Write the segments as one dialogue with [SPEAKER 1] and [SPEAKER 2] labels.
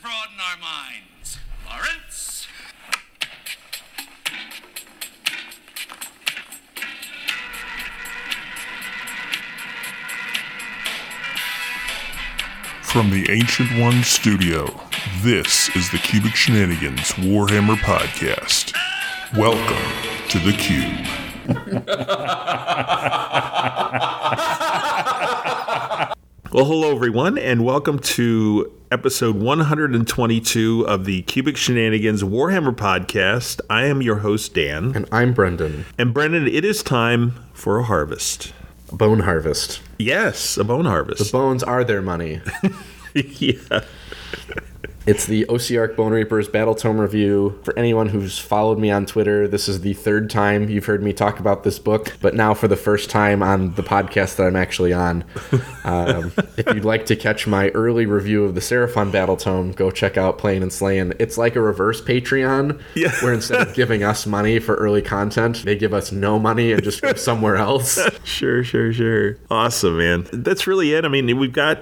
[SPEAKER 1] broaden our minds. Lawrence?
[SPEAKER 2] From the Ancient One Studio, this is the Cubic Shenanigans Warhammer Podcast. Welcome to the Cube.
[SPEAKER 3] Well, hello, everyone, and welcome to episode 122 of the Cubic Shenanigans Warhammer podcast. I am your host, Dan.
[SPEAKER 4] And I'm Brendan.
[SPEAKER 3] And Brendan, it is time for a harvest.
[SPEAKER 4] Bone harvest.
[SPEAKER 3] Yes, a bone harvest.
[SPEAKER 4] Bones are their money.
[SPEAKER 3] yeah.
[SPEAKER 4] it's the OCR Bone Reapers Battle Tome review. For anyone who's followed me on Twitter, this is the third time you've heard me talk about this book, but now for the first time on the podcast that I'm actually on. Um, if you'd like to catch my early review of the Seraphon Battle Tome, go check out Playing and Slaying. It's like a reverse Patreon,
[SPEAKER 3] Yeah.
[SPEAKER 4] where instead of giving us money for early content, they give us no money and just go somewhere else.
[SPEAKER 3] Sure, sure, sure. Awesome, man. That's really it. I mean, we've got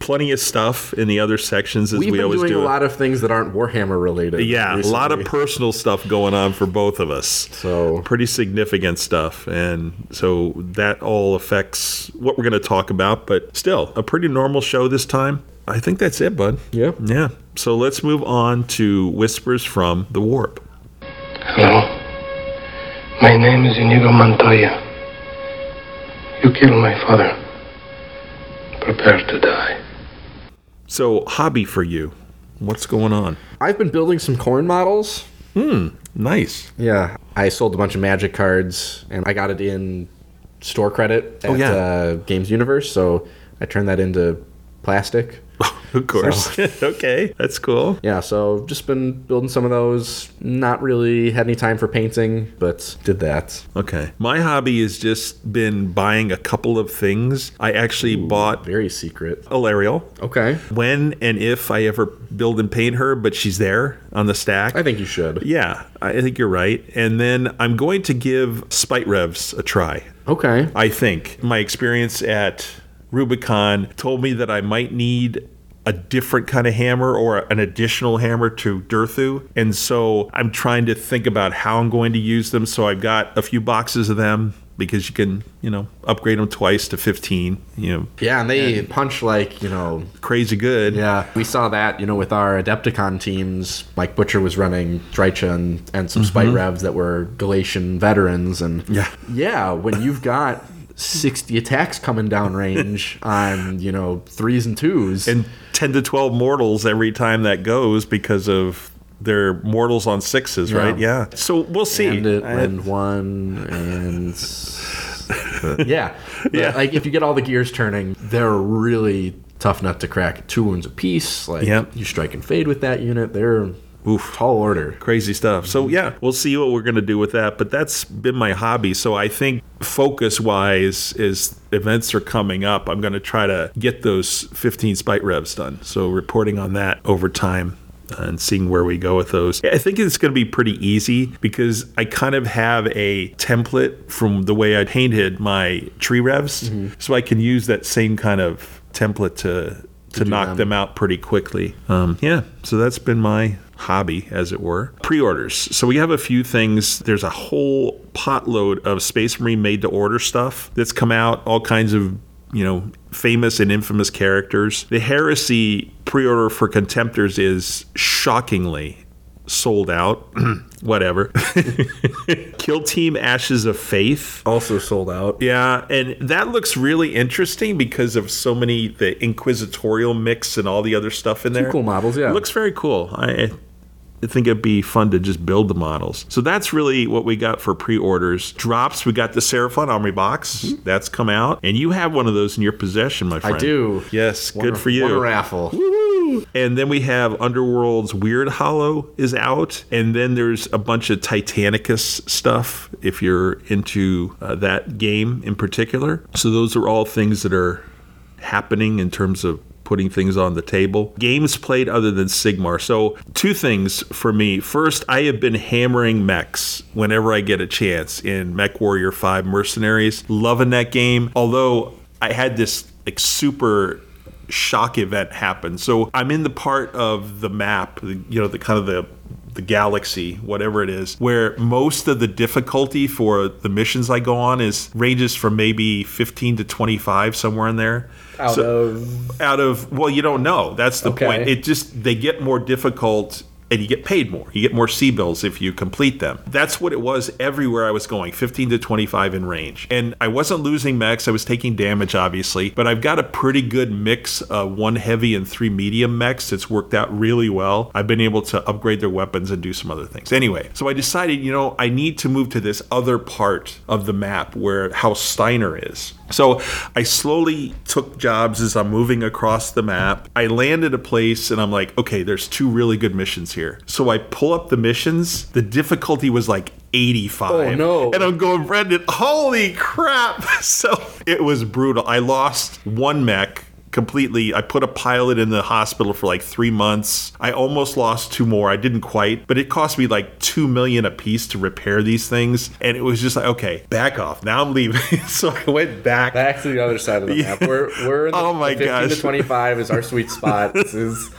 [SPEAKER 3] plenty of stuff in the other sections as
[SPEAKER 4] We've
[SPEAKER 3] we
[SPEAKER 4] been
[SPEAKER 3] always
[SPEAKER 4] doing
[SPEAKER 3] do.
[SPEAKER 4] a lot of things that aren't Warhammer related.
[SPEAKER 3] yeah, a lot of
[SPEAKER 4] recently.
[SPEAKER 3] personal stuff going on for both of us.
[SPEAKER 4] So-
[SPEAKER 3] pretty significant stuff, and so that all affects what we're going to talk about. But still, a pretty normal show this time. I think that's it, bud.
[SPEAKER 4] Yep.
[SPEAKER 3] Yeah. So let's move on to whispers from the warp.
[SPEAKER 5] Hello. My name is Inigo Montoya. You killed my father. Prepare to die.
[SPEAKER 3] So hobby for you, what's going on?
[SPEAKER 4] I've been building some corn models.
[SPEAKER 3] Nice.
[SPEAKER 4] Yeah, I sold a bunch of magic cards and I got it in store credit at
[SPEAKER 3] Oh, yeah.
[SPEAKER 4] uh, Games Universe, so I turned that into plastic.
[SPEAKER 3] Of course. okay, that's cool.
[SPEAKER 4] Yeah, so just been building some of those. Not really had any time for painting, but did that.
[SPEAKER 3] Okay. My hobby has just been buying a couple of things. I actually bought
[SPEAKER 4] Very secret.
[SPEAKER 3] Alarial.
[SPEAKER 4] Okay.
[SPEAKER 3] when and if I ever build and paint her, but she's there on the stack.
[SPEAKER 4] I think you should.
[SPEAKER 3] yeah, I think you're right. And then I'm going to give Spite Revs a try.
[SPEAKER 4] Okay.
[SPEAKER 3] I think my experience at Rubicon told me that I might need a different kind of hammer or an additional hammer to Dirthu. And so I'm trying to think about how I'm going to use them. So I've got a few boxes of them because you can, you know, upgrade them twice to 15, you know,
[SPEAKER 4] Yeah, and they punch like, you know,
[SPEAKER 3] crazy good.
[SPEAKER 4] Yeah, we saw that, you know, with our Adepticon teams. Mike Butcher was running Drycha and, and some Spite Revs that were Galatian veterans. And
[SPEAKER 3] Yeah.
[SPEAKER 4] Mm-hmm. yeah, when you've got 60 attacks coming down range on, you know, threes and twos.
[SPEAKER 3] and 10 to 12 mortals every time that goes because of their mortals on sixes, right? Yeah. So we'll see.
[SPEAKER 4] and it
[SPEAKER 3] I-
[SPEAKER 4] and one and s- yeah
[SPEAKER 3] Yeah.
[SPEAKER 4] like if you get all the gears turning they're a really tough nut to crack two wounds apiece like
[SPEAKER 3] Yep.
[SPEAKER 4] you strike and fade with that unit they're tall order
[SPEAKER 3] crazy stuff. So yeah, we'll see what we're going to do with that, but that's been my hobby. So I think focus wise is events are coming up. I'm going to try to get those 15 spite revs done. So reporting on that over time and seeing where we go with those. I think it's going to be pretty easy because I kind of have a template from the way I painted my tree revs. So I can use that same kind of template to to knock them out pretty quickly. Um, yeah, so that's been my hobby, as it were. Pre orders. So we have a few things. There's a whole potload of Space Marine made to order stuff that's come out, all kinds of, you know, famous and infamous characters. The Heresy pre order for Contemptors is shockingly sold out. Whatever. Kill Team Ashes of Faith.
[SPEAKER 4] also sold out
[SPEAKER 3] Yeah, and that looks really interesting because of so many the inquisitorial mix and all the other stuff in there.
[SPEAKER 4] cool models, yeah.
[SPEAKER 3] It looks very cool. I I think it'd be fun to just build the models. So that's really what we got for pre-orders. Drops, we got the Seraphon Armory box.
[SPEAKER 4] Mm-hmm.
[SPEAKER 3] That's come out. And you have one of those in your possession, my friend.
[SPEAKER 4] do.
[SPEAKER 3] Yes,
[SPEAKER 4] Won
[SPEAKER 3] good
[SPEAKER 4] a-
[SPEAKER 3] for
[SPEAKER 4] won a
[SPEAKER 3] you.
[SPEAKER 4] raffle.
[SPEAKER 3] And then we have Underworld's Weird Hollow is out, and then there's a bunch of Titanicus stuff if you're into uh, that game in particular. So those are all things that are happening in terms of putting things on the table. Games played other than Sigmar. So two things for me. First, I have been hammering mechs whenever I get a chance in Mech Warrior 5 Mercenaries. Loving that game. Although I had this like super shock event happen. So I'm in the part of the map, the, you know, the kind of the the galaxy, whatever it is, where most of the difficulty for the missions I go on is ranges from maybe 15 to 25 somewhere in there.
[SPEAKER 6] Out
[SPEAKER 3] So-
[SPEAKER 6] of
[SPEAKER 3] out of well, you don't know. That's the
[SPEAKER 6] Okay.
[SPEAKER 3] point. It just they get more difficult and you get paid more. You get more C bills if you complete them. That's what it was everywhere I was going, 15 to 25 in range. And I wasn't losing max, I was taking damage obviously, but I've got a pretty good mix of one heavy and three medium mechs. It's worked out really well. I've been able to upgrade their weapons and do some other things. Anyway, so I decided, you know, I need to move to this other part of the map where House Steiner is. So I slowly took jobs as I'm moving across the map. I land at a place and I'm like, okay, there's two really good missions here. So I pull up the missions. The difficulty was like 85.
[SPEAKER 4] Oh, no.
[SPEAKER 3] And I'm going, Brendan, holy crap. So it was brutal. I lost one mech completely. I put a pilot in the hospital for like three months. I almost lost two more. I didn't quite, but it cost me like two million a piece to repair these things. And it was just like, okay, back off. Now I'm leaving. so I went back.
[SPEAKER 4] Back to the other side of the map. We're we're in the,
[SPEAKER 3] Oh my
[SPEAKER 4] the 15
[SPEAKER 3] gosh.
[SPEAKER 4] to 25 is our sweet spot. This is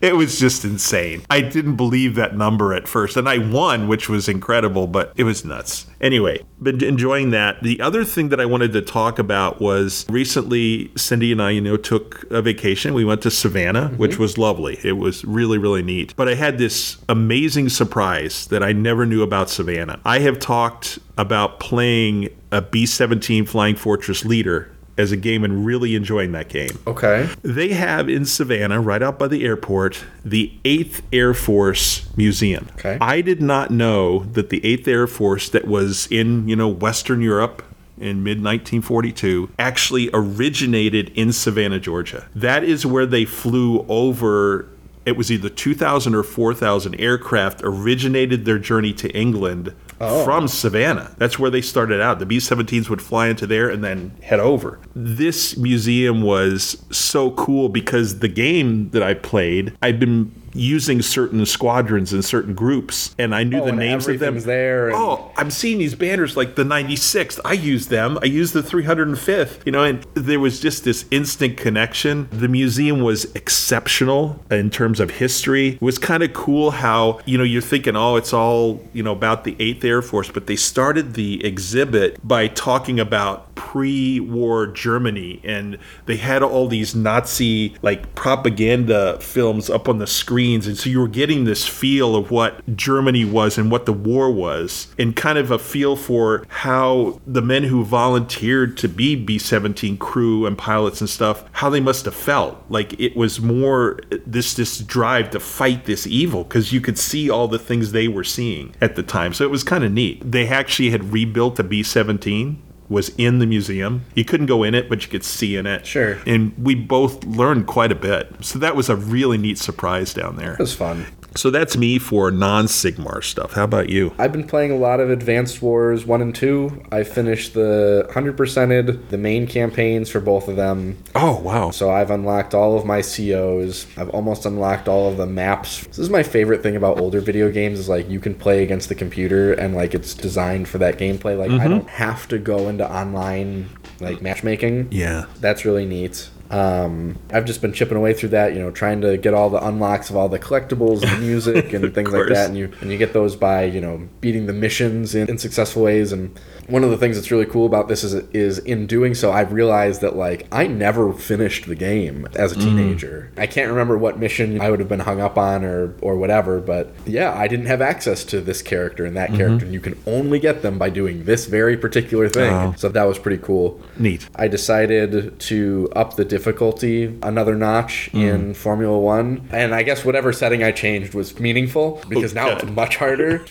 [SPEAKER 3] It was just insane. I didn't believe that number at first, and I won, which was incredible, but it was nuts. Anyway, been enjoying that. The other thing that I wanted to talk about was recently Cindy and I, you know, took a vacation. We went to Savannah, which was lovely. It was really, really neat. But I had this amazing surprise that I never knew about Savannah. I have talked about playing a B 17 Flying Fortress Leader as a game and really enjoying that game
[SPEAKER 4] okay.
[SPEAKER 3] they have in Savannah, right out by the airport, the 8th Air Force Museum.
[SPEAKER 4] Okay.
[SPEAKER 3] I did not know that the 8th Air Force that was in, you know, Western Europe in mid 1942 actually originated in Savannah, Georgia. That is where they flew over it was either 2000 or 4000 aircraft originated their journey to England
[SPEAKER 4] Oh.
[SPEAKER 3] from Savannah. That's where they started out. The B 17s would fly into there and then head over. This museum was so cool because the game that I played, I've been using certain squadrons and certain groups, and I knew the
[SPEAKER 4] Oh, and
[SPEAKER 3] names of them.
[SPEAKER 4] everything's there and-
[SPEAKER 3] Oh, I'm seeing these banners like the 96th. I used them. I used the 305th. You know, and there was just this instant connection. The museum was exceptional in terms of history. It was kind of cool how, you know, you're thinking, oh, it's all, you know, about the 8th Air Force, but they started the exhibit by talking about pre-war Germany and they had all these Nazi like propaganda films up on the screens and so you were getting this feel of what Germany was and what the war was and kind of a feel for how the men who volunteered to be B-17 crew and pilots and stuff how they must have felt like it was more this this drive to fight this evil cuz you could see all the things they were seeing at the time so it was kind of neat they actually had rebuilt a B-17 was in the museum. You couldn't go in it, but you could see in it.
[SPEAKER 4] Sure.
[SPEAKER 3] And we both learned quite a bit. So that was a really neat surprise down there.
[SPEAKER 4] It was fun.
[SPEAKER 3] So that's me for non Sigmar stuff. How about you?
[SPEAKER 4] I've been playing a lot of Advanced Wars 1 and 2. I finished the 100%ed the main campaigns for both of them.
[SPEAKER 3] Oh, wow.
[SPEAKER 4] So I've unlocked all of my COs. I've almost unlocked all of the maps. This is my favorite thing about older video games is like you can play against the computer and like it's designed for that gameplay. Like
[SPEAKER 3] Mm-hmm.
[SPEAKER 4] I don't have to go into online like matchmaking.
[SPEAKER 3] Yeah.
[SPEAKER 4] That's really neat. Um, I've just been chipping away through that, you know, trying to get all the unlocks of all the collectibles and music and things like
[SPEAKER 3] course.
[SPEAKER 4] that. And you and you get those by you know beating the missions in, in successful ways. And one of the things that's really cool about this is is in doing so, I've realized that like I never finished the game as a teenager. I can't remember what mission I would have been hung up on or or whatever. But yeah, I didn't have access to this character and that character, and you can only get them by doing this very particular thing. So that was pretty cool.
[SPEAKER 3] Neat.
[SPEAKER 4] I decided to up the difficulty another notch in Formula One. And I guess whatever setting I changed was meaningful because now it's much harder.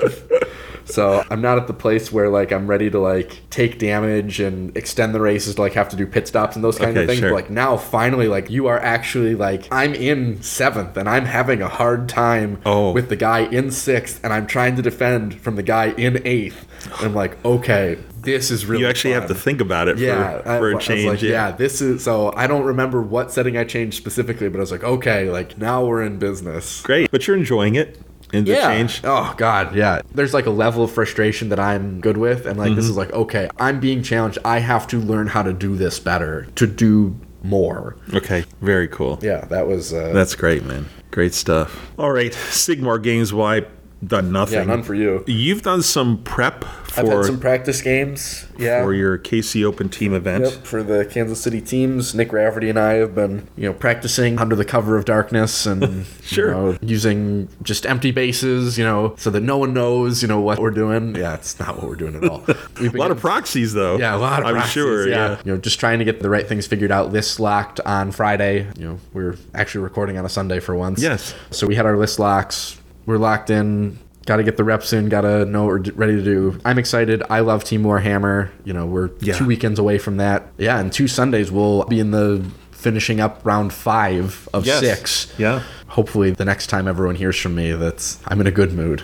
[SPEAKER 4] so I'm not at the place where like I'm ready to like take damage and extend the races to like have to do pit stops and those kind
[SPEAKER 3] Okay,
[SPEAKER 4] of things.
[SPEAKER 3] sure.
[SPEAKER 4] But, like now finally like you are actually like I'm in seventh and I'm having a hard time
[SPEAKER 3] Oh.
[SPEAKER 4] with the guy in sixth and I'm trying to defend from the guy in eighth. And I'm like, okay, this is really
[SPEAKER 3] You actually have to
[SPEAKER 4] fun
[SPEAKER 3] think about it
[SPEAKER 4] yeah,
[SPEAKER 3] for,
[SPEAKER 4] I-
[SPEAKER 3] for
[SPEAKER 4] I
[SPEAKER 3] a
[SPEAKER 4] was
[SPEAKER 3] change.
[SPEAKER 4] like, yeah. this is so. I don't remember what setting I changed specifically, but I was like, okay, like now we're in business.
[SPEAKER 3] Great. But you're enjoying it in the
[SPEAKER 4] yeah.
[SPEAKER 3] change.
[SPEAKER 4] Oh God. Yeah. There's like a level of frustration that I'm good Mm-hmm. with, and like this is like, okay, I'm being challenged. I have to learn how to do this better to do more.
[SPEAKER 3] Okay. Very cool.
[SPEAKER 4] Yeah, that was uh,
[SPEAKER 3] That's great, man. Great stuff. All right, Sigmar games. Why done nothing?
[SPEAKER 4] yeah, none for you.
[SPEAKER 3] You've done some prep
[SPEAKER 4] I've
[SPEAKER 3] for
[SPEAKER 4] had some practice games. Yeah.
[SPEAKER 3] for your KC Open team event.
[SPEAKER 4] Yep, for the Kansas City teams, Nick Raverty and I have been, you know, practicing under the cover of darkness and
[SPEAKER 3] Sure.
[SPEAKER 4] you know, using just empty bases, you know, so that no one knows, you know, what we're doing. Yeah, it's not what we're doing at all. We've
[SPEAKER 3] A lot of proxies, though.
[SPEAKER 4] yeah, a lot of
[SPEAKER 3] I'm
[SPEAKER 4] proxies,
[SPEAKER 3] sure.
[SPEAKER 4] you know, just trying to get the right things figured out. List locked on Friday. You know, we are actually recording on a Sunday for once.
[SPEAKER 3] Yes.
[SPEAKER 4] So we had our list locks. We're locked in. Got to get the reps in. Got to know what we're d- ready to do. I'm excited. I love Team Warhammer. You know, we're
[SPEAKER 3] Yeah.
[SPEAKER 4] two weekends away from that. Yeah, and two Sundays we'll be in the finishing up round five of
[SPEAKER 3] Yes.
[SPEAKER 4] six.
[SPEAKER 3] Yeah.
[SPEAKER 4] Hopefully, the next time everyone hears from me, that's I'm in a good mood.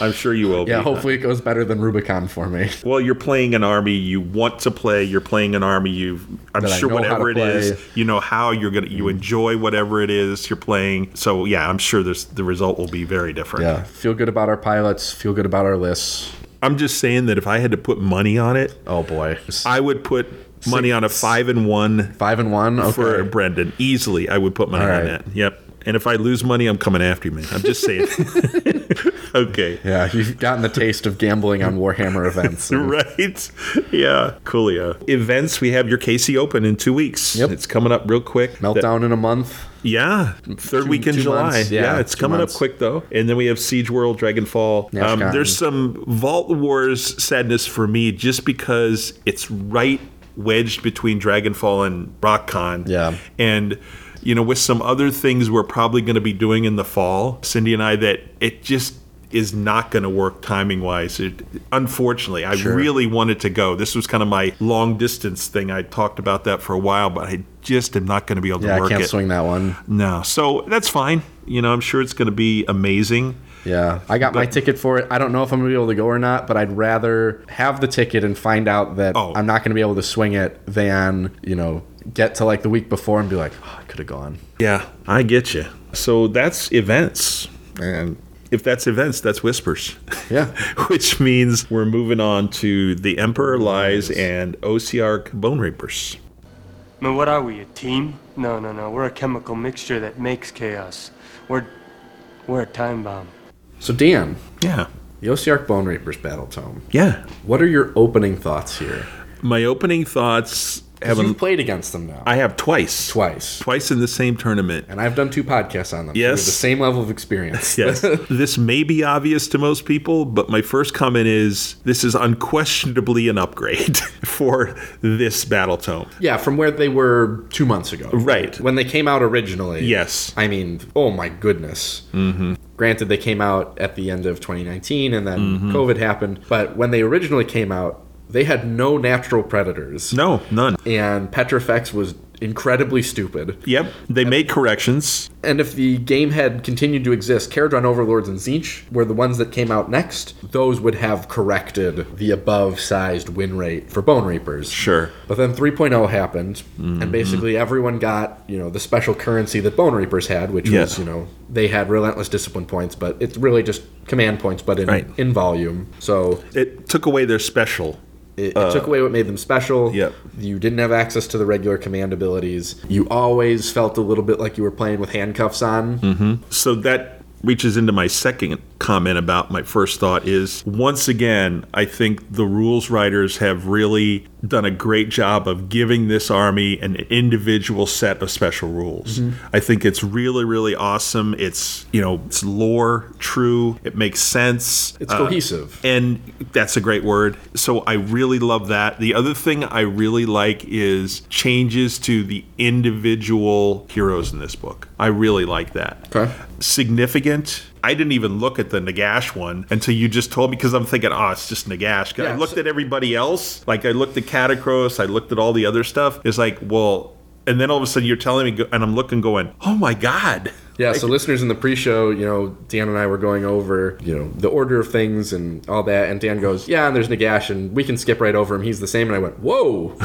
[SPEAKER 3] I'm sure you will.
[SPEAKER 4] yeah,
[SPEAKER 3] be.
[SPEAKER 4] hopefully it goes better than Rubicon for me.
[SPEAKER 3] Well, you're playing an army you want to play. You're playing an army you. I'm
[SPEAKER 4] That I
[SPEAKER 3] sure
[SPEAKER 4] know how to
[SPEAKER 3] whatever it is,
[SPEAKER 4] play. Mm-hmm.
[SPEAKER 3] you know how you're gonna. You enjoy whatever it is you're playing. So yeah, I'm sure there's the result will be very different.
[SPEAKER 4] Yeah, feel good about our pilots. Feel good about our lists.
[SPEAKER 3] I'm just saying that if I had to put money on it,
[SPEAKER 4] Oh boy,
[SPEAKER 3] I would put money on a five and one
[SPEAKER 4] five and one. Okay.
[SPEAKER 3] for Brendan easily. I would put money
[SPEAKER 4] All
[SPEAKER 3] on
[SPEAKER 4] right.
[SPEAKER 3] that. Yep. And if I lose money, I'm coming after you, man. I'm just saying. okay.
[SPEAKER 4] yeah, you've gotten the taste of gambling on Warhammer events. and-
[SPEAKER 3] Right? Yeah. Coolio. Events. We have your KC Open in two weeks.
[SPEAKER 4] Yep.
[SPEAKER 3] It's coming up real quick. That-
[SPEAKER 4] Meltdown in a month.
[SPEAKER 3] yeah. Third
[SPEAKER 4] Two-
[SPEAKER 3] week in
[SPEAKER 4] two
[SPEAKER 3] July.
[SPEAKER 4] months.
[SPEAKER 3] yeah,
[SPEAKER 4] Yeah,
[SPEAKER 3] It's
[SPEAKER 4] two
[SPEAKER 3] coming
[SPEAKER 4] months.
[SPEAKER 3] up quick, though. And then we have Siege World, Dragonfall.
[SPEAKER 4] Nash
[SPEAKER 3] Um,
[SPEAKER 4] Cotton.
[SPEAKER 3] there's some Vault Wars sadness for me just because it's right wedged between Dragonfall and RockCon.
[SPEAKER 4] Yeah.
[SPEAKER 3] And. You know, with some other things we're probably going to be doing in the fall, Cindy and I, that it just is not going to work timing wise. It, unfortunately, I really wanted to go. This was kind of my long distance thing. I talked about that for a while, but I just am not going to be able to
[SPEAKER 4] Yeah, I
[SPEAKER 3] work
[SPEAKER 4] can't
[SPEAKER 3] it.
[SPEAKER 4] swing that one.
[SPEAKER 3] No, so that's fine. You know, I'm sure it's going to be amazing.
[SPEAKER 4] Yeah, I got my ticket for it. I don't know if I'm gonna be able to go or not, but I'd rather have the ticket and find out that
[SPEAKER 3] Oh.
[SPEAKER 4] I'm not gonna be able to swing it than you know get to like the week before and be like, oh, I could have gone.
[SPEAKER 3] Yeah, I get you. So that's events, and if that's events, that's whispers.
[SPEAKER 4] Yeah.
[SPEAKER 3] which means we're moving on to the Emperor Lies and OCR Bone Reapers.
[SPEAKER 6] Man, what are we, a team? No, no, no. We're a chemical mixture that makes chaos. We're. We're a time bomb.
[SPEAKER 4] So Dan,
[SPEAKER 3] Yeah,
[SPEAKER 4] the Osiark Bone Reapers Battle Tome.
[SPEAKER 3] yeah.
[SPEAKER 4] What are your opening thoughts here?
[SPEAKER 3] My opening thoughts have
[SPEAKER 4] You've
[SPEAKER 3] a,
[SPEAKER 4] played against them now
[SPEAKER 3] I have twice,
[SPEAKER 4] twice.
[SPEAKER 3] twice in the same tournament.
[SPEAKER 4] and I've done two podcasts on them. so we have
[SPEAKER 3] Yes.
[SPEAKER 4] the same level of experience.
[SPEAKER 3] Yes. this may be obvious to most people, but my first comment is this is unquestionably an upgrade for this battle tome.
[SPEAKER 4] yeah, from where they were two months ago.
[SPEAKER 3] Right.
[SPEAKER 4] When they came out originally.
[SPEAKER 3] Yes.
[SPEAKER 4] I mean, oh my goodness. Mm-hmm. Granted, they came out at the end of 2019 and then
[SPEAKER 3] Mm-hmm.
[SPEAKER 4] COVID happened. But when they originally came out, they had no natural predators.
[SPEAKER 3] No, none.
[SPEAKER 4] And Petrifex was incredibly stupid.
[SPEAKER 3] Yep. They made corrections.
[SPEAKER 4] And if the game had continued to exist, Caradron Overlords and Zinch were the ones that came out next. Those would have corrected the above sized win rate for Bone Reapers.
[SPEAKER 3] Sure. Mm-hmm.
[SPEAKER 4] But then 3.0 happened, and basically everyone got, you know, the special currency that Bone Reapers had, which
[SPEAKER 3] Yeah.
[SPEAKER 4] was, you know, they had relentless discipline points, but it's really just command points, but in,
[SPEAKER 3] Right.
[SPEAKER 4] in volume. So
[SPEAKER 3] It took away their special.
[SPEAKER 4] it, it took away what made them special.
[SPEAKER 3] Uh, Yep.
[SPEAKER 4] You didn't have access to the regular command abilities. You always felt a little bit like you were playing with handcuffs on.
[SPEAKER 3] Mm. So that reaches into my second comment about my first thought is once again I think the rules writers have really done a great job of giving this army an individual set of special rules.
[SPEAKER 4] Mm-hmm.
[SPEAKER 3] I think it's really really awesome. It's you know it's lore true. It makes sense.
[SPEAKER 4] It's
[SPEAKER 3] Uh,
[SPEAKER 4] cohesive.
[SPEAKER 3] and that's a great word. So I really love that. The other thing I really like is changes to the individual heroes in this book. I really like that.
[SPEAKER 4] Okay.
[SPEAKER 3] Significant. I didn't even look at the Nagash one until you just told me because I'm thinking, oh, it's just Nagash. 'Cause I
[SPEAKER 4] Yeah,
[SPEAKER 3] looked
[SPEAKER 4] so-
[SPEAKER 3] at everybody else. Like I looked at Catacross. I looked at all the other stuff. It's like, well, and then all of a sudden you're telling me, go- and I'm looking, going, oh my god.
[SPEAKER 4] Yeah, so listeners in the pre-show, you know, Dan and I were going over, you know, the order of things and all that, and Dan goes, "Yeah, and there's Nagash, and we can skip right over him. He's the same." And I went, "Whoa,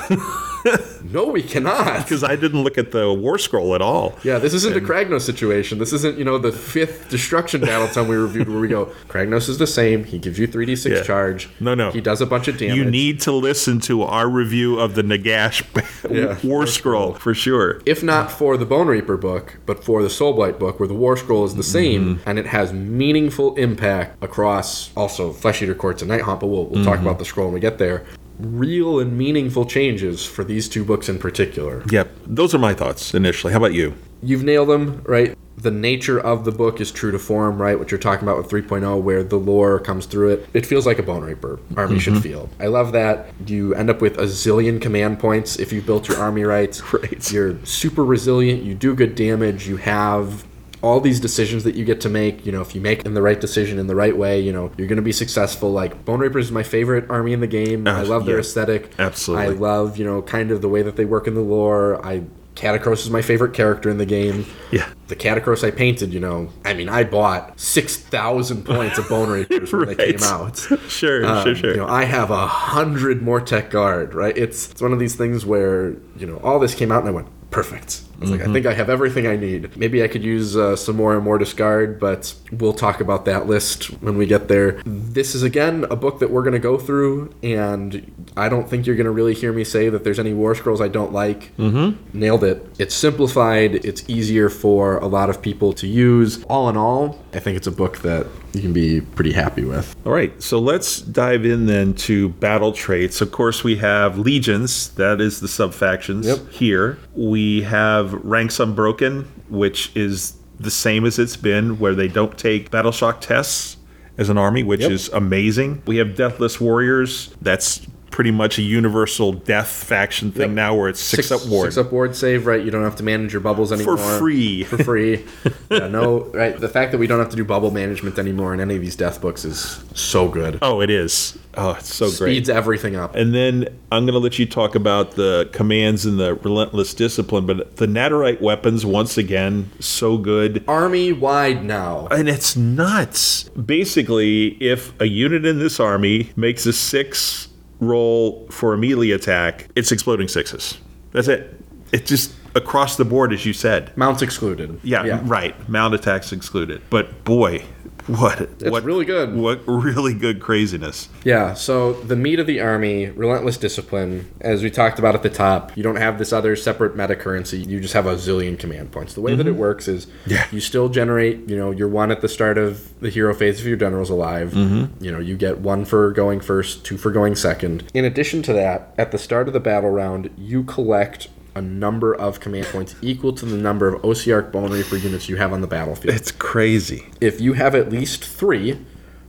[SPEAKER 4] No, we cannot.
[SPEAKER 3] Because I didn't look at the war scroll at all.
[SPEAKER 4] Yeah, this isn't a Kragnos situation. This isn't, you know, the fifth destruction battle time we reviewed where we go, Kragnos is the same. He gives you 3d6
[SPEAKER 3] Yeah.
[SPEAKER 4] charge.
[SPEAKER 3] No, no.
[SPEAKER 4] He does a bunch of damage.
[SPEAKER 3] You need to listen to our review of the Nagash
[SPEAKER 4] Yeah.
[SPEAKER 3] War Scroll for sure.
[SPEAKER 4] if not for the Bone Reaper book, but for the Soulblight book, where the War Scroll is the same and it has meaningful impact across also Flesh Eater Courts and Night Haunt, but we'll, we'll talk about the scroll when we get there. Real and meaningful changes for these two books in particular.
[SPEAKER 3] Yep. Those are my thoughts initially. How about you?
[SPEAKER 4] You've nailed them, right? The nature of the book is true to form, right? What you're talking about with 3.0, where the lore comes through it. It feels like a Bone Reaper army should
[SPEAKER 3] Mm-hmm.
[SPEAKER 4] feel. I love that. You end up with a zillion command points if you built your army right.
[SPEAKER 3] Right.
[SPEAKER 4] You're super resilient. You do good damage. You have all these decisions that you get to make. You know, if you make the right decision in the right way, you know, you're going to be successful. Like, Bone Reapers is my favorite army in the game. I
[SPEAKER 3] Uh,
[SPEAKER 4] love their
[SPEAKER 3] yeah.
[SPEAKER 4] aesthetic.
[SPEAKER 3] Absolutely.
[SPEAKER 4] I love, you know, kind of the way that they work in the lore. I. Catacross is my favorite character in the game
[SPEAKER 3] Yeah.
[SPEAKER 4] the Catacross I painted, you know, I mean, I bought 6,000 points of Bone Rangers when they
[SPEAKER 3] Right.
[SPEAKER 4] came out.
[SPEAKER 3] Sure,
[SPEAKER 4] Um,
[SPEAKER 3] sure, sure.
[SPEAKER 4] You know, I have a hundred Mortec Guard, right? It's it's one of these things where you know all this came out and I went perfect. I was
[SPEAKER 3] Mm-hmm.
[SPEAKER 4] like, I think I have everything I need. Maybe I could use uh, some more Immortus Guard, but we'll talk about that list when we get there. This is again a book that we're going to go through, and I don't think you're going to really hear me say that there's any War Scrolls I don't like. Mm-hmm. Nailed it. It's simplified. It's easier for a lot of people to use. All in all, I think it's a book that you can be pretty happy with.
[SPEAKER 3] All right, so let's dive in then to battle traits. Of course, we have legions, that is the subfactions
[SPEAKER 4] Yep.
[SPEAKER 3] here. We have ranks unbroken, which is the same as it's been, where they don't take battle shock tests as an army, which
[SPEAKER 4] Yep.
[SPEAKER 3] is amazing. We have deathless warriors, that's pretty much a universal death faction thing
[SPEAKER 4] Yep.
[SPEAKER 3] now, where it's six, up ward.
[SPEAKER 4] Six up ward save, right? You don't have to manage your bubbles anymore.
[SPEAKER 3] free.
[SPEAKER 4] For free. yeah, no, right. The fact that we don't have to do bubble management anymore in any of these death books is so good.
[SPEAKER 3] Oh, it is. Oh, it's so great.
[SPEAKER 4] Speeds everything up.
[SPEAKER 3] And then I'm going to let you talk about the commands and the relentless discipline. But the Natarite weapons, once again, so good.
[SPEAKER 4] Army wide now.
[SPEAKER 3] And it's nuts. Basically, if a unit in this army makes a six roll for a melee attack, it's exploding sixes. That's it. It's just across the board, as you said.
[SPEAKER 4] Mounts excluded.
[SPEAKER 3] Yeah, right. Mount attacks excluded. But boy, what? It's what,
[SPEAKER 4] really good.
[SPEAKER 3] What really good craziness.
[SPEAKER 4] Yeah, so the meat of the army, relentless discipline, as we talked about at the top, you don't have this other separate meta currency. You just have a zillion command points. The way that it works is you still generate, you know, your one at the start of the hero phase if your general's alive. You know, you get one for going first, two for going second. In addition to that, at the start of the battle round, you collect a number of command points equal to the number of OCR Bone Reaper units you have on the battlefield.
[SPEAKER 3] It's crazy.
[SPEAKER 4] If you have at least three,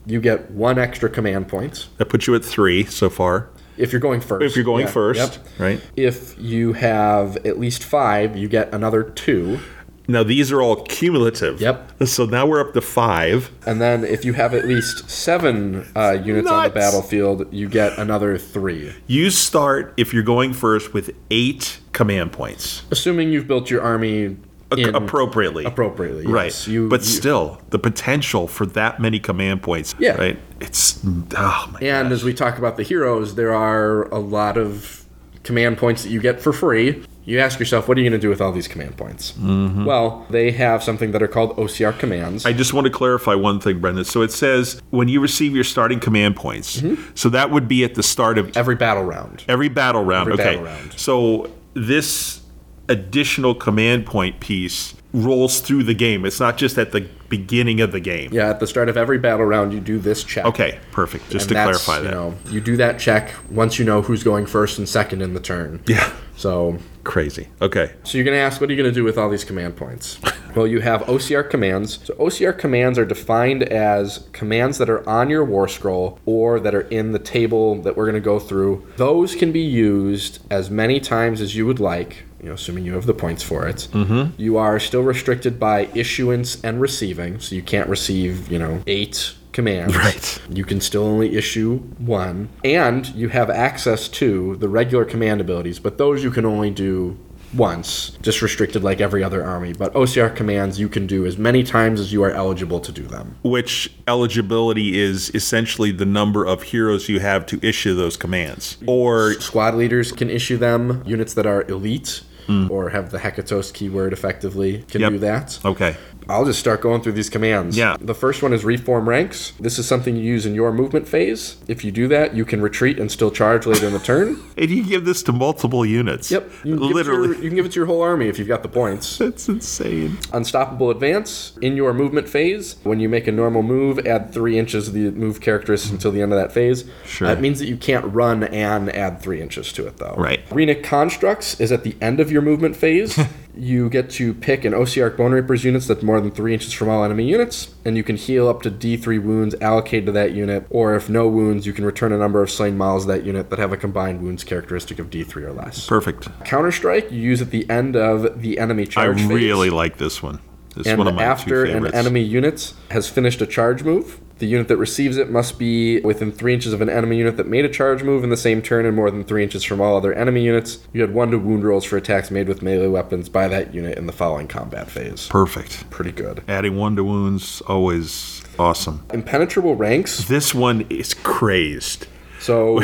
[SPEAKER 4] you get one extra command point
[SPEAKER 3] That puts you at three so far.
[SPEAKER 4] if you're going first.
[SPEAKER 3] If you're going
[SPEAKER 4] Yeah.
[SPEAKER 3] first,
[SPEAKER 4] Yep.
[SPEAKER 3] right?
[SPEAKER 4] If you have at least five, you get another two.
[SPEAKER 3] Now these are all cumulative.
[SPEAKER 4] Yep.
[SPEAKER 3] So now we're up to five.
[SPEAKER 4] And then if you have at least seven uh, units on the
[SPEAKER 3] Nuts.
[SPEAKER 4] battlefield, you get another three.
[SPEAKER 3] You start if you're going first with eight command points
[SPEAKER 4] Assuming you've built your army
[SPEAKER 3] A-
[SPEAKER 4] in-
[SPEAKER 3] appropriately.
[SPEAKER 4] appropriately. yes.
[SPEAKER 3] Right.
[SPEAKER 4] You,
[SPEAKER 3] but
[SPEAKER 4] you-
[SPEAKER 3] still, the potential for that many command points.
[SPEAKER 4] Yeah.
[SPEAKER 3] Right. It's oh my
[SPEAKER 4] And
[SPEAKER 3] gosh.
[SPEAKER 4] as we talk about the heroes, there are a lot of command points that you get for free. You ask yourself, what are you going to do with all these command points? Mm-hmm. Well, they have something that are called OCR commands.
[SPEAKER 3] I just want to clarify one thing, Brendan. So it says when you receive your starting command points.
[SPEAKER 4] Mm-hmm.
[SPEAKER 3] So that would be at the start of
[SPEAKER 4] every battle round.
[SPEAKER 3] Every battle round.
[SPEAKER 4] Every
[SPEAKER 3] okay.
[SPEAKER 4] battle round.
[SPEAKER 3] So this additional command point piece rolls through the game. It's not just at the beginning of the game.
[SPEAKER 4] Yeah, at the start of every battle round, you do this check.
[SPEAKER 3] Okay, perfect. Just
[SPEAKER 4] And
[SPEAKER 3] to
[SPEAKER 4] that's,
[SPEAKER 3] clarify that.
[SPEAKER 4] You, know, you do that check once you know who's going first and second in the turn.
[SPEAKER 3] Yeah.
[SPEAKER 4] So,
[SPEAKER 3] Crazy. Okay.
[SPEAKER 4] so you're going to ask, what are you going to do with all these command points? well, you have OCR commands. So OCR commands are defined as commands that are on your war scroll or that are in the table that we're going to go through. Those can be used as many times as you would like. You know, assuming you have the points for it, mm-hmm. you are still restricted by issuance and receiving, so you can't receive, you know, eight commands.
[SPEAKER 3] Right.
[SPEAKER 4] You can still only issue one, and you have access to the regular command abilities, but those you can only do once, just restricted like every other army. But OCR commands you can do as many times as you are eligible to do them.
[SPEAKER 3] which eligibility is essentially the number of heroes you have to issue those commands. Or
[SPEAKER 4] Squad leaders can issue them. Units that are elite or have the Hecatos keyword effectively
[SPEAKER 3] Mm.
[SPEAKER 4] can
[SPEAKER 3] Yep.
[SPEAKER 4] do that.
[SPEAKER 3] okay,
[SPEAKER 4] I'll just start going through these commands.
[SPEAKER 3] Yeah.
[SPEAKER 4] The first one is reform ranks. This is something you use in your movement phase. If you do that, you can retreat and still charge later in the turn.
[SPEAKER 3] and you give this to multiple units.
[SPEAKER 4] Yep. You can give it to
[SPEAKER 3] literally.
[SPEAKER 4] your- you can give it to your whole army if you've got the points.
[SPEAKER 3] That's insane.
[SPEAKER 4] Unstoppable advance. In your movement phase, when you make a normal move, add three inches of the move characteristic until the end of that phase.
[SPEAKER 3] Sure.
[SPEAKER 4] That means that you can't run and add three inches to it, though.
[SPEAKER 3] Right.
[SPEAKER 4] Runic Constructs is at the end of your movement phase. you get to pick an OCR Bone Reaper's units that's more than three inches from all enemy units, and you can heal up to D3 wounds allocated to that unit, or if no wounds, you can return a number of slain models to that unit that have a combined wounds characteristic of D3 or less.
[SPEAKER 3] Perfect.
[SPEAKER 4] Counter Strike you use at the end of the enemy
[SPEAKER 3] I
[SPEAKER 4] charge phase
[SPEAKER 3] really like this one. It's
[SPEAKER 4] and
[SPEAKER 3] one of my
[SPEAKER 4] after
[SPEAKER 3] two
[SPEAKER 4] an
[SPEAKER 3] favorites.
[SPEAKER 4] enemy unit has finished a charge move, the unit that receives it must be within three inches of an enemy unit that made a charge move in the same turn and more than three inches from all other enemy units. You had one to wound rolls for attacks made with melee weapons by that unit in the following combat phase.
[SPEAKER 3] Perfect.
[SPEAKER 4] Pretty good.
[SPEAKER 3] Adding one to wounds always awesome.
[SPEAKER 4] Impenetrable ranks.
[SPEAKER 3] This one is crazed.
[SPEAKER 4] So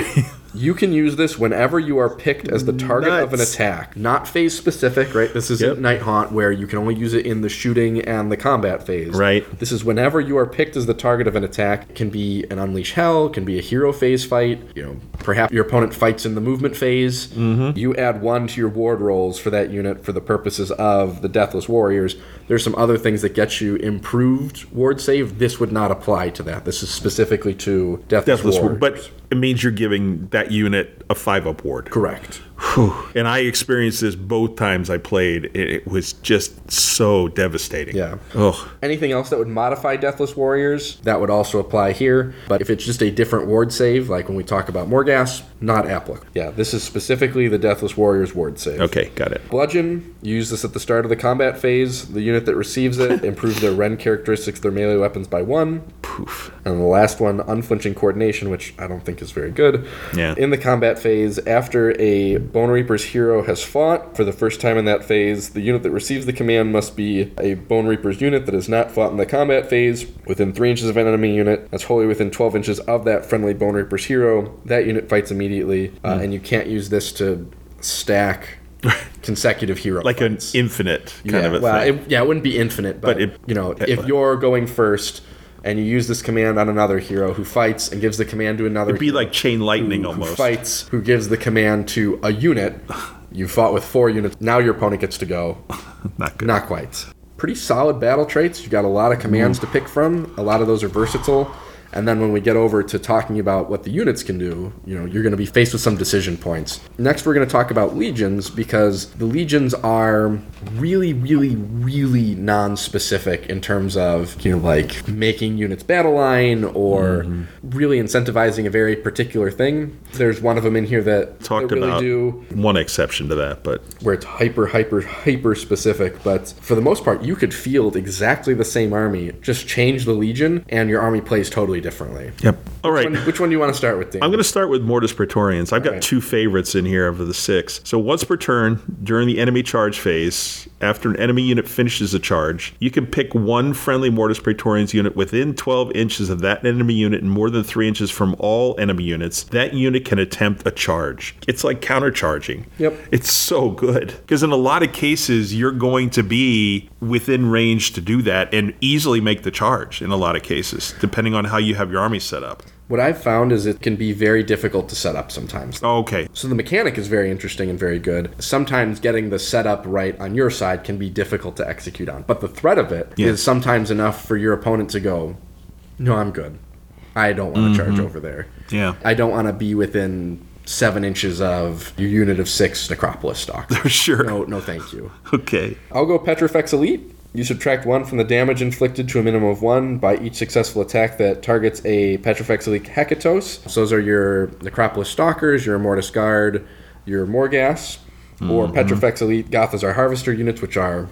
[SPEAKER 4] you can use this whenever you are picked as the target of an
[SPEAKER 3] Nuts.
[SPEAKER 4] attack. Not phase specific, right? This isn't
[SPEAKER 3] Yep.
[SPEAKER 4] Night Haunt where you can only use it in the shooting and the combat phase.
[SPEAKER 3] Right.
[SPEAKER 4] This is whenever you are picked as the target of an attack. It can be an unleash hell, it can be a hero phase fight, you know, perhaps your opponent fights in the movement phase.
[SPEAKER 3] Mm-hmm.
[SPEAKER 4] You add one to your ward rolls for that unit for the purposes of the Deathless Warriors. There's some other things that get you improved ward save. This would not apply to that. This is specifically to Deathless,
[SPEAKER 3] Deathless Ward.
[SPEAKER 4] Warriors.
[SPEAKER 3] But it means you're giving that unit a five up ward.
[SPEAKER 4] Correct.
[SPEAKER 3] And I experienced this both times I played. It, it was just so devastating.
[SPEAKER 4] Yeah.
[SPEAKER 3] Oh,
[SPEAKER 4] Anything else that would modify Deathless Warriors, that would also apply here. But if it's just a different ward save, like when we talk about Morgas, not applicable. Yeah, this is specifically the Deathless Warriors ward save.
[SPEAKER 3] okay, got it.
[SPEAKER 4] Bludgeon, you use this at the start of the combat phase. The unit that receives it improves their Ren characteristics, of their melee weapons by one.
[SPEAKER 3] Poof.
[SPEAKER 4] And the last one, unflinching coordination, which I don't think is very good.
[SPEAKER 3] Yeah.
[SPEAKER 4] In the combat phase, after a Bone Reaper's hero has fought for the first time in that phase, the unit that receives the command must be a Bone Reaper's unit that has not fought in the combat phase within three inches of an enemy unit. That's wholly within 12 inches of that friendly Bone Reaper's hero. That unit fights immediately, uh,
[SPEAKER 3] Hmm.
[SPEAKER 4] and you can't use this to stack consecutive hero
[SPEAKER 3] Like an
[SPEAKER 4] fights
[SPEAKER 3] infinite kind
[SPEAKER 4] yeah,
[SPEAKER 3] of a
[SPEAKER 4] well,
[SPEAKER 3] thing.
[SPEAKER 4] It, yeah, it wouldn't be infinite, but,
[SPEAKER 3] But it-
[SPEAKER 4] you know, if
[SPEAKER 3] well-
[SPEAKER 4] you're going first and you use this command on another hero who fights and gives the command to another,
[SPEAKER 3] It'd be
[SPEAKER 4] hero
[SPEAKER 3] like chain lightning
[SPEAKER 4] who,
[SPEAKER 3] almost.
[SPEAKER 4] who fights, who gives the command to a unit. You fought with four units. Now your opponent gets to go.
[SPEAKER 3] Not good.
[SPEAKER 4] Not quite. Pretty solid battle traits. You've got a lot of commands
[SPEAKER 3] Mm.
[SPEAKER 4] to pick from. A lot of those are versatile. And then when we get over to talking about what the units can do, you know, you're going to be faced with some decision points. Next, we're going to talk about legions because the legions are really, really, really non-specific in terms of you know like making units battle line or
[SPEAKER 3] Mm-hmm.
[SPEAKER 4] really incentivizing a very particular thing. There's one of them in here that
[SPEAKER 3] Talked
[SPEAKER 4] that really
[SPEAKER 3] about
[SPEAKER 4] do
[SPEAKER 3] one exception to that, but
[SPEAKER 4] where it's hyper, hyper, hyper specific. But for the most part, you could field exactly the same army, just change the legion, and your army plays totally differently.
[SPEAKER 3] yep. All right.
[SPEAKER 4] Which one, which one do you want to start with, Dan?
[SPEAKER 3] I'm going to start with Mortis Praetorians. I've got
[SPEAKER 4] right.
[SPEAKER 3] two favorites in here of the six. So once per turn, during the enemy charge phase, after an enemy unit finishes a charge, you can pick one friendly Mortis Praetorians unit within 12 inches of that enemy unit and more than three inches from all enemy units. That unit can attempt a charge. It's like countercharging.
[SPEAKER 4] Yep.
[SPEAKER 3] It's so good. Because in a lot of cases, you're going to be within range to do that and easily make the charge in a lot of cases, depending on how you have your army set up.
[SPEAKER 4] what I've found is it can be very difficult to set up sometimes.
[SPEAKER 3] Okay.
[SPEAKER 4] So the mechanic is very interesting and very good. Sometimes getting the setup right on your side can be difficult to execute on, but the threat of it is
[SPEAKER 3] Yeah.
[SPEAKER 4] sometimes enough for your opponent to go, "No, I'm good. I don't
[SPEAKER 3] Mm-hmm.
[SPEAKER 4] want to charge over there.
[SPEAKER 3] Yeah.
[SPEAKER 4] I don't want to be within seven inches of your unit of six necropolis stock.
[SPEAKER 3] Sure.
[SPEAKER 4] No, no, thank you.
[SPEAKER 3] Okay.
[SPEAKER 4] I'll go Petrifex Elite. You subtract one from the damage inflicted to a minimum of one by each successful attack that targets a Petrifex Elite Hecatos. So those are your Necropolis Stalkers, your Mortis Guard, your Morgas, or Petrifex Elite Gothazar Harvester units, which are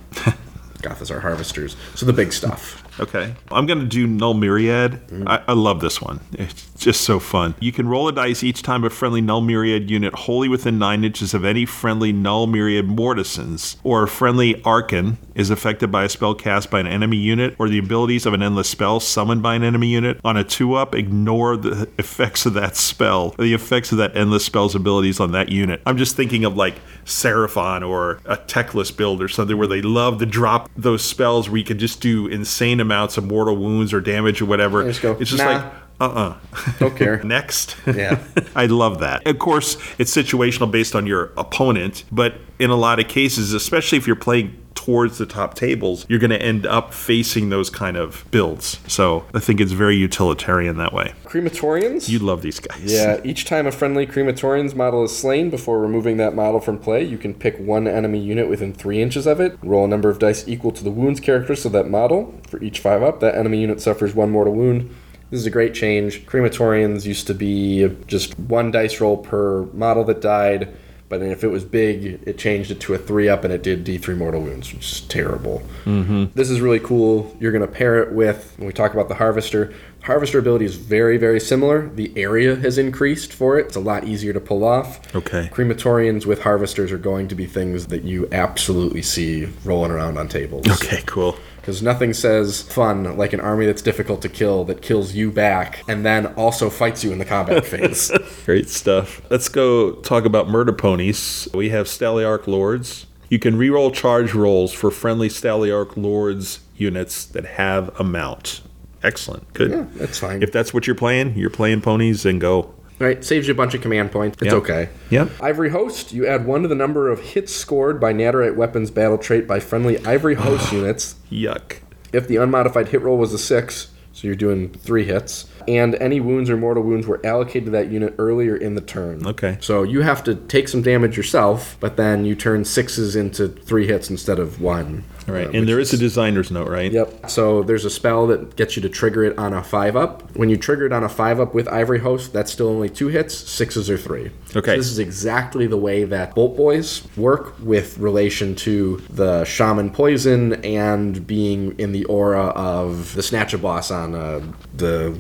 [SPEAKER 4] Gothazar Harvesters. So the big stuff.
[SPEAKER 3] Okay. I'm going to do Null Myriad. I, I love this one. It's just so fun. You can roll a dice each time a friendly Null Myriad unit wholly within nine inches of any friendly Null Myriad Mortisons or a friendly Arcan is affected by a spell cast by an enemy unit or the abilities of an endless spell summoned by an enemy unit. On a two up, ignore the effects of that spell, the effects of that endless spell's abilities on that unit. I'm just thinking of like Seraphon or a Techless build or something where they love to drop those spells where you can just do insane amounts of mortal wounds or damage or whatever.
[SPEAKER 4] just go,
[SPEAKER 3] it's just
[SPEAKER 4] "Nah."
[SPEAKER 3] like, uh uh
[SPEAKER 4] Don't care.
[SPEAKER 3] Next.
[SPEAKER 4] Yeah.
[SPEAKER 3] I love that. Of course, it's situational based on your opponent, but in a lot of cases, especially if you're playing towards the top tables, you're going to end up facing those kind of builds. So I think it's very utilitarian that way.
[SPEAKER 4] Crematorians?
[SPEAKER 3] You love these guys.
[SPEAKER 4] yeah, each time a friendly crematorians model is slain before removing that model from play, you can pick one enemy unit within three inches of it, roll a number of dice equal to the wounds characters of that model. For each five up, that enemy unit suffers one mortal wound. This is a great change. Crematorians used to be just one dice roll per model that died, but then if it was big, it changed it to a three up and it did D3 mortal wounds, which is terrible. This is really cool. You're going to pair it with, when we talk about the harvester, harvester ability is very, very similar. The area has increased for it, it's a lot easier to pull off.
[SPEAKER 3] Okay.
[SPEAKER 4] Crematorians with harvesters are going to be things that you absolutely see rolling around on tables.
[SPEAKER 3] Okay, cool.
[SPEAKER 4] Because nothing says fun like an army that's difficult to kill that kills you back and then also fights you in the combat phase.
[SPEAKER 3] Great stuff. Let's go talk about murder ponies. We have Staliarch Lords. You can reroll charge rolls for friendly Staliarch Lords units that have a mount. Excellent. Good.
[SPEAKER 4] That's fine.
[SPEAKER 3] If that's what you're playing, you're playing ponies, then go.
[SPEAKER 4] right? Saves you a bunch of command points. It's
[SPEAKER 3] Yeah.
[SPEAKER 4] okay.
[SPEAKER 3] Yep.
[SPEAKER 4] Ivory Host, you add one to the number of hits scored by Natterite weapons battle trait by friendly Ivory Host units
[SPEAKER 3] Yuck.
[SPEAKER 4] if the unmodified hit roll was a six, so you're doing three hits, and any wounds or mortal wounds were allocated to that unit earlier in the turn.
[SPEAKER 3] Okay.
[SPEAKER 4] So you have to take some damage yourself, but then you turn sixes into three hits instead of one.
[SPEAKER 3] All right.
[SPEAKER 4] uh,
[SPEAKER 3] and
[SPEAKER 4] which
[SPEAKER 3] there is a designer's note, right?
[SPEAKER 4] Yep. So there's a spell that gets you to trigger it on a five up. When you trigger it on a five up with Ivory Host, that's still only two hits, sixes or three.
[SPEAKER 3] Okay.
[SPEAKER 4] So this is exactly the way that Bolt Boys work with relation to the Shaman Poison and being in the aura of the Snatcher Boss on uh, the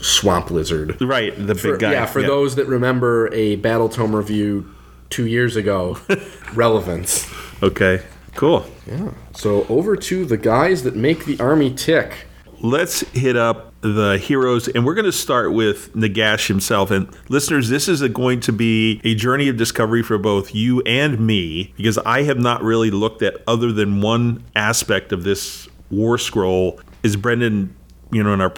[SPEAKER 4] Swamp Lizard.
[SPEAKER 3] Right. The big
[SPEAKER 4] For-
[SPEAKER 3] guy.
[SPEAKER 4] Yeah, for those that remember a Battle Tome review two years ago, relevance.
[SPEAKER 3] Okay. Cool.
[SPEAKER 4] So over to the guys that make the army tick.
[SPEAKER 3] Let's hit up the heroes, and we're going to start with Nagash himself. And listeners, this is a, going to be a journey of discovery for both you and me because I have not really looked at other than one aspect of this war scroll. Is Brendan, you know, in our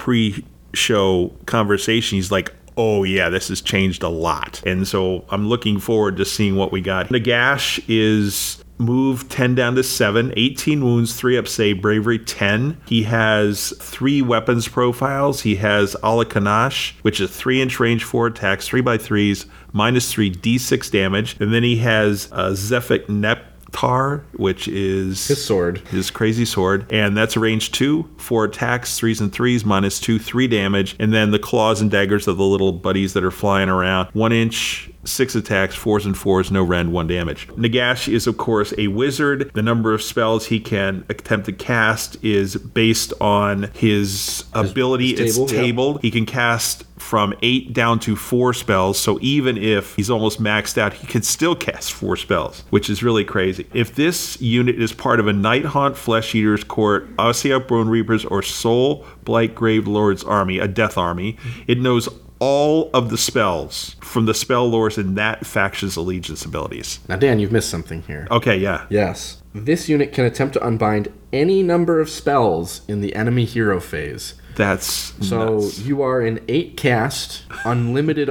[SPEAKER 3] pre-show conversation, he's like, oh yeah, this has changed a lot. And so I'm looking forward to seeing what we got. Nagash is move 10 down to 7, 18 wounds, 3 up save, bravery 10. He has three weapons profiles. He has Alakanash, which is 3 inch range, 4 attacks, 3 by 3s, minus 3 d6 damage. And then he has uh, Zephic Neptar, which is
[SPEAKER 4] His sword.
[SPEAKER 3] his crazy sword, and that's range two, four attacks, threes and threes, minus two, three damage, and then the claws and daggers of the little buddies that are flying around. One inch, six attacks, fours and fours, no rend, one damage. Nagash is, of course, a wizard. The number of spells he can attempt to cast is based on his ability.
[SPEAKER 4] his table,
[SPEAKER 3] it's
[SPEAKER 4] yeah.
[SPEAKER 3] tabled. He can cast from eight down to four spells. So even if he's almost maxed out, he can still cast four spells, which is really crazy. If this unit is part of a Night Haunt, Flesh Eaters Court, Ossiak Bone Reapers, or Soul Blight Grave Lord's Army, a death army, it knows all of the spells from the spell lords in that faction's allegiance abilities.
[SPEAKER 4] Now, Dan, you've missed something here.
[SPEAKER 3] Okay, yeah.
[SPEAKER 4] Yes. This unit can attempt to unbind any number of spells in the enemy hero phase.
[SPEAKER 3] That's
[SPEAKER 4] So
[SPEAKER 3] nuts.
[SPEAKER 4] you are an eight cast, unlimited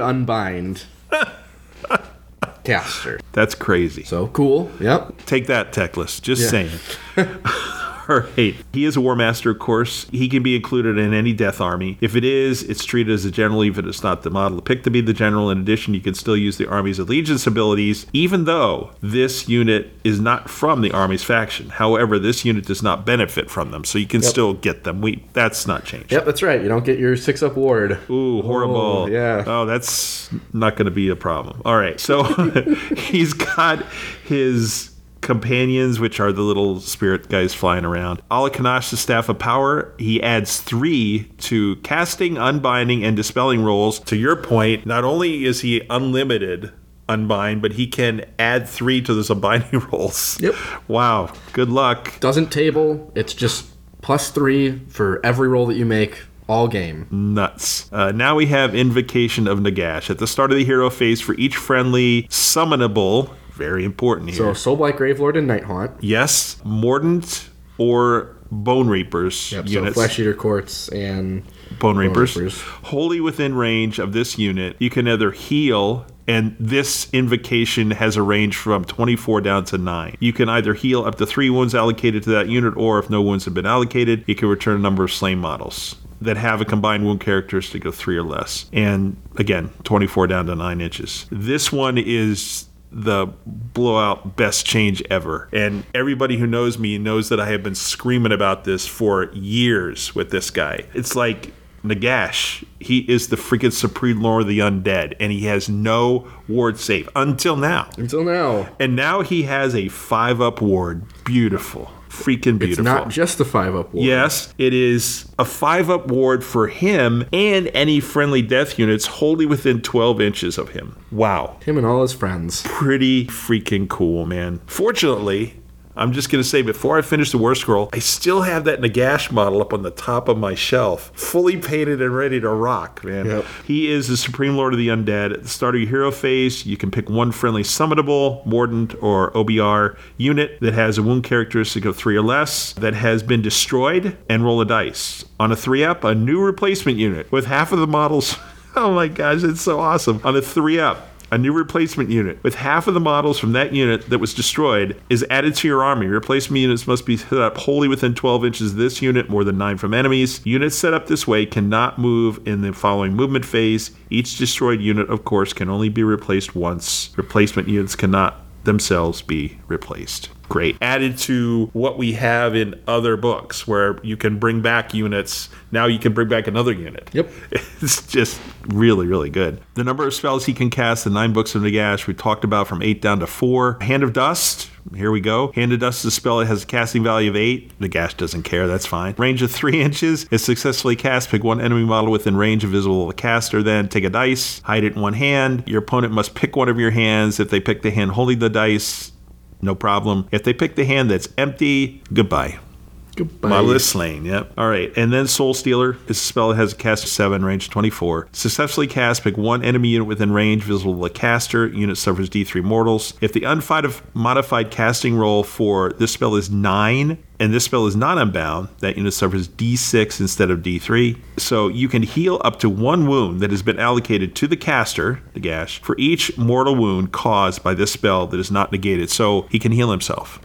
[SPEAKER 4] unbind caster.
[SPEAKER 3] that's crazy.
[SPEAKER 4] So cool. Yep.
[SPEAKER 3] Take that, Techless. Just
[SPEAKER 4] Yeah.
[SPEAKER 3] saying. All right. He is a War Master, of course. He can be included in any Death Army. If it is, it's treated as a general, even if it's not the model picked to be the general. In addition, you can still use the Army's allegiance abilities, even though this unit is not from the Army's faction. However, this unit does not benefit from them, so you can still get them. We That's not changed.
[SPEAKER 4] Yep, that's right. You don't get your six up ward.
[SPEAKER 3] Ooh, horrible.
[SPEAKER 4] Oh, yeah.
[SPEAKER 3] Oh, that's not going to be a problem. All right. So he's got his companions, which are the little spirit guys flying around. Alakanash, the staff of power, he adds three to casting, unbinding, and dispelling rolls. To your point, not only is he unlimited unbind, but he can add three to those unbinding rolls.
[SPEAKER 4] Yep.
[SPEAKER 3] Wow. Good luck.
[SPEAKER 4] Doesn't table. It's just plus three for every roll that you make all game.
[SPEAKER 3] nuts. Uh, now we have Invocation of Nagash. At the start of the hero phase, for each friendly summonable, very important
[SPEAKER 4] So
[SPEAKER 3] here.
[SPEAKER 4] Soul Black Gravelord and Night Haunt.
[SPEAKER 3] yes, Mordant or Bone Reapers
[SPEAKER 4] Yep, so
[SPEAKER 3] units.
[SPEAKER 4] Flesh Eater Quartz and
[SPEAKER 3] Bone Reapers.
[SPEAKER 4] Reapers.
[SPEAKER 3] Wholly within range of this unit, you can either heal, and this invocation has a range from 24 down to 9. You can either heal up to three wounds allocated to that unit, or if no wounds have been allocated, you can return a number of slain models that have a combined wound characteristic of three or less. And again, 24 down to 9 inches. This one is the blowout best change ever. And everybody who knows me knows that I have been screaming about this for years with this guy. It's like Nagash, he is the freaking supreme lord of the undead, and he has no ward save until now.
[SPEAKER 4] Until now,
[SPEAKER 3] And now he has a five up ward. Beautiful. Freaking beautiful.
[SPEAKER 4] it's not just the five up ward.
[SPEAKER 3] Yes, it is a five up ward for him and any friendly death units wholly within 12 inches of him. Wow
[SPEAKER 4] Him and all his friends.
[SPEAKER 3] pretty freaking cool, man. Fortunately, I'm just gonna say before I finish the war scroll, I still have that Nagash model up on the top of my shelf, fully painted and ready to rock, man.
[SPEAKER 4] Yep.
[SPEAKER 3] He is the Supreme Lord of the Undead. At the start of your hero phase, you can pick one friendly summonable, Mordant, or OBR unit that has a wound characteristic of three or less that has been destroyed and roll a dice. On a three up, a new replacement unit with half of the models. Oh my gosh, it's so awesome. On a three up, a new replacement unit with half of the models from that unit that was destroyed is added to your army. Replacement units must be set up wholly within 12 inches of this unit, more than 9 from enemies. Units set up this way cannot move in the following movement phase. Each destroyed unit, of course, can only be replaced once. Replacement units cannot themselves be replaced. Great. Added to what we have in other books where you can bring back units. Now you can bring back another unit.
[SPEAKER 4] Yep.
[SPEAKER 3] It's just really, really good. The number of spells he can cast, the nine books of Nagash, we talked about from eight down to four. Hand of Dust, here we go. Hand of Dust is a spell that has a casting value of eight. Nagash doesn't care, that's fine. Range of three inches is successfully cast. Pick one enemy model within range of visible to the caster, then take a dice, hide it in one hand. Your opponent must pick one of your hands. If they pick the hand holding the dice, no problem. If they pick the hand that's empty, goodbye.
[SPEAKER 4] Goodbye.
[SPEAKER 3] Model is slain, yep. All right. And then Soul Stealer is a spell that has a cast of 7, range 24. Successfully cast, pick one enemy unit within range, visible to the caster. Unit suffers D3 mortals. If the unmodified modified casting roll for this spell is 9, and this spell is not unbound, that unit suffers D6 instead of D3. So you can heal up to one wound that has been allocated to the caster, the gash, for each mortal wound caused by this spell that is not negated. So he can heal himself,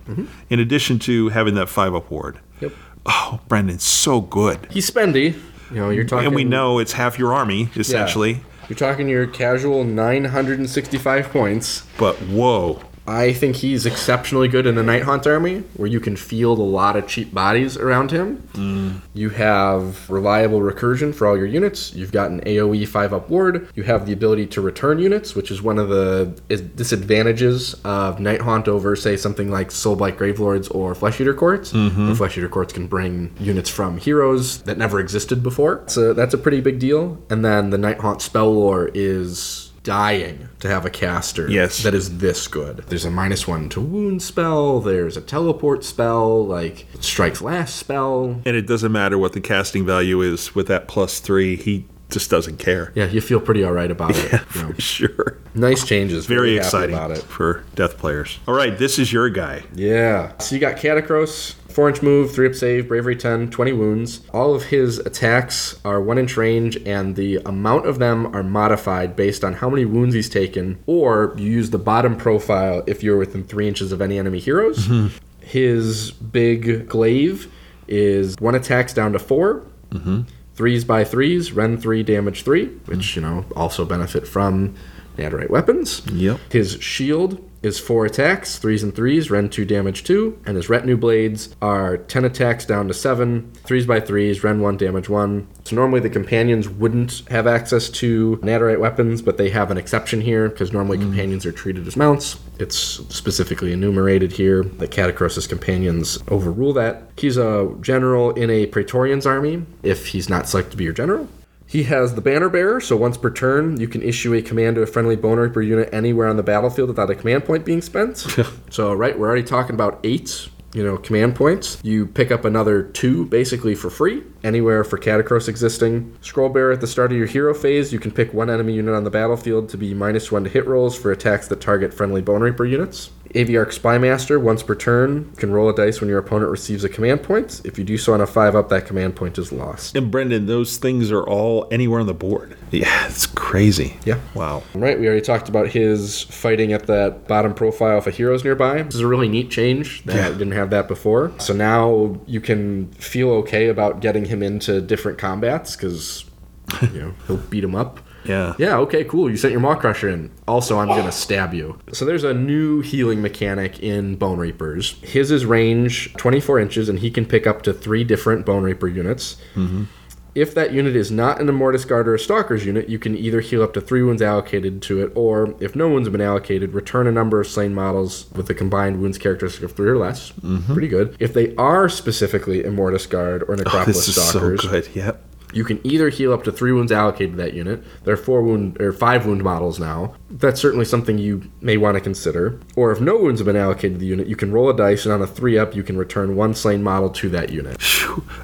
[SPEAKER 3] in addition to having that 5 up ward.
[SPEAKER 4] Yep.
[SPEAKER 3] Oh, Brendan, so good.
[SPEAKER 4] He's spendy. You know, you're talking.
[SPEAKER 3] And we know it's half your army,
[SPEAKER 4] Yeah.
[SPEAKER 3] essentially.
[SPEAKER 4] You're talking your casual 965 points.
[SPEAKER 3] But whoa.
[SPEAKER 4] I think he's exceptionally good in a Night Haunt army where you can field a lot of cheap bodies around him. You have reliable recursion for all your units. You've got an AoE 5 up ward. You have the ability to return units, which is one of the is- disadvantages of Night Haunt over, say, something like Soulblight Gravelords or Flesh Eater Courts. And Flesh Eater Courts can bring units from heroes that never existed before. So that's a pretty big deal. And then the Night Haunt spell lore is dying to have a caster
[SPEAKER 3] Yes.
[SPEAKER 4] that is this good. There's a minus one to wound spell. There's a teleport spell, like strikes last spell.
[SPEAKER 3] And it doesn't matter what the casting value is with that plus three, he just doesn't care.
[SPEAKER 4] Yeah, you feel pretty all right about it. you know.
[SPEAKER 3] Sure.
[SPEAKER 4] Nice changes.
[SPEAKER 3] Very
[SPEAKER 4] really happy
[SPEAKER 3] exciting
[SPEAKER 4] about it.
[SPEAKER 3] for death players. All right, this is your guy.
[SPEAKER 4] Yeah. So you got Catacross, 4 inch move, 3 up save, bravery 10, 20 wounds. All of his attacks are 1 inch range, and the amount of them are modified based on how many wounds he's taken, or you use the bottom profile if you're within 3 inches of any enemy heroes. His big glaive is 1 attacks down to 4 threes by threes, rend three, damage three, which you know also benefit from naderite weapons.
[SPEAKER 3] Yep.
[SPEAKER 4] His shield is four attacks, threes and threes, Ren 2 damage 2, and his Retinue Blades are 10 attacks down to 7, threes by threes, Ren 1 damage 1. So normally the companions wouldn't have access to Nadarite weapons, but they have an exception here because normally companions are treated as mounts. It's specifically enumerated here. The Catacrosis companions overrule that. He's a general in a Praetorian's army if he's not selected to be your general. He has the Banner Bearer, so once per turn, you can issue a command to a friendly Bone Reaper unit anywhere on the battlefield without a command point being spent. so, right, we're already talking about eight, you know, command points. You pick up another two basically for free, anywhere for Catacross existing. Scroll Bearer, at the start of your hero phase, you can pick one enemy unit on the battlefield to be minus one to hit rolls for attacks that target friendly Bone Reaper units. AVR Spymaster, once per turn, can roll a dice when your opponent receives a command point. If you do so on a five up, that command point is lost.
[SPEAKER 3] And Brendan, those things are all anywhere on the board. Yeah, it's crazy.
[SPEAKER 4] Yeah.
[SPEAKER 3] Wow.
[SPEAKER 4] Right, we already talked about his fighting at that bottom profile if a hero's nearby. This is a really neat change. That
[SPEAKER 3] Yeah.
[SPEAKER 4] didn't have that before. So now you can feel okay about getting him into different combats because you know he'll beat him up.
[SPEAKER 3] Yeah.
[SPEAKER 4] Yeah, okay, cool. You sent your Maw Crusher in. Also, I'm going to stab you. So there's a new healing mechanic in Bone Reapers. His is range 24 inches, and he can pick up to three different Bone Reaper units.
[SPEAKER 3] Mm-hmm.
[SPEAKER 4] If that unit is not an Immortus Guard or a Stalker's unit, you can either heal up to three wounds allocated to it, or if no wounds have been allocated, return a number of slain models with a combined wounds characteristic of three or less. Pretty good. If they are specifically Immortus Guard or Necropolis
[SPEAKER 3] Mm-hmm. Oh, This is
[SPEAKER 4] Stalkers,
[SPEAKER 3] so good. Yep.
[SPEAKER 4] you can either heal up to three wounds allocated to that unit. There are four wound or five wound models now. That's certainly something you may want to consider. Or if no wounds have been allocated to the unit, you can roll a dice, and on a three up, you can return one slain model to that unit.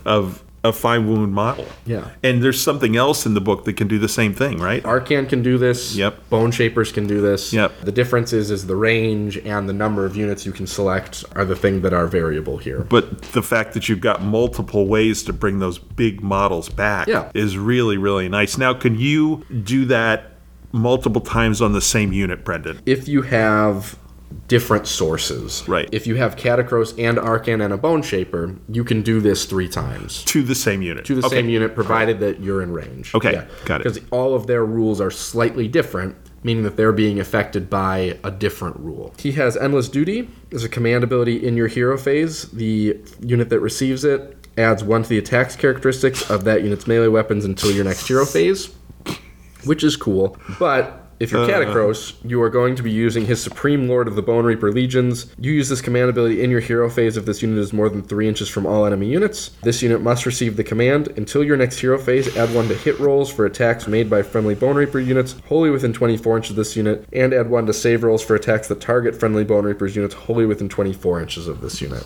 [SPEAKER 3] Of a five wound model.
[SPEAKER 4] Yeah.
[SPEAKER 3] And there's something else in the book that can do the same thing, right?
[SPEAKER 4] Arcan can do this.
[SPEAKER 3] Yep.
[SPEAKER 4] Bone Shapers can do this.
[SPEAKER 3] Yep.
[SPEAKER 4] The difference is is the range and the number of units you can select are the thing that are variable here.
[SPEAKER 3] But the fact that you've got multiple ways to bring those big models back
[SPEAKER 4] Yeah.
[SPEAKER 3] is really, really nice. Now, can you do that multiple times on the same unit, Brendan?
[SPEAKER 4] If you have different sources.
[SPEAKER 3] Right.
[SPEAKER 4] If you have Catacross and Arcan and a Bone Shaper, you can do this three times.
[SPEAKER 3] To the same unit.
[SPEAKER 4] to the
[SPEAKER 3] Okay.
[SPEAKER 4] same unit, provided that you're in range.
[SPEAKER 3] Okay, got it.
[SPEAKER 4] Because all of their rules are slightly different, meaning that they're being affected by a different rule. He has Endless Duty as a command ability in your hero phase. The unit that receives it adds one to the attacks characteristics of that unit's melee weapons until your next hero phase, which is cool. But if you're
[SPEAKER 3] Uh-huh.
[SPEAKER 4] Catacross, you are going to be using his Supreme Lord of the Bone Reaper Legions. You use this command ability in your hero phase if this unit is more than three inches from all enemy units. This unit must receive the command. Until your next hero phase, add one to hit rolls for attacks made by friendly Bone Reaper units wholly within 24 inches of this unit, and add one to save rolls for attacks that target friendly Bone Reapers units wholly within 24 inches of this unit.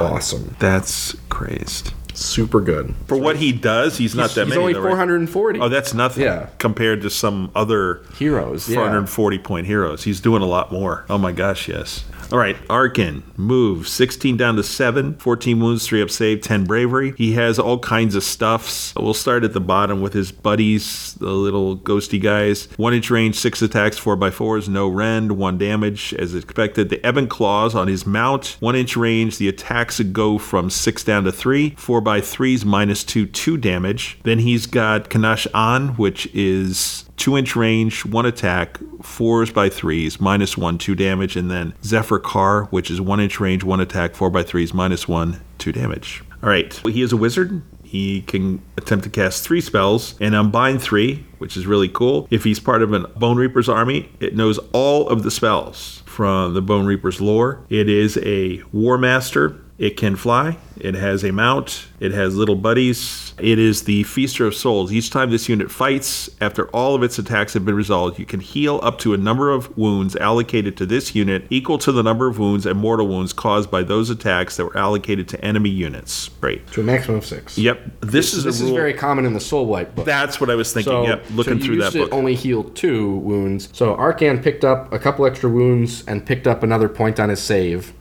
[SPEAKER 4] Awesome.
[SPEAKER 3] That's crazed.
[SPEAKER 4] Super good.
[SPEAKER 3] For what he does, he's, not that
[SPEAKER 4] He's
[SPEAKER 3] many.
[SPEAKER 4] only
[SPEAKER 3] though, right?
[SPEAKER 4] 440.
[SPEAKER 3] Oh, that's nothing
[SPEAKER 4] Yeah.
[SPEAKER 3] compared to some other
[SPEAKER 4] heroes. yeah.
[SPEAKER 3] 440 point heroes. He's doing a lot more. Oh my gosh, yes. All right, Arkin, move 16 down to 7, 14 wounds, 3 up save, 10 bravery. He has all kinds of stuffs. We'll start at the bottom with his buddies, the little ghosty guys. 1 inch range, 6 attacks, 4 by 4s, no rend, 1 damage as expected. The Ebon Claws on his mount, 1 inch range, the attacks go from 6 down to 3, 4 by 3s, minus 2, 2 damage. Then he's got Kanash An, which is two inch range, one attack, fours by threes, minus one, two damage, and then Zephyr Car, which is one inch range, one attack, four by threes, minus one, two damage. All right, he is a wizard. He can attempt to cast three spells and unbind three, which is really cool. If he's part of an Bone Reaper's army, it knows all of the spells from the Bone Reaper's lore. It is a War Master. It can fly. It has a mount. It has little buddies. It is the Feaster of Souls. Each time this unit fights, after all of its attacks have been resolved, you can heal up to a number of wounds allocated to this unit equal to the number of wounds and mortal wounds caused by those attacks that were allocated to enemy units. Great.
[SPEAKER 4] To a maximum of six.
[SPEAKER 3] Yep. This, is
[SPEAKER 4] This
[SPEAKER 3] a
[SPEAKER 4] is
[SPEAKER 3] rule.
[SPEAKER 4] very common in the Soul White book.
[SPEAKER 3] That's what I was thinking.
[SPEAKER 4] So,
[SPEAKER 3] yep. Looking
[SPEAKER 4] so you
[SPEAKER 3] through that
[SPEAKER 4] used to
[SPEAKER 3] book.
[SPEAKER 4] only heal two wounds. So Arcan picked up a couple extra wounds and picked up another point on his save,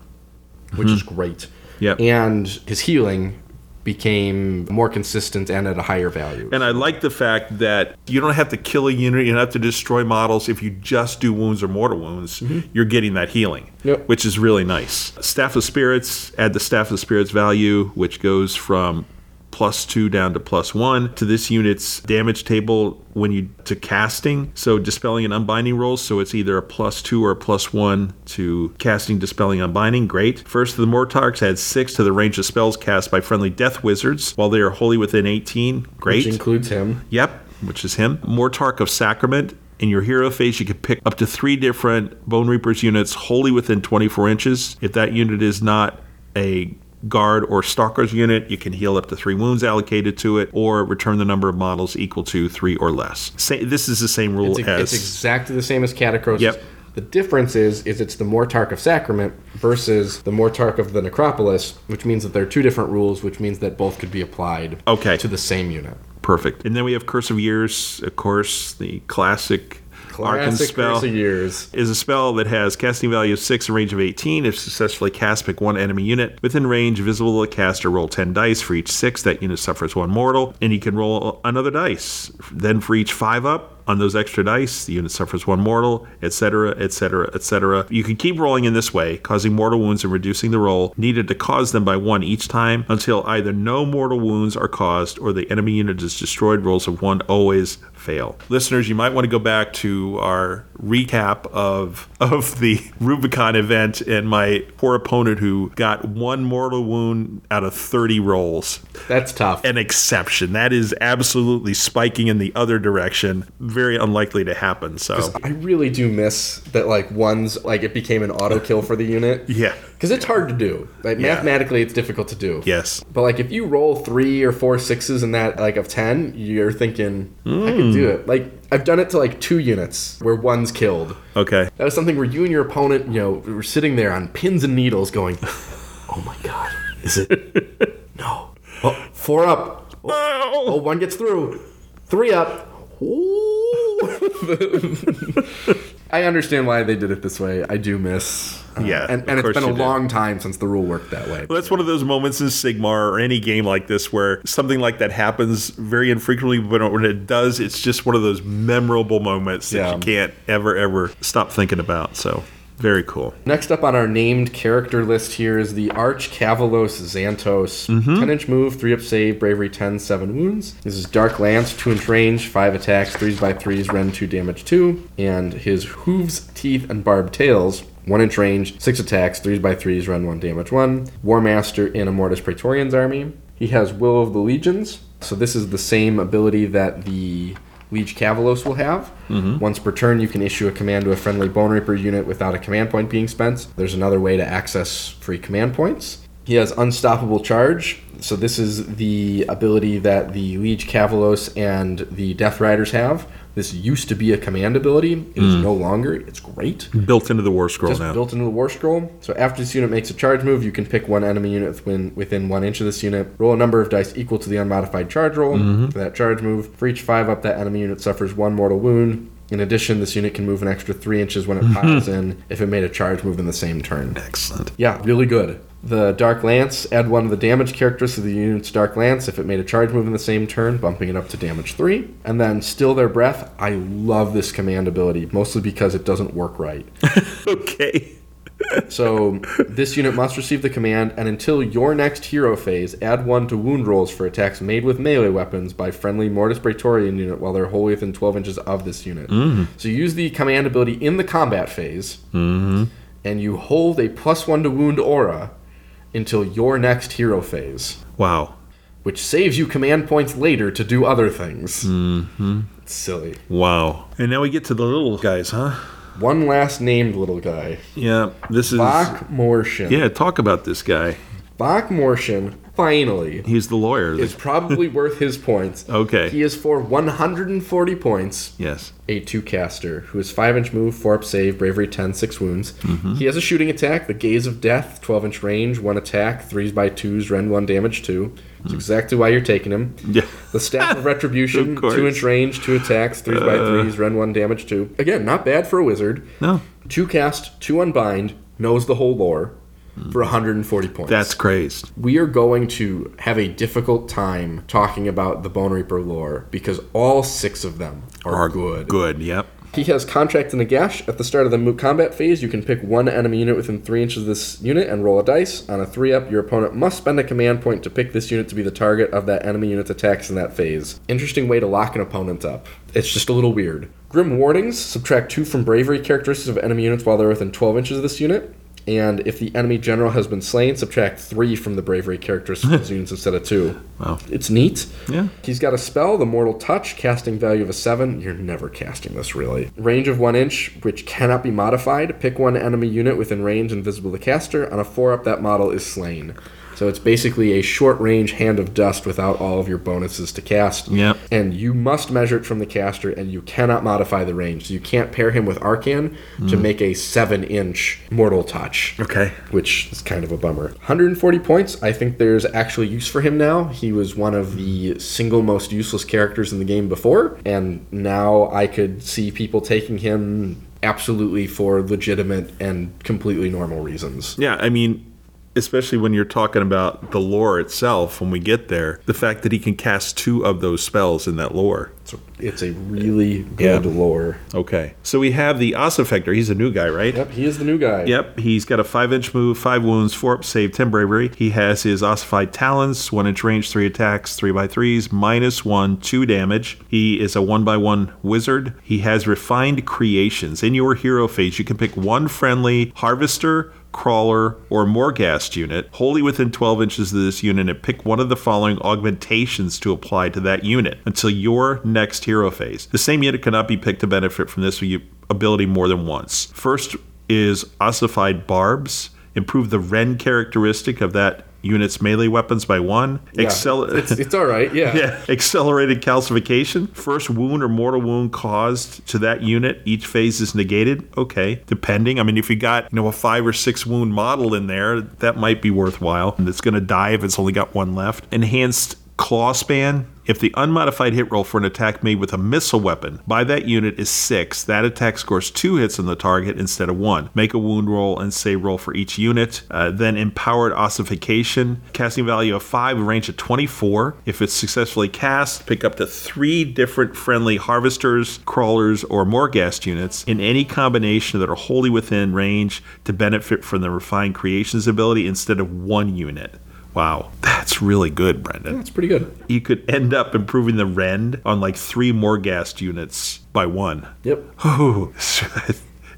[SPEAKER 4] which is great.
[SPEAKER 3] Mm-hmm. Yep.
[SPEAKER 4] And his healing became more consistent and at a higher value.
[SPEAKER 3] And I like the fact that you don't have to kill a unit, you don't have to destroy models. If you just do wounds or mortal wounds, you're getting that healing,
[SPEAKER 4] Mm-hmm. Yep.
[SPEAKER 3] which is really nice. Staff of Spirits, add the Staff of Spirits value, which goes from plus two down to plus one to this unit's damage table when you to casting. So dispelling and unbinding rolls. So it's either a plus two or a plus one to casting, dispelling, unbinding. Great. First of the Mortarks adds six to the range of spells cast by friendly death wizards while they are wholly within 18. Great.
[SPEAKER 4] Which includes him.
[SPEAKER 3] Yep, which is him. Mortark of Sacrament. In your hero phase, you can pick up to three different Bone Reapers units wholly within 24 inches. If that unit is not a guard or stalker's unit, you can heal up to three wounds allocated to it, or return the number of models equal to three or less. Sa- this is the same rule
[SPEAKER 4] It's, ex-
[SPEAKER 3] as
[SPEAKER 4] it's exactly the same as Catacrosis.
[SPEAKER 3] Yep.
[SPEAKER 4] The difference is, is it's the Mortark of Sacrament versus the Mortark of the Necropolis, which means that there are two different rules, which means that both could be applied
[SPEAKER 3] Okay.
[SPEAKER 4] to the same unit.
[SPEAKER 3] perfect. And then we have Curse of Years, of course, the classic. Arcane
[SPEAKER 4] Classic
[SPEAKER 3] spell.
[SPEAKER 4] Curse of Years.
[SPEAKER 3] is a spell that has casting value of 6 and range of 18. If successfully cast, pick one enemy unit within range visible to the caster. Roll 10 dice. For each 6, that unit suffers one mortal, and you can roll another dice. Then for each 5 up, on those extra dice, the unit suffers one mortal, etc., etc., etc. You can keep rolling in this way, causing mortal wounds and reducing the roll needed to cause them by one each time until either no mortal wounds are caused or the enemy unit is destroyed. Rolls of one always fail. Listeners, you might want to go back to our recap of of the Rubicon event and my poor opponent who got one mortal wound out of 30 rolls
[SPEAKER 4] That's tough.
[SPEAKER 3] an exception. That is absolutely spiking in the other direction. Very unlikely to happen. So,
[SPEAKER 4] I really do miss that, like, one's, like, it became an auto kill for the unit.
[SPEAKER 3] yeah.
[SPEAKER 4] Because it's hard to do. Like,
[SPEAKER 3] Yeah.
[SPEAKER 4] mathematically, it's difficult to do.
[SPEAKER 3] Yes.
[SPEAKER 4] But like if you roll three or four sixes in that like of ten, you're thinking I can
[SPEAKER 3] Hmm.
[SPEAKER 4] do it. Like I've done it to like two units where one's killed.
[SPEAKER 3] Okay.
[SPEAKER 4] That was something where you and your opponent, you know, were sitting there on pins and needles, going, "Oh my god, is it? no. Oh, four up. Oh, oh, one gets through. Three up. Ooh." I understand why they did it this way. I do miss. uh,
[SPEAKER 3] Yeah,
[SPEAKER 4] and,
[SPEAKER 3] of
[SPEAKER 4] and it's
[SPEAKER 3] course
[SPEAKER 4] been a
[SPEAKER 3] you do.
[SPEAKER 4] long time since the rule worked that way.
[SPEAKER 3] Well, that's one of those moments in Sigmar or any game like this where something like that happens very infrequently, but when it does, it's just one of those memorable moments that
[SPEAKER 4] Yeah.
[SPEAKER 3] you can't ever, ever stop thinking about. So, very cool.
[SPEAKER 4] Next up on our named character list here is the Arch Cavalos Xantos. 10 inch move, 3 up save, bravery 10, 7 wounds. This is Dark Lance, 2 inch range, 5 attacks, 3s by 3s, ren 2 damage 2. And his hooves, teeth, and barbed tails, 1 inch range, 6 attacks, 3s by 3s, ren 1 damage 1. War Master in Immortus Praetorian's army. He has Will of the Legions. So this is the same ability that the Liege Cavalos will have. Once per turn, you can issue a command to a friendly Bone Reaper unit without a command point being spent. There's another way to access free command points. He has Unstoppable Charge. So, this is the ability that the Liege Cavalos and the Death Riders have. This used to be a command ability, it is no longer. It's great.
[SPEAKER 3] Built into the War Scroll
[SPEAKER 4] Just
[SPEAKER 3] now.
[SPEAKER 4] built into the war scroll. So after this unit makes a charge move, you can pick one enemy unit within, within one inch of this unit. Roll a number of dice equal to the unmodified charge roll
[SPEAKER 3] Mm-hmm.
[SPEAKER 4] for that charge move. For each five up, that enemy unit suffers one mortal wound. In addition, this unit can move an extra three inches when it piles in if it made a charge move in the same turn.
[SPEAKER 3] Excellent.
[SPEAKER 4] Yeah, really good. The Dark Lance, add one of the damage characteristics of the unit's Dark Lance if it made a charge move in the same turn, bumping it up to damage 3. And then Still Their Breath, I love this command ability, mostly because it doesn't work right.
[SPEAKER 3] Okay.
[SPEAKER 4] So this unit must receive the command, and until your next hero phase, add one to wound rolls for attacks made with melee weapons by friendly Mortis Praetorian unit while they're wholly within 12 inches of this unit.
[SPEAKER 3] Mm-hmm.
[SPEAKER 4] So you use the command ability in the combat phase,
[SPEAKER 3] Mm-hmm.
[SPEAKER 4] and you hold a plus one to wound aura until your next hero phase,
[SPEAKER 3] Wow.
[SPEAKER 4] which saves you command points later to do other things.
[SPEAKER 3] Hmm.
[SPEAKER 4] Mm-hmm. It's silly.
[SPEAKER 3] Wow. And now we get to the little guys, huh?
[SPEAKER 4] One last named little guy,
[SPEAKER 3] Yeah. This is.
[SPEAKER 4] Bach Morshin.
[SPEAKER 3] Yeah, talk about this guy.
[SPEAKER 4] Bach Morshin finally
[SPEAKER 3] He's the lawyer.
[SPEAKER 4] is probably worth his points.
[SPEAKER 3] Okay.
[SPEAKER 4] He is for 140 points,
[SPEAKER 3] yes.
[SPEAKER 4] a two caster who is 5 inch move, 4 up save, bravery 10, 6 wounds.
[SPEAKER 3] Mm-hmm.
[SPEAKER 4] He has a shooting attack, the gaze of death, 12 inch range, 1 attack, 3s by 2s, rend 1 damage 2.
[SPEAKER 3] Hmm.
[SPEAKER 4] That's exactly why you're taking him.
[SPEAKER 3] Yeah.
[SPEAKER 4] The staff of retribution,
[SPEAKER 3] Of course. Uh.
[SPEAKER 4] 2 inch range, 2 attacks, 3s by 3s, rend 1 damage 2. Again, not bad for a wizard.
[SPEAKER 3] No.
[SPEAKER 4] 2 cast, 2 unbind, knows the whole lore. For 140 points.
[SPEAKER 3] Hmm. That's crazed.
[SPEAKER 4] we are going to have a difficult time talking about the Bone Reaper lore because all six of them are, good.
[SPEAKER 3] Good. Yep.
[SPEAKER 4] He has Contract and a Gash. At the start of the moot combat phase, you can pick one enemy unit within three inches of this unit and roll a dice. On a three up, your opponent must spend a command point to pick this unit to be the target of that enemy unit's attacks in that phase. Interesting way to lock an opponent up. It's just a little weird. Grim Wardings subtract two from bravery characteristics of enemy units while they're within 12 inches of this unit. And if the enemy general has been slain, subtract three from the bravery characteristics of his units instead of two.
[SPEAKER 3] Wow.
[SPEAKER 4] It's neat.
[SPEAKER 3] Yeah.
[SPEAKER 4] He's got a spell, the Mortal Touch, casting value of a 7. You're never casting this, really. Range of 1 inch, which cannot be modified. Pick one enemy unit within range invisible to caster. On a 4 up, that model is slain. So it's basically a short range Hand of Dust without all of your bonuses to cast.
[SPEAKER 3] Yep.
[SPEAKER 4] And you must measure it from the caster, and you cannot modify the range. So you can't pair him with Arcan to make a 7 inch Mortal Touch
[SPEAKER 3] Okay.
[SPEAKER 4] which is kind of a bummer. 140 points. I think there's actually use for him now. He was one of the single most useless characters in the game before, and now I could see people taking him absolutely for legitimate and completely normal reasons.
[SPEAKER 3] Yeah, I mean, especially when you're talking about the lore itself, when we get there, the fact that he can cast two of those spells in that lore.
[SPEAKER 4] So it's a really good
[SPEAKER 3] Yeah.
[SPEAKER 4] lore.
[SPEAKER 3] Okay. So we have the Ossifactor. He's a new guy, right?
[SPEAKER 4] Yep, he is the new guy.
[SPEAKER 3] Yep, he's got a five inch move, five wounds, four up save, ten bravery. He has his ossified talons, one inch range, three attacks, three by threes, minus one, two damage. He is a one by one wizard. He has refined creations. In your hero phase, you can pick one friendly harvester. Crawler or Morghast unit, wholly within 12 inches of this unit, and pick one of the following augmentations to apply to that unit until your next hero phase. The same unit cannot be picked to benefit from this ability more than once. First is ossified barbs. Improve the Ren characteristic of that unit's melee weapons by one.
[SPEAKER 4] Yeah,
[SPEAKER 3] Excel-
[SPEAKER 4] it's, it's all right. Yeah.
[SPEAKER 3] yeah. Accelerated calcification. First wound or mortal wound caused to that unit. Each phase is negated. Okay, depending. I mean, if you got you know a five or six wound model in there, that might be worthwhile. And it's going to die if it's only got one left. Enhanced claw span. If the unmodified hit roll for an attack made with a missile weapon by that unit is six, that attack scores two hits on the target instead of one. Make a wound roll and save roll for each unit. Uh, then empowered ossification, casting value of five, range of 24. If it's successfully cast, pick up to three different friendly harvesters, crawlers, or morghast units in any combination that are wholly within range to benefit from the refined creations ability instead of one unit. Wow, that's really good, Brendan
[SPEAKER 4] It's pretty good.
[SPEAKER 3] you could end up improving the rend on like three more gas units by one.
[SPEAKER 4] Yep.
[SPEAKER 3] Ooh,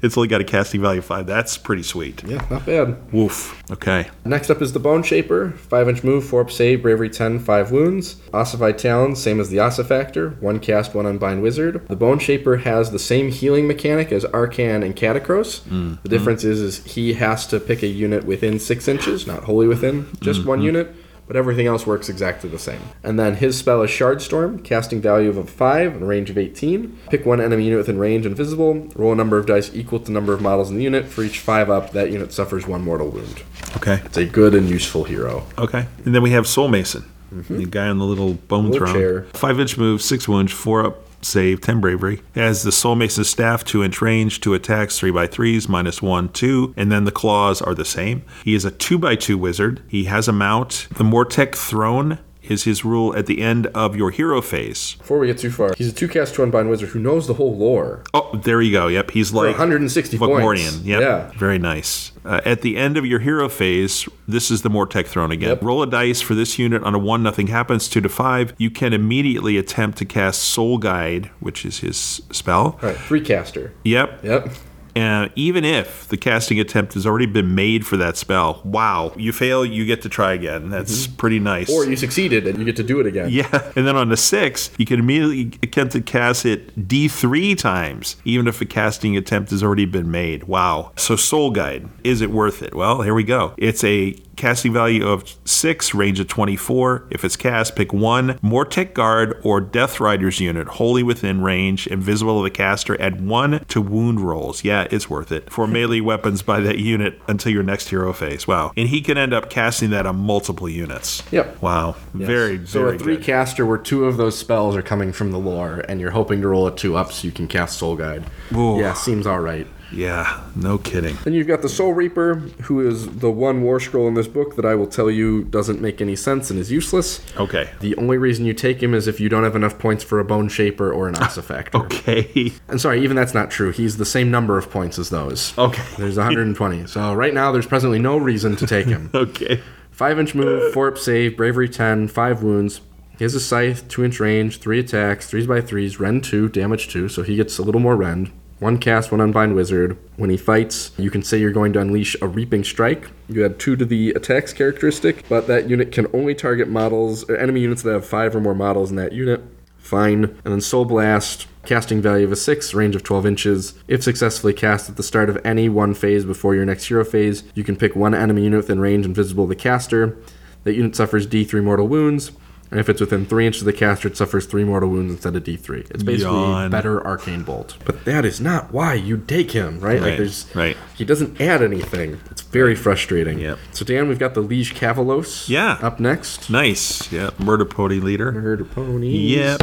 [SPEAKER 3] it's only got a casting value of five. That's pretty sweet.
[SPEAKER 4] Yeah, not bad.
[SPEAKER 3] Woof. Okay.
[SPEAKER 4] Next up is the Bone Shaper. 5 inch move, 4 up save, bravery 10, 5 wounds. Ossified Talons, same as the Ossifactor. 1 cast, 1 unbind wizard. The Bone Shaper has the same healing mechanic as Arcan and Catacross. The difference is, is he has to pick a unit within 6 inches, not wholly within, just one unit. But everything else works exactly the same. And then his spell is Shardstorm, casting value of 5 and range of 18. Pick one enemy unit within range invisible. Roll a number of dice equal to the number of models in the unit. For each 5 up, that unit suffers 1 mortal wound.
[SPEAKER 3] Okay.
[SPEAKER 4] It's a good and useful hero.
[SPEAKER 3] Okay. And then we have Soul Mason, the guy on the little bone
[SPEAKER 4] Mm-hmm. Little
[SPEAKER 3] throne.
[SPEAKER 4] chair.
[SPEAKER 3] Five inch move, six wounds, four up save, ten bravery. It has the Soul Mason staff, two inch range, two attacks, three by threes, minus one, two, and then the claws are the same. He is a two by two wizard. He has a mount. The Mortec throne is his rule at the end of your hero phase.
[SPEAKER 4] Before we get too far, he's a two cast, two unbind wizard who knows the whole lore.
[SPEAKER 3] Oh, there you go. Yep, he's like
[SPEAKER 4] 160 points.
[SPEAKER 3] Vogmorian. Yep.
[SPEAKER 4] Yeah.
[SPEAKER 3] very nice. Uh, at the end of your hero phase, this is the Mortec throne again.
[SPEAKER 4] Yep.
[SPEAKER 3] Roll a dice for this unit on a one. Nothing happens. Two to five. You can immediately attempt to cast Soul Guide, which is his spell.
[SPEAKER 4] All right, three caster.
[SPEAKER 3] Yep.
[SPEAKER 4] Yep.
[SPEAKER 3] Uh, even if the casting attempt has already been made for that spell, wow! You fail, you get to try again. That's pretty nice.
[SPEAKER 4] Mm-hmm. Or you succeeded and you get to do it again.
[SPEAKER 3] Yeah, and then on the six, you can immediately attempt to cast it D three times, even if a casting attempt has already been made. Wow. So Soul Guide, is it worth it? Well, here we go. It's a casting value of six, range of twenty four. If it's cast, pick one Mortec Guard or Death Rider's unit, wholly within range, invisible to the caster. Add one to wound rolls. Yeah, it's worth it for melee weapons by that unit until your next hero phase. Wow. And he can end up casting that on multiple units.
[SPEAKER 4] Yep.
[SPEAKER 3] Wow. Very,
[SPEAKER 4] So
[SPEAKER 3] very
[SPEAKER 4] a three
[SPEAKER 3] good.
[SPEAKER 4] caster where two of those spells are coming from the lore, and you're hoping to roll a two up so you can cast Soul Guide.
[SPEAKER 3] Ooh.
[SPEAKER 4] Yeah, seems all right.
[SPEAKER 3] Yeah, no kidding.
[SPEAKER 4] Then you've got the Soul Reaper, who is the one War Scroll in this book that I will tell you doesn't make any sense and is useless.
[SPEAKER 3] Okay.
[SPEAKER 4] The only reason you take him is if you don't have enough points for a Bone Shaper or an Ossifactor.
[SPEAKER 3] Okay.
[SPEAKER 4] And sorry, even that's not true. He's the same number of points as those.
[SPEAKER 3] Okay.
[SPEAKER 4] There's 120. So right now, there's presently no reason to take him.
[SPEAKER 3] Okay.
[SPEAKER 4] Five inch move, four up save, bravery 10, five wounds. He has a scythe, two inch range, three attacks, threes by threes, rend two, damage two, so he gets a little more rend. One cast, one unbind wizard. When he fights, you can say you're going to unleash a reaping strike. You add two to the attacks characteristic, but that unit can only target models or enemy units that have five or more models in that unit. Fine. And then Soul Blast, casting value of a 6, range of 12 inches. If successfully cast at the start of any one phase before your next hero phase, you can pick one enemy unit within range and visible to the caster. That unit suffers D3 mortal wounds, and if it's within 3 inches of the caster, it suffers 3 mortal wounds instead of D3. It's basically
[SPEAKER 3] Yawn.
[SPEAKER 4] better Arcane Bolt. But that is not why you take him, right?
[SPEAKER 3] Right,
[SPEAKER 4] Like there's
[SPEAKER 3] right.
[SPEAKER 4] He doesn't add anything. It's very frustrating.
[SPEAKER 3] Yep.
[SPEAKER 4] So Dan, we've got the Liege Cavalos
[SPEAKER 3] Yeah.
[SPEAKER 4] up next.
[SPEAKER 3] Nice. Yeah. Murder Pony leader.
[SPEAKER 4] Herd of ponies.
[SPEAKER 3] Yep.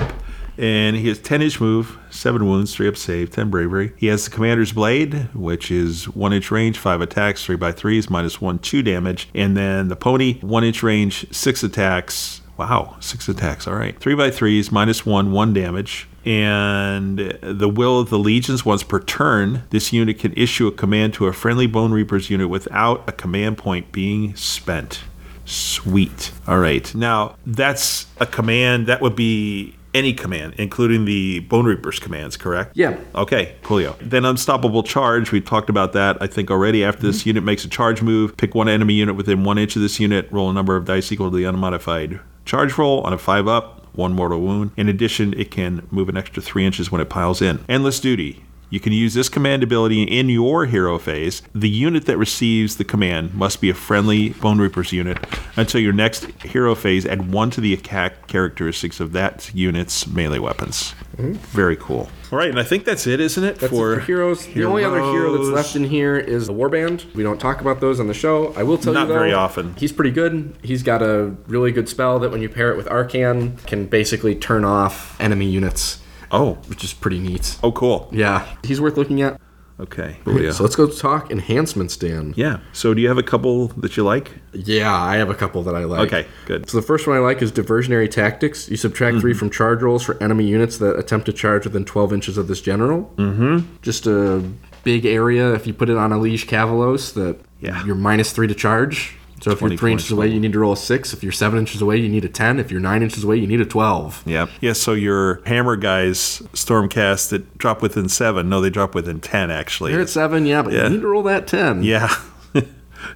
[SPEAKER 3] And he has 10 inch move, 7 wounds, 3 up save, 10 bravery. He has the Commander's Blade, which is 1 inch range, 5 attacks, 3 by 3s, minus 1, 2 damage. And then the Pony, 1 inch range, 6 attacks. Wow, 6 attacks. All right. 3 by 3s, minus 1, 1 damage. And the will of the legions once per turn, this unit can issue a command to a friendly Bone Reaper's unit without a command point being spent. Sweet. All right. Now, that's a command that would be any command, including the Bone Reaper's commands, correct?
[SPEAKER 4] Yeah.
[SPEAKER 3] Okay, coolio. Then Unstoppable Charge, we talked about that, I think, already. After this unit makes a charge move, pick one enemy unit within one inch of this unit, roll a number of dice equal to the unmodified charge roll on a 5 up, one mortal wound. In addition, it can move an extra 3 inches when it piles in. Endless Duty. You can use this command ability in your hero phase. The unit that receives the command must be a friendly Bone Reaper's unit until your next hero phase. Add one to the attack characteristics of that unit's melee weapons. Very cool. All right, and I think that's it, isn't it?
[SPEAKER 4] Mm-hmm. That's it for heroes. The only other hero that's left in here is the Warband. We don't talk about those on the show. I will tell
[SPEAKER 3] Not
[SPEAKER 4] you though,
[SPEAKER 3] very often.
[SPEAKER 4] He's pretty good. He's got a really good spell that when you pair it with Arcan can basically turn off enemy units,
[SPEAKER 3] Oh,
[SPEAKER 4] which is pretty neat.
[SPEAKER 3] oh, cool.
[SPEAKER 4] Yeah, he's worth looking at.
[SPEAKER 3] Okay. Coolio.
[SPEAKER 4] So let's go talk enhancements, Dan.
[SPEAKER 3] yeah. So, do you have a couple that you like?
[SPEAKER 4] Yeah, I have a couple that I like.
[SPEAKER 3] Okay, good. Mm-hmm.
[SPEAKER 4] So the first one I like is diversionary tactics. You subtract three from charge rolls for enemy units that attempt to charge within 12 inches of this general. Mm-hmm. Just a big area. If you put it on a leash Cavalos, that
[SPEAKER 3] Yeah.
[SPEAKER 4] you're minus three to charge. So if you're
[SPEAKER 3] 20
[SPEAKER 4] three inches
[SPEAKER 3] points
[SPEAKER 4] away,
[SPEAKER 3] total.
[SPEAKER 4] you need to roll a six. If you're seven inches away, you need a 10. If you're nine inches away, you need a 12.
[SPEAKER 3] Yeah. Yeah. So your hammer guys, Stormcast, that drop within seven. No, they drop within ten actually.
[SPEAKER 4] You're at seven, yeah, but
[SPEAKER 3] Yeah.
[SPEAKER 4] you need to roll that 10.
[SPEAKER 3] yeah.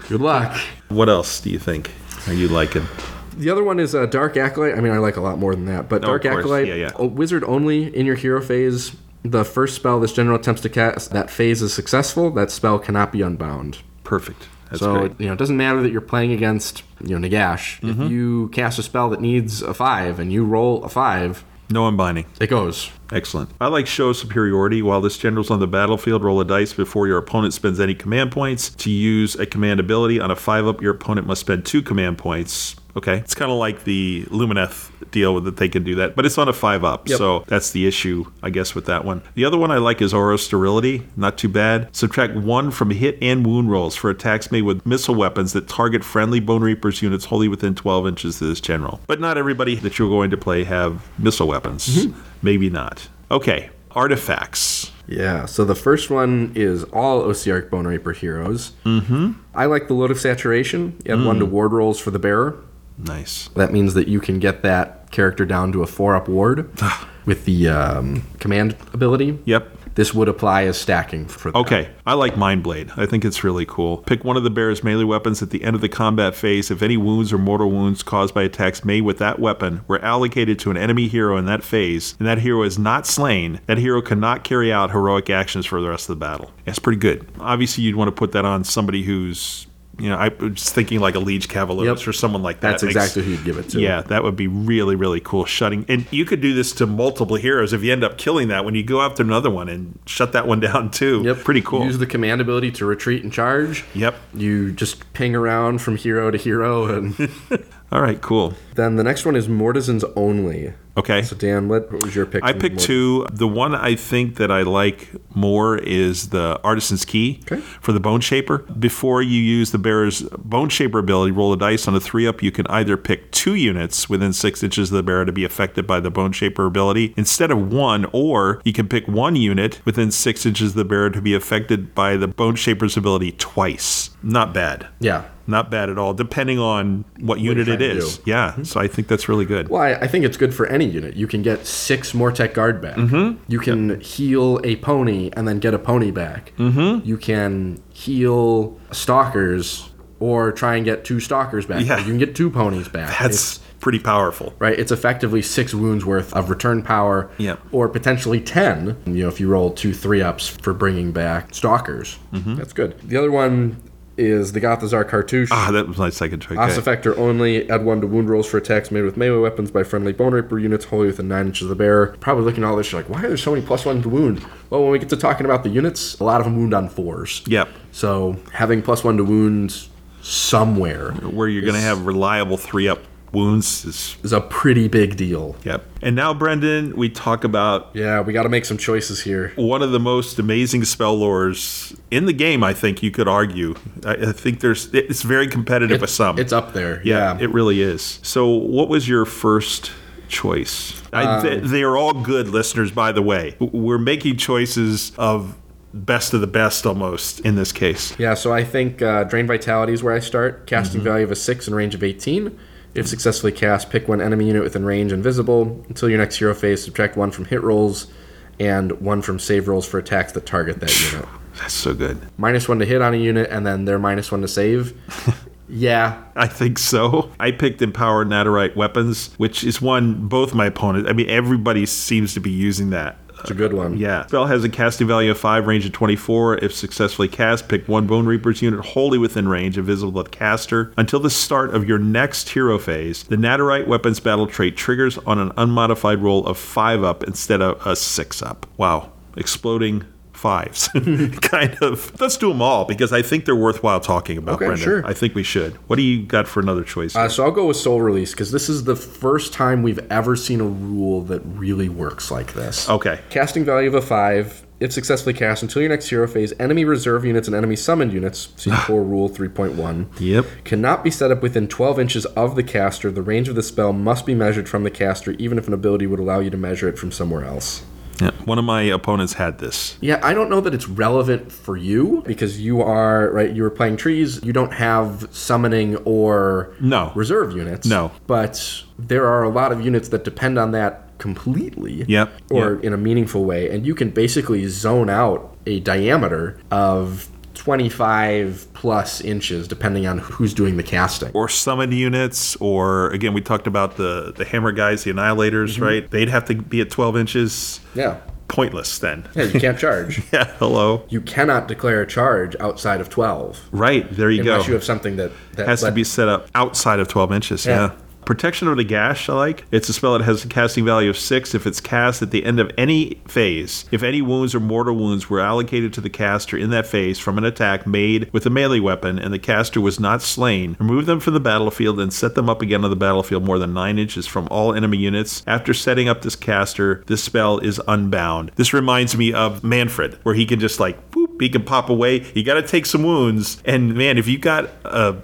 [SPEAKER 4] Good luck.
[SPEAKER 3] what else do you think? Are you liking?
[SPEAKER 4] The other one is uh, Dark Acolyte. I mean, I like a lot more than that, but
[SPEAKER 3] No,
[SPEAKER 4] Dark
[SPEAKER 3] of course.
[SPEAKER 4] Acolyte,
[SPEAKER 3] Yeah, yeah.
[SPEAKER 4] a wizard only in your hero phase. The first spell this general attempts to cast that phase is successful. That spell cannot be unbound.
[SPEAKER 3] Perfect. That's
[SPEAKER 4] so
[SPEAKER 3] great. Mm-hmm.
[SPEAKER 4] you know, it doesn't matter that you're playing against you know Nagash. If you cast a spell that needs a five and you roll a five,
[SPEAKER 3] No unbinding.
[SPEAKER 4] it goes.
[SPEAKER 3] Excellent. I like show superiority. While this general's on the battlefield, roll a dice before your opponent spends any command points. To use a command ability on a five up, your opponent must spend two command points. Okay. It's kind of like the Lumineth deal with that they can do that, but it's on a five up.
[SPEAKER 4] Yep.
[SPEAKER 3] So that's the issue, I guess, with that one. The other one I like is Aura Sterility. Not too bad. Subtract one from hit and wound rolls for attacks made with missile weapons that target friendly Bone Reapers units wholly within 12 inches of this general. But not everybody that you're going to play have missile weapons. Maybe not. Okay, artifacts.
[SPEAKER 4] Yeah. So the first one is all OCR Bone Reaper heroes. Mm-hmm. I like the Load of Saturation. You add one to
[SPEAKER 3] Mm.
[SPEAKER 4] ward rolls for the bearer.
[SPEAKER 3] Nice.
[SPEAKER 4] That means that you can get that character down to a four up ward with the um, command ability.
[SPEAKER 3] Yep.
[SPEAKER 4] This would apply as stacking for that.
[SPEAKER 3] Okay, I like Mind Blade. I think it's really cool. Pick one of the bear's melee weapons at the end of the combat phase. If any wounds or mortal wounds caused by attacks made with that weapon were allocated to an enemy hero in that phase, and that hero is not slain, that hero cannot carry out heroic actions for the rest of the battle. That's pretty good. Obviously, you'd want to put that on somebody who's, you know, I was thinking like a Liege Cavalier
[SPEAKER 4] Yep.
[SPEAKER 3] or someone like that.
[SPEAKER 4] That's
[SPEAKER 3] Makes-
[SPEAKER 4] exactly who you'd give it to.
[SPEAKER 3] yeah, that would be really, really cool. Shutting and you could do this to multiple heroes if you end up killing that when you go after another one and shut that one down too.
[SPEAKER 4] Yep.
[SPEAKER 3] Pretty cool.
[SPEAKER 4] Use the command ability to retreat and charge.
[SPEAKER 3] Yep.
[SPEAKER 4] You just ping around from hero to hero and
[SPEAKER 3] All right, cool.
[SPEAKER 4] Then the next one is Mortisans Only.
[SPEAKER 3] Okay.
[SPEAKER 4] So Dan, what, what was your pick?
[SPEAKER 3] I
[SPEAKER 4] from
[SPEAKER 3] picked
[SPEAKER 4] Mort-
[SPEAKER 3] two. The one I think that I like more is the Artisan's Key
[SPEAKER 4] Okay.
[SPEAKER 3] for the Bone Shaper. Before you use the bearer's Bone Shaper ability, roll a dice on a three up. You can either pick two units within six inches of the bearer to be affected by the Bone Shaper ability instead of one, or you can pick one unit within six inches of the bearer to be affected by the Bone Shaper's ability twice. Not bad.
[SPEAKER 4] Yeah.
[SPEAKER 3] Not bad at all, depending on what, unit it
[SPEAKER 4] trying to
[SPEAKER 3] is.
[SPEAKER 4] do. Mm-hmm.
[SPEAKER 3] Yeah, so I think that's really good.
[SPEAKER 4] Well, I, I think it's good for any unit. You can get six Mortec guard back.
[SPEAKER 3] Mm-hmm.
[SPEAKER 4] You can heal a pony and then get a pony back. Mm-hmm. You can heal stalkers or try and get two stalkers back.
[SPEAKER 3] Yeah.
[SPEAKER 4] You can get two ponies back.
[SPEAKER 3] That's
[SPEAKER 4] It's-
[SPEAKER 3] pretty powerful.
[SPEAKER 4] right? It's effectively six wounds worth of return power,
[SPEAKER 3] Yep.
[SPEAKER 4] or potentially ten. You know, if you roll two three ups for bringing back stalkers,
[SPEAKER 3] Mm-hmm.
[SPEAKER 4] that's good. The other one is the Gothazar Cartouche.
[SPEAKER 3] Ah, that was my second choice.
[SPEAKER 4] Os
[SPEAKER 3] Okay.
[SPEAKER 4] effector only. Add one to wound rolls for attacks made with melee weapons by friendly bone reaper units wholly within nine inches of the bearer. Probably looking at all this, you're like, why are there so many plus one to wound? Well, when we get to talking about the units, a lot of them wound on fours.
[SPEAKER 3] Yep.
[SPEAKER 4] So having plus one to wound somewhere
[SPEAKER 3] Where you're going to have reliable three up wounds is.
[SPEAKER 4] is a pretty big deal.
[SPEAKER 3] Yep. And now, Brendan, we talk about
[SPEAKER 4] Yeah, we got to make some choices here.
[SPEAKER 3] one of the most amazing spell lores in the game, I think you could argue. I, I think there's. It's very competitive with some.
[SPEAKER 4] It's up there.
[SPEAKER 3] Um, yeah,
[SPEAKER 4] Yeah.
[SPEAKER 3] it really is. So, what was your first choice?
[SPEAKER 4] Um,
[SPEAKER 3] I, th- they are all good, listeners, by the way. We're making choices of best of the best almost in this case.
[SPEAKER 4] yeah, so I think uh, Drain Vitality is where I start. Casting value of a 6 and range of 18. If successfully cast, pick one enemy unit within range invisible. Until your next hero phase, subtract one from hit rolls and one from save rolls for attacks that target that unit.
[SPEAKER 3] That's so good.
[SPEAKER 4] Minus one to hit on a unit, and then they're minus one to save. yeah,
[SPEAKER 3] I think so. I picked Empower Natarite Weapons, which is one both my opponents, I mean, everybody seems to be using that.
[SPEAKER 4] it's a good one.
[SPEAKER 3] Yeah. Spell has a casting value of 5, range of 24. If successfully cast, pick one Bone Reaper's unit wholly within range, invisible to the caster. Until the start of your next hero phase, the Natarite Weapons Battle trait triggers on an unmodified roll of 5 up instead of a 6 up. Wow. Exploding fives. kind of. Let's do them all because I think they're worthwhile talking about,
[SPEAKER 4] Okay,
[SPEAKER 3] Brendan.
[SPEAKER 4] sure.
[SPEAKER 3] I think we should. What do you got for another choice?
[SPEAKER 4] Uh, so I'll go with Soul Release because this is the first time we've ever seen a rule that really works like this.
[SPEAKER 3] Okay.
[SPEAKER 4] Casting value of a five. If successfully cast until your next hero phase, enemy reserve units and enemy summoned units, see 4 Rule 3.1,
[SPEAKER 3] Yep.
[SPEAKER 4] cannot be set up within 12 inches of the caster. The range of the spell must be measured from the caster, even if an ability would allow you to measure it from somewhere else.
[SPEAKER 3] Yeah. One of my opponents had this.
[SPEAKER 4] Yeah, I don't know that it's relevant for you because you are right. You were playing trees. You don't have summoning or
[SPEAKER 3] No.
[SPEAKER 4] reserve units.
[SPEAKER 3] No.
[SPEAKER 4] but there are a lot of units that depend on that completely.
[SPEAKER 3] Yep,
[SPEAKER 4] or
[SPEAKER 3] yep.
[SPEAKER 4] in a meaningful way, and you can basically zone out a diameter of. 25 plus inches depending on who's doing the casting.
[SPEAKER 3] or summoned units, or again, we talked about the the hammer guys, the annihilators, right? They'd have to be at 12 inches.
[SPEAKER 4] Mm-hmm. Yeah.
[SPEAKER 3] Pointless then.
[SPEAKER 4] Yeah, you can't charge.
[SPEAKER 3] yeah, hello.
[SPEAKER 4] You cannot declare a charge outside of 12
[SPEAKER 3] Right, there you
[SPEAKER 4] unless
[SPEAKER 3] go.
[SPEAKER 4] you have something that, that
[SPEAKER 3] has to
[SPEAKER 4] let-
[SPEAKER 3] be set up outside of 12 inches. Yeah.
[SPEAKER 4] Yeah.
[SPEAKER 3] Protection of the Gash, I like. It's a spell that has a casting value of six if it's cast at the end of any phase. If any wounds or mortal wounds were allocated to the caster in that phase from an attack made with a melee weapon and the caster was not slain, remove them from the battlefield and set them up again on the battlefield more than nine inches from all enemy units. After setting up this caster, this spell is unbound. This reminds me of Manfred, where he can just like, boop, he can pop away. You got to take some wounds. And man, if you got a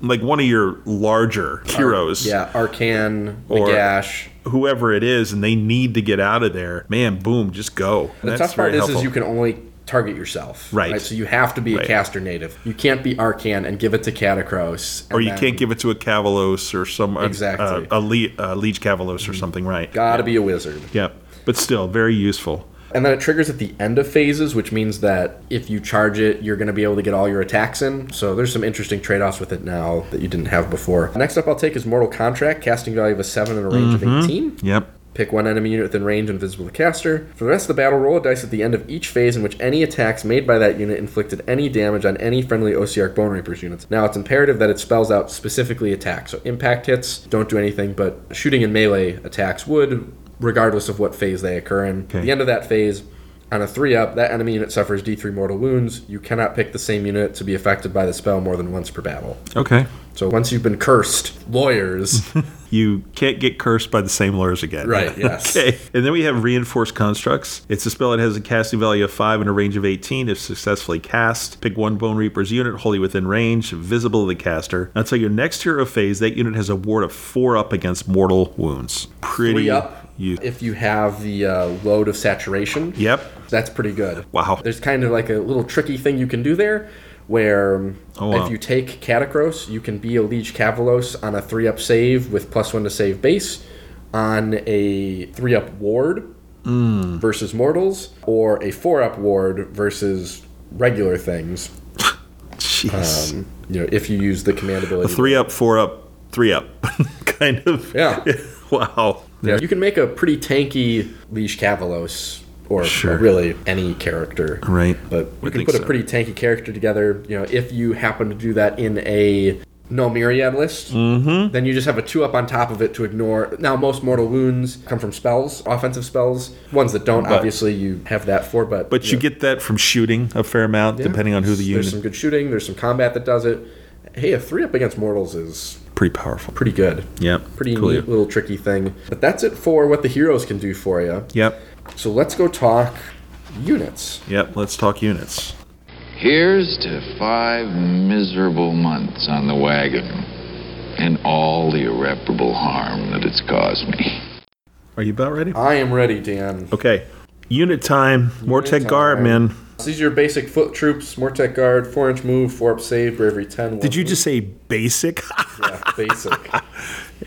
[SPEAKER 3] like one of your larger heroes,
[SPEAKER 4] Yeah, Arcan,
[SPEAKER 3] Or-
[SPEAKER 4] Nagash.
[SPEAKER 3] whoever it is, and they need to get out of there, man, boom, just go.
[SPEAKER 4] The tough part is, is you can only target yourself.
[SPEAKER 3] Right.
[SPEAKER 4] So you have to be
[SPEAKER 3] Right.
[SPEAKER 4] a caster native. You can't be Arcan and give it to Catacross.
[SPEAKER 3] or you can't give it to a Cavalos or some
[SPEAKER 4] Exactly. Mm-hmm.
[SPEAKER 3] uh, a, Le- a Liege Cavalos or something, right?
[SPEAKER 4] Gotta be a wizard.
[SPEAKER 3] Yeah, but still very useful.
[SPEAKER 4] And then it triggers at the end of phases, which means that if you charge it, you're going to be able to get all your attacks in. So there's some interesting trade offs with it now that you didn't have before. Next up, I'll take is Mortal Contract, casting value of a 7 and a range
[SPEAKER 3] Mm-hmm.
[SPEAKER 4] of 18.
[SPEAKER 3] Yep.
[SPEAKER 4] Pick one enemy unit within range and visible to caster. For the rest of the battle, roll a dice at the end of each phase in which any attacks made by that unit inflicted any damage on any friendly OCR Bone Reapers units. Now, it's imperative that it spells out specifically attacks. So, impact hits don't do anything, but shooting and melee attacks would, regardless of what phase they occur in. At the end of that phase, on a 3 up, that enemy unit suffers D3 mortal wounds. You cannot pick the same unit to be affected by the spell more than once per battle.
[SPEAKER 3] Okay.
[SPEAKER 4] So once you've been cursed, lawyers.
[SPEAKER 3] You can't get cursed by the same lawyers again.
[SPEAKER 4] Right, yes.
[SPEAKER 3] okay. And then we have reinforced constructs. It's a spell that has a casting value of 5 and a range of 18 if successfully cast. Pick one Bone Reaper's unit wholly within range, visible to the caster. Until your next hero phase, that unit has a ward of 4 up against mortal wounds. Pretty.
[SPEAKER 4] Three up.
[SPEAKER 3] You,
[SPEAKER 4] If you have the uh, load of saturation,
[SPEAKER 3] yep.
[SPEAKER 4] that's pretty good.
[SPEAKER 3] Wow.
[SPEAKER 4] There's kind of like a little tricky thing you can do there where um,
[SPEAKER 3] Oh, wow.
[SPEAKER 4] if you take Catacross, you can be a Liege Cavalos on a 3 up save with plus 1 to save base on a 3 up ward
[SPEAKER 3] Hmm.
[SPEAKER 4] versus mortals or a 4 up ward versus regular things.
[SPEAKER 3] Jeez.
[SPEAKER 4] Um, you know, if you use the command ability.
[SPEAKER 3] three up, four up, three up. kind of.
[SPEAKER 4] Yeah.
[SPEAKER 3] wow.
[SPEAKER 4] Yeah, you can make a pretty tanky Liege Cavalos, or or
[SPEAKER 3] Sure.
[SPEAKER 4] really any character.
[SPEAKER 3] Right.
[SPEAKER 4] But
[SPEAKER 3] I
[SPEAKER 4] you can
[SPEAKER 3] think
[SPEAKER 4] put
[SPEAKER 3] so.
[SPEAKER 4] a pretty tanky character together. You know, if you happen to do that in a no myriad list, then you just have a two up on top of it to ignore. Now, most mortal wounds come from spells, offensive spells. Ones that don't, obviously, you have that for. But
[SPEAKER 3] But you
[SPEAKER 4] know,
[SPEAKER 3] get that from shooting a fair amount,
[SPEAKER 4] yeah.
[SPEAKER 3] depending on who the
[SPEAKER 4] There's
[SPEAKER 3] unit
[SPEAKER 4] some good shooting. There's some combat that does it. Hey, a three up against mortals is
[SPEAKER 3] Pretty powerful.
[SPEAKER 4] pretty good.
[SPEAKER 3] Yep.
[SPEAKER 4] Pretty
[SPEAKER 3] Coolio.
[SPEAKER 4] neat little tricky thing. But that's it for what the heroes can do for you.
[SPEAKER 3] Yep.
[SPEAKER 4] So let's go talk units.
[SPEAKER 3] Yep. Let's talk units.
[SPEAKER 7] Here's to five miserable months on the wagon and all the irreparable harm that it's caused me.
[SPEAKER 3] Are you about ready?
[SPEAKER 4] I am ready, Dan.
[SPEAKER 3] Okay. Unit time. Mortec
[SPEAKER 4] time.
[SPEAKER 3] guard, man.
[SPEAKER 4] So these are your basic foot troops, Mortec Guard, 4 inch move, 4 up save, bravery 10. one
[SPEAKER 3] Did you
[SPEAKER 4] move.
[SPEAKER 3] just say basic?
[SPEAKER 4] Yeah, basic.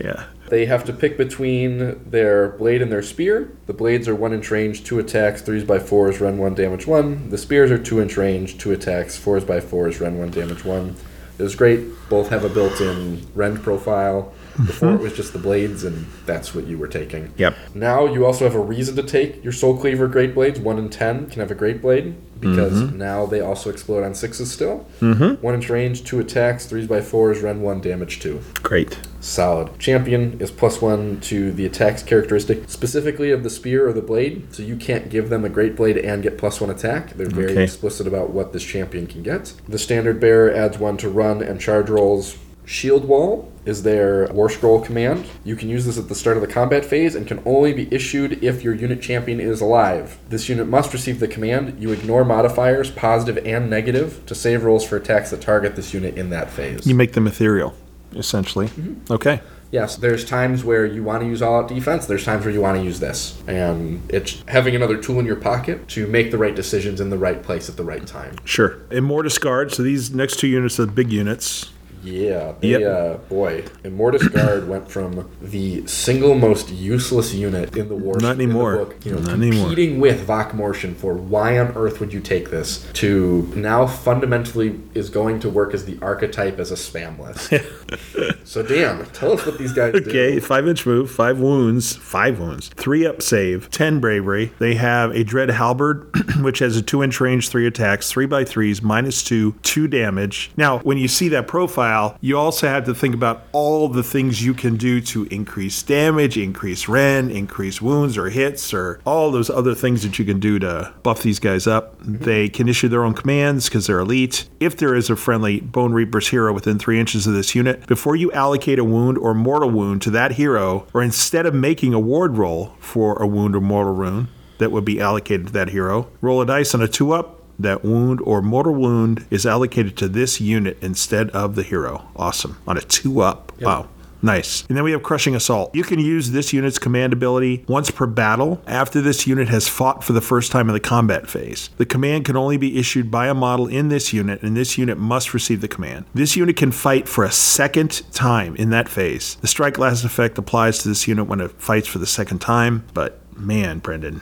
[SPEAKER 3] yeah.
[SPEAKER 4] they have to pick between their blade and their spear. The blades are 1 inch range, 2 attacks, 3s by 4s, run 1, damage 1. The spears are 2 inch range, 2 attacks, 4s by 4s, run 1, damage 1. It was great. Both have a built in rend profile. Before it was just the blades, and that's what you were taking.
[SPEAKER 3] Yep.
[SPEAKER 4] Now you also have a reason to take your Soul Cleaver Great Blades. One in ten can have a Great Blade because now they also explode on sixes still. Mm-hmm. One inch range, two attacks, threes by fours, run one, damage two.
[SPEAKER 3] Great.
[SPEAKER 4] Solid. Champion is plus one to the attack's characteristic, specifically of the spear or the blade. So you can't give them a Great Blade and get plus one attack. They're very
[SPEAKER 3] Okay.
[SPEAKER 4] explicit about what this champion can get. The Standard Bearer adds one to run and charge rolls. Shield Wall is their War Scroll command. You can use this at the start of the combat phase and can only be issued if your unit champion is alive. This unit must receive the command. You ignore modifiers, positive and negative, to save rolls for attacks that target this unit in that phase.
[SPEAKER 3] You make them ethereal, essentially. Okay.
[SPEAKER 4] Yes, there's times where you want to use all out defense, there's times where you want to use this. And it's having another tool in your pocket to make the right decisions in the right place at the right time.
[SPEAKER 3] Sure. And Mortis guard. So these next two units are the big units.
[SPEAKER 4] Yeah, they,
[SPEAKER 3] Yep.
[SPEAKER 4] uh, boy, Immortus Guard went from the single most useless unit in the war.
[SPEAKER 3] Not
[SPEAKER 4] in the
[SPEAKER 3] anymore.
[SPEAKER 4] book, you know,
[SPEAKER 3] Not anymore.
[SPEAKER 4] competing with Vok Mortion for why on earth would you take this to now fundamentally is going to work as the archetype as a spam list. so damn, tell us what these guys do.
[SPEAKER 3] Okay, five inch move, five wounds, five wounds, three up save, ten bravery. They have a dread halberd, which has a two inch range, three attacks, three by threes, minus two, two damage. Now, when you see that profile, you also have to think about all the things you can do to increase damage, increase ren, increase wounds or hits, or all those other things that you can do to buff these guys up. They can issue their own commands because they're elite. If there is a friendly Bone Reaper's hero within three inches of this unit, before you allocate a wound or mortal wound to that hero, or instead of making a ward roll for a wound or mortal wound that would be allocated to that hero, roll a dice on a two up. That wound or mortal wound is allocated to this unit instead of the hero. Awesome. On a two up. Wow. Nice. And then we have Crushing Assault. You can use this unit's command ability once per battle after this unit has fought for the first time in the combat phase. The command can only be issued by a model in this unit, and this unit must receive the command. This unit can fight for a second time in that phase. The strike last effect applies to this unit when it fights for the second time, but man, Brendan.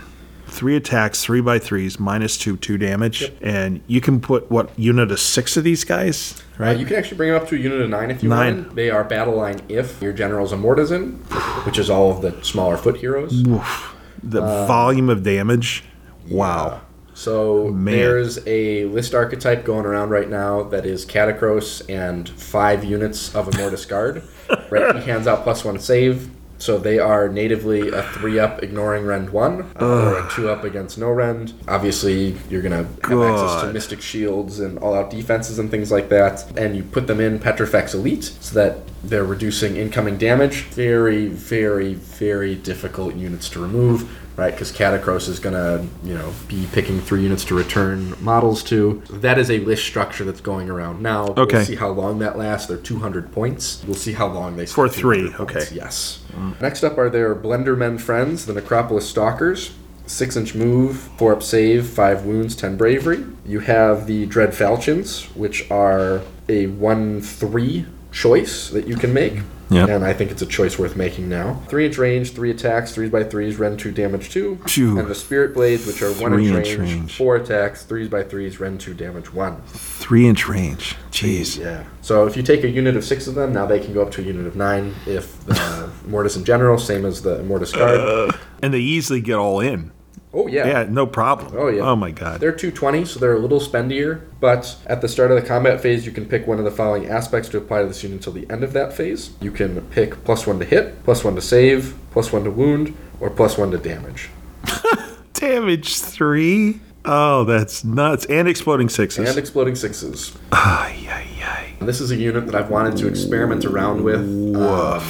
[SPEAKER 3] Three attacks, three by threes, minus two, two damage. And you can put what unit of six of these guys?
[SPEAKER 4] Uh, you can actually bring them up to a unit of nine if you
[SPEAKER 3] Nine.
[SPEAKER 4] want. They are battle line if your general's a Mortisan, which is all of the smaller foot heroes.
[SPEAKER 3] The volume of damage. Wow.
[SPEAKER 4] So
[SPEAKER 3] Man.
[SPEAKER 4] there's a list archetype going around right now that is Catacross and five units of Immortus Guard. right, he hands out plus one save. So they are natively a three up ignoring rend one, uh, or a two up against no rend. Obviously, you're gonna have access to
[SPEAKER 3] God.
[SPEAKER 4] mystic shields and all out defenses and things like that. And you put them in Petrifex Elite so that they're reducing incoming damage. Very, very, very difficult units to remove. Right, because Catacross is gonna, you know, be picking three units to return models to. That is a list structure that's going around now.
[SPEAKER 3] Okay.
[SPEAKER 4] We'll see how long that lasts. They're 200 points. We'll see how long they
[SPEAKER 3] For three,
[SPEAKER 4] 200 points.
[SPEAKER 3] okay.
[SPEAKER 4] Yes. Mm. Next up are their Blender Men friends, the Necropolis Stalkers. Six inch move, four up save, five wounds, ten bravery. You have the Dread Falchions, which are a one three choice that you can make.
[SPEAKER 3] Yeah.
[SPEAKER 4] And I think it's a choice worth making now. Three inch range, three attacks, threes by threes, rend two, damage two.
[SPEAKER 3] Phew.
[SPEAKER 4] And the Spirit Blades, which are one
[SPEAKER 3] Three
[SPEAKER 4] inch
[SPEAKER 3] inch
[SPEAKER 4] range,
[SPEAKER 3] range.
[SPEAKER 4] four attacks, threes by threes, rend two, damage one.
[SPEAKER 3] Three inch range. Jeez.
[SPEAKER 4] Yeah. So if you take a unit of six of them, now they can go up to a unit of nine. If uh, Mortis in general, same as the Mortis guard.
[SPEAKER 3] And they easily get all in.
[SPEAKER 4] oh yeah.
[SPEAKER 3] Yeah, no problem.
[SPEAKER 4] Oh, yeah.
[SPEAKER 3] Oh my god.
[SPEAKER 4] They're 220, so they're a little spendier, but at the start of the combat phase, you can pick one of the following aspects to apply to this unit until the end of that phase. You can pick plus one to hit, plus one to save, plus one to wound, or plus one to damage.
[SPEAKER 3] Damage three. Oh, that's nuts. And exploding sixes. Ah,
[SPEAKER 4] And exploding sixes.
[SPEAKER 3] Ay, ay, ay.
[SPEAKER 4] This is a unit that I've wanted to experiment around with. um,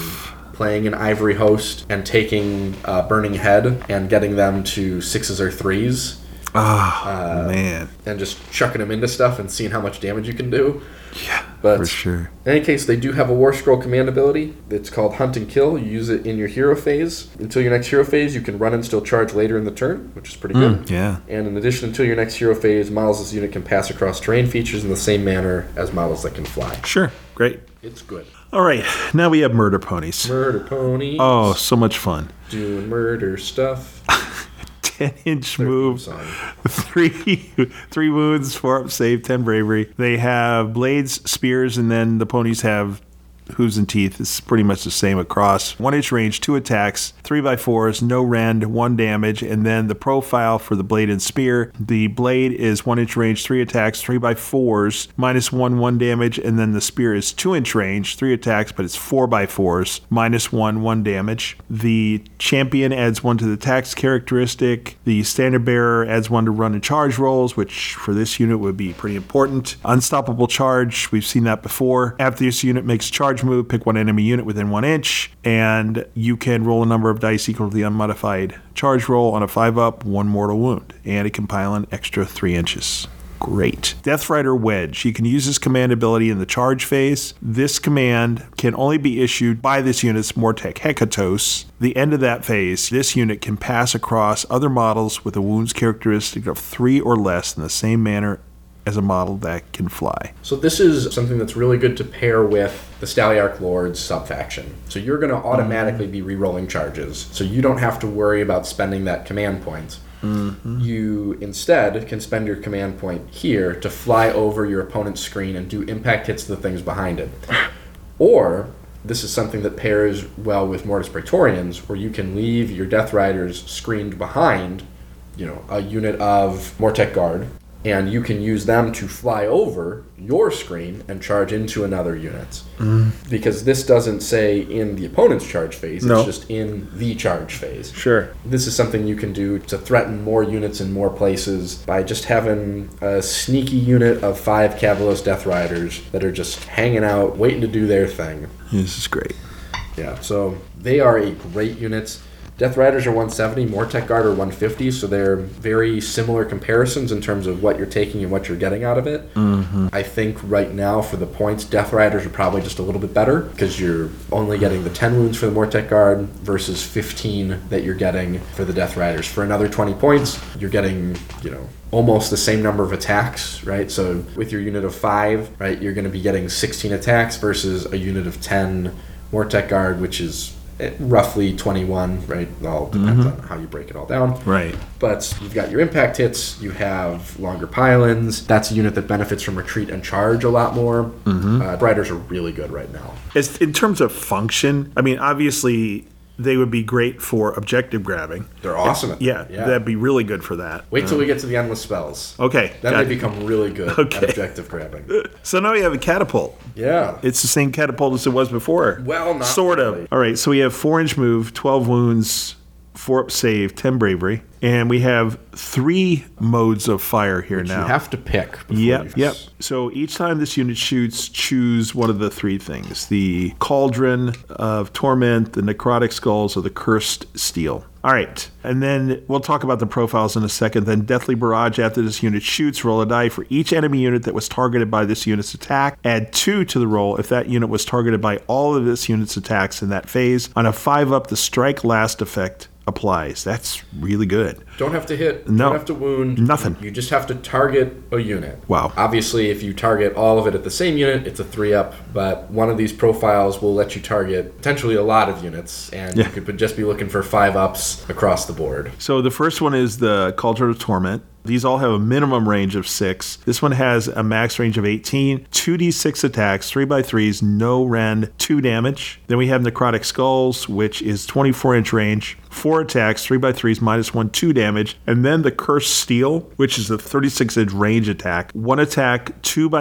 [SPEAKER 4] playing an ivory host and taking uh, burning head and getting them to sixes or threes
[SPEAKER 3] Ah,
[SPEAKER 4] Uh,
[SPEAKER 3] man.
[SPEAKER 4] and just chucking them into stuff and seeing how much damage you can do.
[SPEAKER 3] Yeah,
[SPEAKER 4] But
[SPEAKER 3] for sure.
[SPEAKER 4] in any case, they do have a War Scroll command ability. It's called Hunt and Kill. You use it in your hero phase. Until your next hero phase, you can run and still charge later in the turn, which is pretty good.
[SPEAKER 3] Hmm, Yeah.
[SPEAKER 4] And in addition, until your next hero phase, models this unit can pass across terrain features in the same manner as models that can fly.
[SPEAKER 3] Sure. Great.
[SPEAKER 4] It's good.
[SPEAKER 3] All right. Now we have murder ponies.
[SPEAKER 4] Murder pony.
[SPEAKER 3] Oh, so much fun.
[SPEAKER 4] doing murder stuff.
[SPEAKER 3] 10 inch move,
[SPEAKER 4] Song.
[SPEAKER 3] three three wounds, four up save, 10 bravery. They have blades, spears, and then the ponies have hooves and teeth. It's pretty much the same across. One inch range, two attacks, three by fours, no rend, one damage, and then the profile for the blade and spear. The blade is one inch range, three attacks, three by fours, minus one, one damage, and then the spear is two inch range, three attacks, but it's four by fours, minus one, one damage. The champion adds one to the attacks characteristic. The standard bearer adds one to run and charge rolls, which for this unit would be pretty important. Unstoppable charge, we've seen that before. After this unit makes a charge move, pick one enemy unit within one inch, and you can roll a number of dice equal to the unmodified charge roll on a five up, one mortal wound, and it can pile an extra three inches. Great. Death Rider Wedge. You can use this command ability in the charge phase. This command can only be issued by this unit's Mortec Hecatos. The end of that phase, this unit can pass across other models with a wounds characteristic of three or less in the same manner as a model that can fly.
[SPEAKER 4] So this is something that's really good to pair with the Staliarch Lord's subfaction. So you're going to automatically be re-rolling charges. So you don't have to worry about spending that command point. You instead can spend your command point here to fly over your opponent's screen and do impact hits to the things behind it. Or this is something that pairs well with Mortis Praetorians, where you can leave your Death Riders screened behind, you know, a unit of Mortec Guard, and you can use them to fly over your screen and charge into another unit. Because this doesn't say in the opponent's charge phase,
[SPEAKER 3] No.
[SPEAKER 4] it's just in the charge phase.
[SPEAKER 3] Sure.
[SPEAKER 4] This is something you can do to threaten more units in more places by just having a sneaky unit of five Cavalos Death Riders that are just hanging out, waiting to do their thing.
[SPEAKER 3] This is great.
[SPEAKER 4] Yeah, so they are a great unit. Death Riders are 170, Mortec Guard are 150, so they're very similar comparisons in terms of what you're taking and what you're getting out of it. Mm-hmm. I think right now for the points, Death Riders are probably just a little bit better because you're only getting the 10 wounds for the Mortec Guard versus 15 that you're getting for the Death Riders. For another 20 points, you're getting, you know, almost the same number of attacks, right? So with your unit of 5, right, you're going to be getting 16 attacks versus a unit of 10 Mortec Guard, which is eh, roughly 21, right? It all depends on how you break it all down.
[SPEAKER 3] Right.
[SPEAKER 4] But you've got your impact hits, you have longer pylons. That's a unit that benefits from retreat and charge a lot more.
[SPEAKER 3] Mm-hmm.
[SPEAKER 4] Uh, riders are really good right now.
[SPEAKER 3] As in terms of function, I mean, obviously They would be great for objective grabbing.
[SPEAKER 4] They're awesome. at that.
[SPEAKER 3] Yeah, that'd be really good for that.
[SPEAKER 4] Wait till we get to the endless spells.
[SPEAKER 3] Okay,
[SPEAKER 4] Then
[SPEAKER 3] Oh, got
[SPEAKER 4] they
[SPEAKER 3] it.
[SPEAKER 4] become really good
[SPEAKER 3] Okay.
[SPEAKER 4] at objective grabbing.
[SPEAKER 3] So now we have a catapult.
[SPEAKER 4] Yeah.
[SPEAKER 3] It's the same catapult as it was before.
[SPEAKER 4] Well, not
[SPEAKER 3] sort
[SPEAKER 4] really.
[SPEAKER 3] of. All right, so we have four inch move, twelve wounds, four up save, ten bravery, and we have three modes of fire here now.
[SPEAKER 8] You have to pick. before you-
[SPEAKER 3] Yep, yep. So each time this unit shoots, choose one of the three things the cauldron of torment, the necrotic skulls, or the cursed steel. All right. And then we'll talk about the profiles in a second. Then Deathly Barrage, after this unit shoots, roll a die for each enemy unit that was targeted by this unit's attack. Add two to the roll if that unit was targeted by all of this unit's attacks in that phase. On a five up, the strike last effect applies. That's really good.
[SPEAKER 4] Don't have to hit.
[SPEAKER 3] No.
[SPEAKER 4] Don't have to wound.
[SPEAKER 3] Nothing.
[SPEAKER 4] You just have to target a unit.
[SPEAKER 3] Wow.
[SPEAKER 4] Obviously, if you target all of it at the same unit, it's a three up. But one of these profiles will let you target potentially a lot of units, and
[SPEAKER 3] Yeah.
[SPEAKER 4] you could just be looking for five ups across the board.
[SPEAKER 3] So the first one is the Cauldron of Torment. These all have a minimum range of six. This one has a max range of 18, 2d6 attacks, 3x3s, no rend, 2 damage. Then we have Necrotic Skulls, which is 24 inch range, 4 attacks, 3x3s, minus 1, 2 damage. And then the Cursed Steel, which is the 36 inch range attack, 1 attack,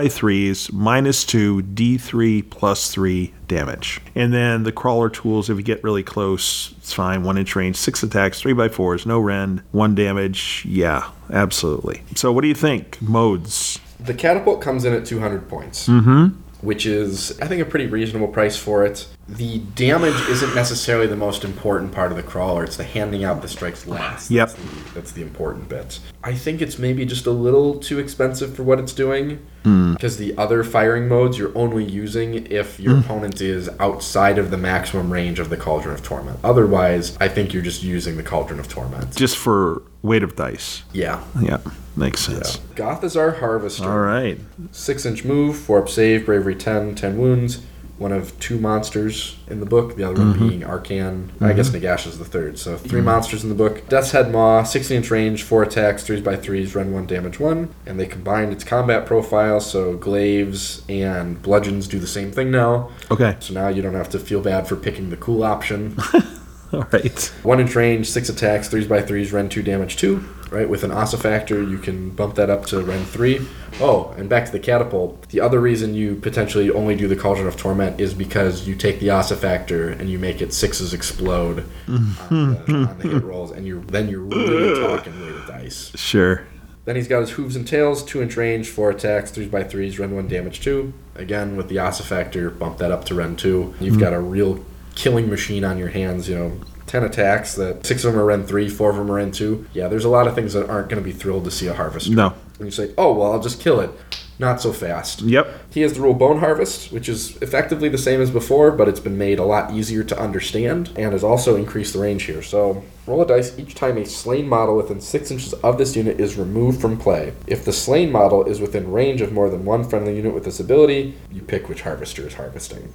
[SPEAKER 3] 2x3s, minus 2, d3 plus 3 damage. And then the crawler tools, if you get really close, it's fine. One inch range, six attacks, three by fours, no rend, one damage. Yeah, absolutely. So what do you think? Modes.
[SPEAKER 4] The catapult comes in at 200 points. Mm-hmm. Which is, I think, a pretty reasonable price for it. The damage isn't necessarily the most important part of the crawler. It's the handing out the strikes last.
[SPEAKER 3] Yep.
[SPEAKER 4] That's the, that's the important bit. I think it's maybe just a little too expensive for what it's doing. Because the other firing modes you're only using if your opponent is outside of the maximum range of the Cauldron of Torment. Otherwise, I think you're just using the Cauldron of Torment.
[SPEAKER 3] Just for weight of dice.
[SPEAKER 4] Yeah.
[SPEAKER 3] Yeah, makes sense.
[SPEAKER 4] Gothazar Harvester.
[SPEAKER 3] All right.
[SPEAKER 4] Six inch move, four up save, bravery 10, 10 wounds. One of two monsters in the book, the other one being Arcan. I guess Nagash is the third, so 3 monsters in the book. Death's Head Maw, 16 inch range, four attacks, threes by threes, run one, damage one. And they combined its combat profile, so glaives and bludgeons do the same thing now.
[SPEAKER 3] Okay.
[SPEAKER 4] So now you don't have to feel bad for picking the cool option.
[SPEAKER 3] All right.
[SPEAKER 4] One inch range, six attacks, threes by threes, Ren two, damage two. Right with an ossifactor, you can bump that up to Ren three. Oh, and back to the catapult. The other reason you potentially only do the Cauldron of Torment is because you take the ossifactor and you make it sixes explode on, the, on the hit rolls, and you then you're really talking weight of dice.
[SPEAKER 3] Sure.
[SPEAKER 4] Then he's got his hooves and tails, two inch range, four attacks, threes by threes, run one, damage two. Again with the ossifactor, bump that up to run two. You've got a real killing machine on your hands. You know, ten attacks that six of them are run three, four of them are run two. Yeah, there's a lot of things that aren't going to be thrilled to see a harvester.
[SPEAKER 3] No.
[SPEAKER 4] And you say, oh well, I'll just kill it. Not so fast.
[SPEAKER 3] Yep.
[SPEAKER 4] He has the rule Bone Harvest, which is effectively the same as before, but it's been made a lot easier to understand and has also increased the range here. So, roll a dice each time a slain model within 6 inches of this unit is removed from play. If the slain model is within range of more than one friendly unit with this ability, you pick which harvester is harvesting.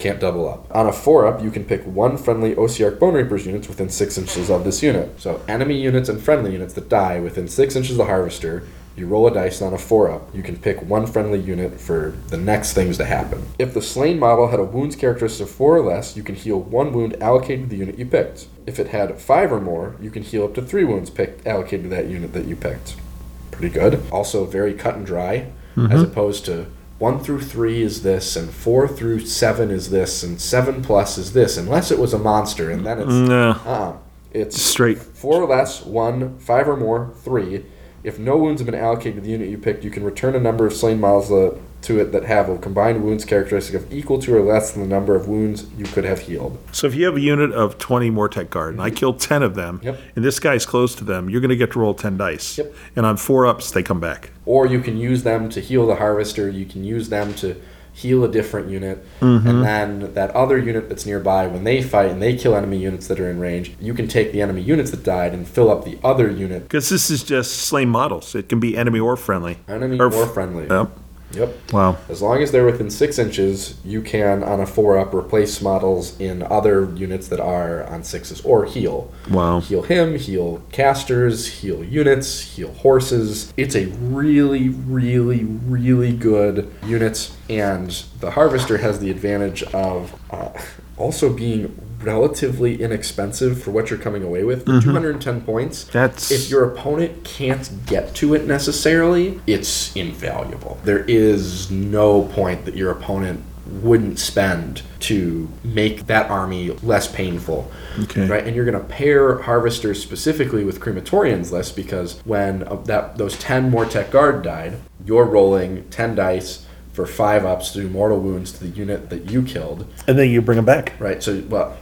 [SPEAKER 4] Can't double up. On a 4 up, you can pick one friendly OCR Bone Reapers units within 6 inches of this unit. So, enemy units and friendly units that die within 6 inches of the harvester, you roll a dice and on a 4 up. You can pick one friendly unit for the next things to happen. If the slain model had a wounds characteristic of 4 or less, you can heal one wound allocated to the unit you picked. If it had 5 or more, you can heal up to 3 wounds picked allocated to that unit that you picked pretty good. Also very cut and dry, as opposed to one through three is this, and four through seven is this, and seven plus is this, unless it was a monster, and then it's
[SPEAKER 3] No.
[SPEAKER 4] uh-uh. it's
[SPEAKER 3] Straight.
[SPEAKER 4] four or less, one, five or more, three. If no wounds have been allocated to the unit you picked, you can return a number of slain models uh, to it that have a combined wounds characteristic of equal to or less than the number of wounds you could have healed.
[SPEAKER 3] So if you have a unit of 20 Mortec Guard, and I kill 10 of them,
[SPEAKER 4] Mhm. Yep.
[SPEAKER 3] and this guy's close to them, you're going to get to roll 10 dice.
[SPEAKER 4] Yep.
[SPEAKER 3] And on four ups, they come back.
[SPEAKER 4] or you can use them to heal the harvester you can use them to heal a different unit
[SPEAKER 3] Mm-hmm.
[SPEAKER 4] and then that other unit that's nearby when they fight and they kill enemy units that are in range you can take the enemy units that died and fill up the other unit
[SPEAKER 3] Because this is just slain models. It can be enemy or friendly.
[SPEAKER 4] enemy
[SPEAKER 3] Or
[SPEAKER 4] or,
[SPEAKER 3] f-
[SPEAKER 4] friendly
[SPEAKER 3] Yep.
[SPEAKER 4] yep
[SPEAKER 3] Wow.
[SPEAKER 4] as long as they're within six inches you can on a four up replace models in other units that are on sixes or heal
[SPEAKER 3] Wow.
[SPEAKER 4] heal him, heal casters, heal units, heal horses. It's a really, really, really good unit, and the harvester has the advantage of uh, also being relatively inexpensive for what you're coming away with. 210 points.
[SPEAKER 3] Mm-hmm. That's-
[SPEAKER 4] if your opponent can't get to it necessarily, it's invaluable. There is no point that your opponent wouldn't spend to make that army less painful.
[SPEAKER 3] Okay.
[SPEAKER 4] Right, and you're going to pair harvesters specifically with crematorians less because when uh, that those 10 Mortec guard died, you're rolling 10 dice for 5 ups to do mortal wounds to the unit that you killed.
[SPEAKER 3] And then you bring them back.
[SPEAKER 4] Right. So, well,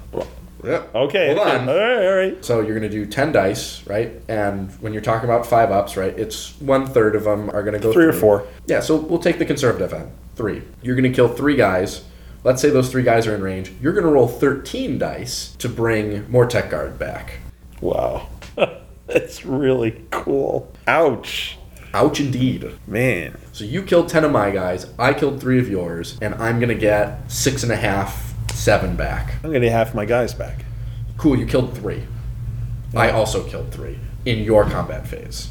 [SPEAKER 4] yeah,
[SPEAKER 3] Okay. Uh,
[SPEAKER 4] Hold on.
[SPEAKER 3] All right. All right.
[SPEAKER 4] So you're going to do 10 dice, right? And when you're talking about five ups, right, it's one third of them are going to go
[SPEAKER 3] Three or
[SPEAKER 4] through.
[SPEAKER 3] four.
[SPEAKER 4] Yeah, so we'll take the conservative end. Three. You're going to kill three guys. Let's say those three guys are in range. You're going to roll 13 dice to bring Mortec Guard back.
[SPEAKER 3] Wow. That's really cool. Ouch.
[SPEAKER 4] Ouch, indeed.
[SPEAKER 3] Man.
[SPEAKER 4] So you killed 10 of my guys. I killed three of yours. And I'm going to get six and a half, seven back.
[SPEAKER 3] I'm going to have my guys back.
[SPEAKER 4] Cool, you killed three. I also killed three in your combat phase.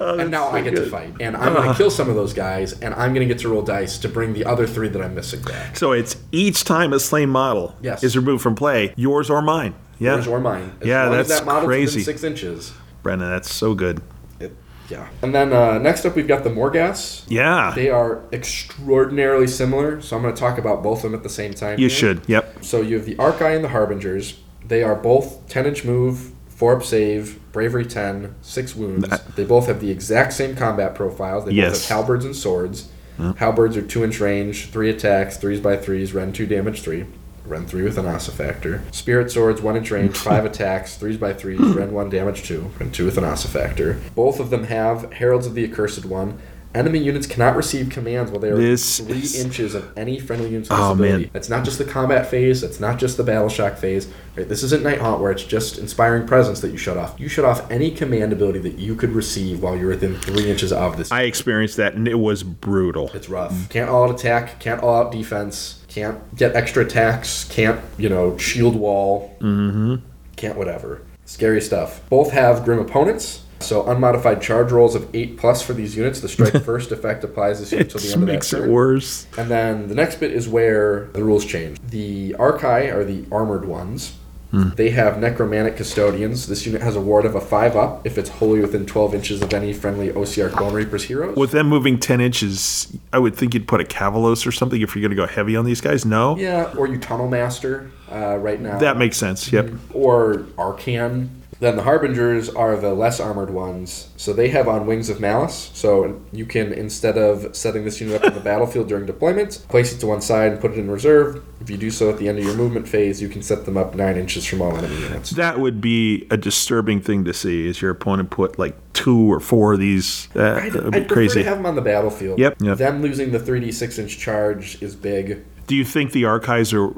[SPEAKER 3] Oh,
[SPEAKER 4] and now I get to fight. And I'm going to kill some of those guys, and I'm going to get to roll dice to bring the other three that I'm missing back.
[SPEAKER 3] So it's each time a slain model
[SPEAKER 4] Yes.
[SPEAKER 3] is removed from play, yours or mine. Yeah.
[SPEAKER 4] Yours or mine. As
[SPEAKER 3] Yeah,
[SPEAKER 4] long as
[SPEAKER 3] that's
[SPEAKER 4] that model's within
[SPEAKER 3] crazy.
[SPEAKER 4] six inches.
[SPEAKER 3] Brennan, that's so good.
[SPEAKER 4] It, yeah. And then uh, next up, we've got the Morgas.
[SPEAKER 3] Yeah.
[SPEAKER 4] They are extraordinarily similar, so I'm going to talk about both of them at the same time.
[SPEAKER 3] you
[SPEAKER 4] here.
[SPEAKER 3] should. Yep.
[SPEAKER 4] So you have the Archi and the Harbingers. They are both 10 inch move, 4 up save, bravery 10, 6 wounds. They both have the exact same combat profiles. They
[SPEAKER 3] Yes.
[SPEAKER 4] both have halberds and swords. Halberds are 2 inch range, 3 attacks, 3s by 3s, Ren 2, damage 3. Ren 3 with an Asa factor. Spirit swords, 1 inch range, 5 attacks, 3s by 3s, Ren 1, damage 2, Ren 2 with an Asa factor. Both of them have Heralds of the Accursed One. Enemy units cannot receive commands while they are
[SPEAKER 3] This
[SPEAKER 4] three
[SPEAKER 3] is-
[SPEAKER 4] inches of any friendly unit's
[SPEAKER 3] Oh,
[SPEAKER 4] disability.
[SPEAKER 3] man.
[SPEAKER 4] That's not just the combat phase. That's not just the battle shock phase. Right? This isn't Night Haunt where it's just inspiring presence that you shut off. You shut off any command ability that you could receive while you're within three inches of this.
[SPEAKER 3] I Mm. experienced that and it was brutal.
[SPEAKER 4] it's rough. Can't all out attack. Can't all out defense. Can't get extra attacks. Can't you know shield wall. Mm-hmm. Can't whatever. Scary stuff. Both have grim opponents. So unmodified charge rolls of eight plus for these units. The strike first effect applies this unit
[SPEAKER 3] It
[SPEAKER 4] until the
[SPEAKER 3] just
[SPEAKER 4] end of that
[SPEAKER 3] makes it
[SPEAKER 4] turn.
[SPEAKER 3] worse.
[SPEAKER 4] And then the next bit is where the rules change. The Archai are the armored ones.
[SPEAKER 3] Hmm.
[SPEAKER 4] They have necromantic custodians. This unit has a ward of a 5 up if it's wholly within 12 inches of any friendly OCR Bone Reapers heroes.
[SPEAKER 3] With them moving 10 inches, I would think you'd put a Cavalos or something if you're going to go heavy on these guys. No?
[SPEAKER 4] yeah, or you Tunnel Master uh, right now.
[SPEAKER 3] That makes sense. Yep.
[SPEAKER 4] Mm-hmm. or Arcan. Then the Harbingers are the less armored ones. So they have on Wings of Malice. So you can, instead of setting this unit up on the battlefield during deployment, place it to one side and put it in reserve. If you do so at the end of your movement phase, you can set them up nine inches from all enemy units.
[SPEAKER 3] That would be a disturbing thing to see is your opponent put like two or four of these. That,
[SPEAKER 4] I'd,
[SPEAKER 3] that would
[SPEAKER 4] I'd
[SPEAKER 3] be
[SPEAKER 4] prefer
[SPEAKER 3] crazy.
[SPEAKER 4] to have them on the battlefield.
[SPEAKER 3] Yep, yep.
[SPEAKER 4] Them losing the 3d6 inch charge is big.
[SPEAKER 3] Do you think the archives are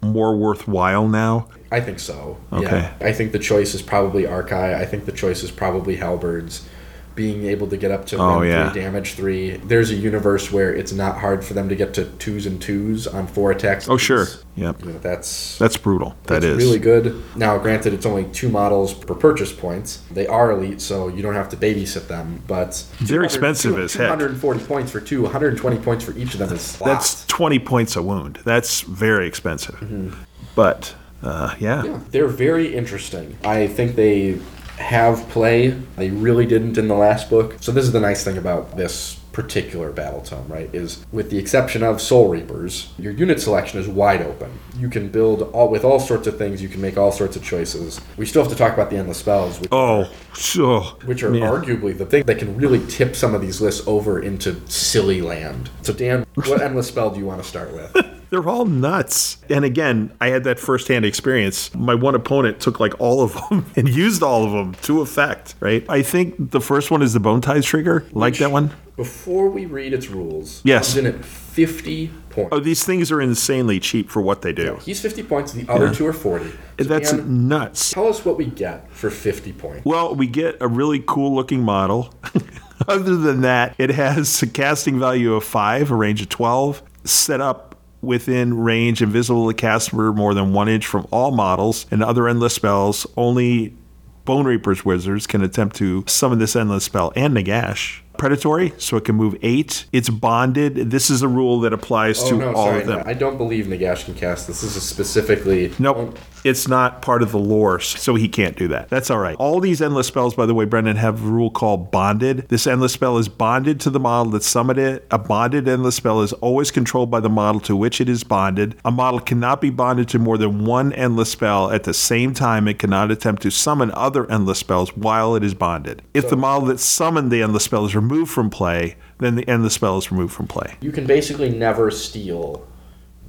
[SPEAKER 3] more worthwhile now?
[SPEAKER 4] I think so.
[SPEAKER 3] Okay.
[SPEAKER 4] Yeah. I think the choice is probably Archai. I think the choice is probably Halberds. Being able to get up to
[SPEAKER 3] Oh,
[SPEAKER 4] win
[SPEAKER 3] yeah.
[SPEAKER 4] three, damage three. There's a universe where it's not hard for them to get to twos and twos on four attacks.
[SPEAKER 3] Oh, sure.
[SPEAKER 4] apiece.
[SPEAKER 3] Yep.
[SPEAKER 4] You know, that's
[SPEAKER 3] That's brutal. That
[SPEAKER 4] that's
[SPEAKER 3] is.
[SPEAKER 4] really good. Now, granted, it's only two models per purchase points. They are elite, so you don't have to babysit them. But
[SPEAKER 3] They're expensive as heck.
[SPEAKER 4] 140 points for two, 120 points for each of them is a lot.
[SPEAKER 3] That's 20 points a wound. That's very expensive.
[SPEAKER 4] Mm-hmm.
[SPEAKER 3] But, uh, yeah.
[SPEAKER 4] They're very interesting. I think they have play. They really didn't in the last book. So this is the nice thing about this particular battle tome, right? Is with the exception of Soul Reapers, your unit selection is wide open. You can build all with all sorts of things. You can make all sorts of choices. We still have to talk about the endless spells, which,
[SPEAKER 3] Oh, so.
[SPEAKER 4] which are arguably the thing that can really tip some of these lists over into silly land. So Dan, what endless spell do you want to start with?
[SPEAKER 3] They're all nuts. And again, I had that firsthand experience. My one opponent took like all of them and used all of them to effect, right? I think the first one is the Bone Ties trigger. Like that one?
[SPEAKER 4] Before we read its rules,
[SPEAKER 3] Yes.
[SPEAKER 4] comes in at 50 points.
[SPEAKER 3] Oh, these things are insanely cheap for what they do.
[SPEAKER 4] He's 50 points, the other two are 40. So,
[SPEAKER 3] That's
[SPEAKER 4] Dan,
[SPEAKER 3] nuts.
[SPEAKER 4] tell us what we get for 50 points.
[SPEAKER 3] Well, we get a really cool looking model. Other than that, it has a casting value of five, a range of 12, set up within range, invisible to the caster more than one inch from all models and other endless spells. Only Bone Reaper's wizards can attempt to summon this endless spell and Nagash. predatory, so it can move eight. It's bonded. This is a rule that applies
[SPEAKER 4] Oh,
[SPEAKER 3] to
[SPEAKER 4] no,
[SPEAKER 3] all
[SPEAKER 4] sorry.
[SPEAKER 3] of them.
[SPEAKER 4] I don't believe Nagash can cast this. This is specifically.
[SPEAKER 3] Nope. It's not part of the lore, so he can't do that. That's all right. All these endless spells, by the way, Brendan, have a rule called bonded. This endless spell is bonded to the model that summoned it. A bonded endless spell is always controlled by the model to which it is bonded. A model cannot be bonded to more than one endless spell at the same time. It cannot attempt to summon other endless spells while it is bonded. If the model that summoned the endless spell is removed from play, then the endless spell is removed from play.
[SPEAKER 4] You can basically never steal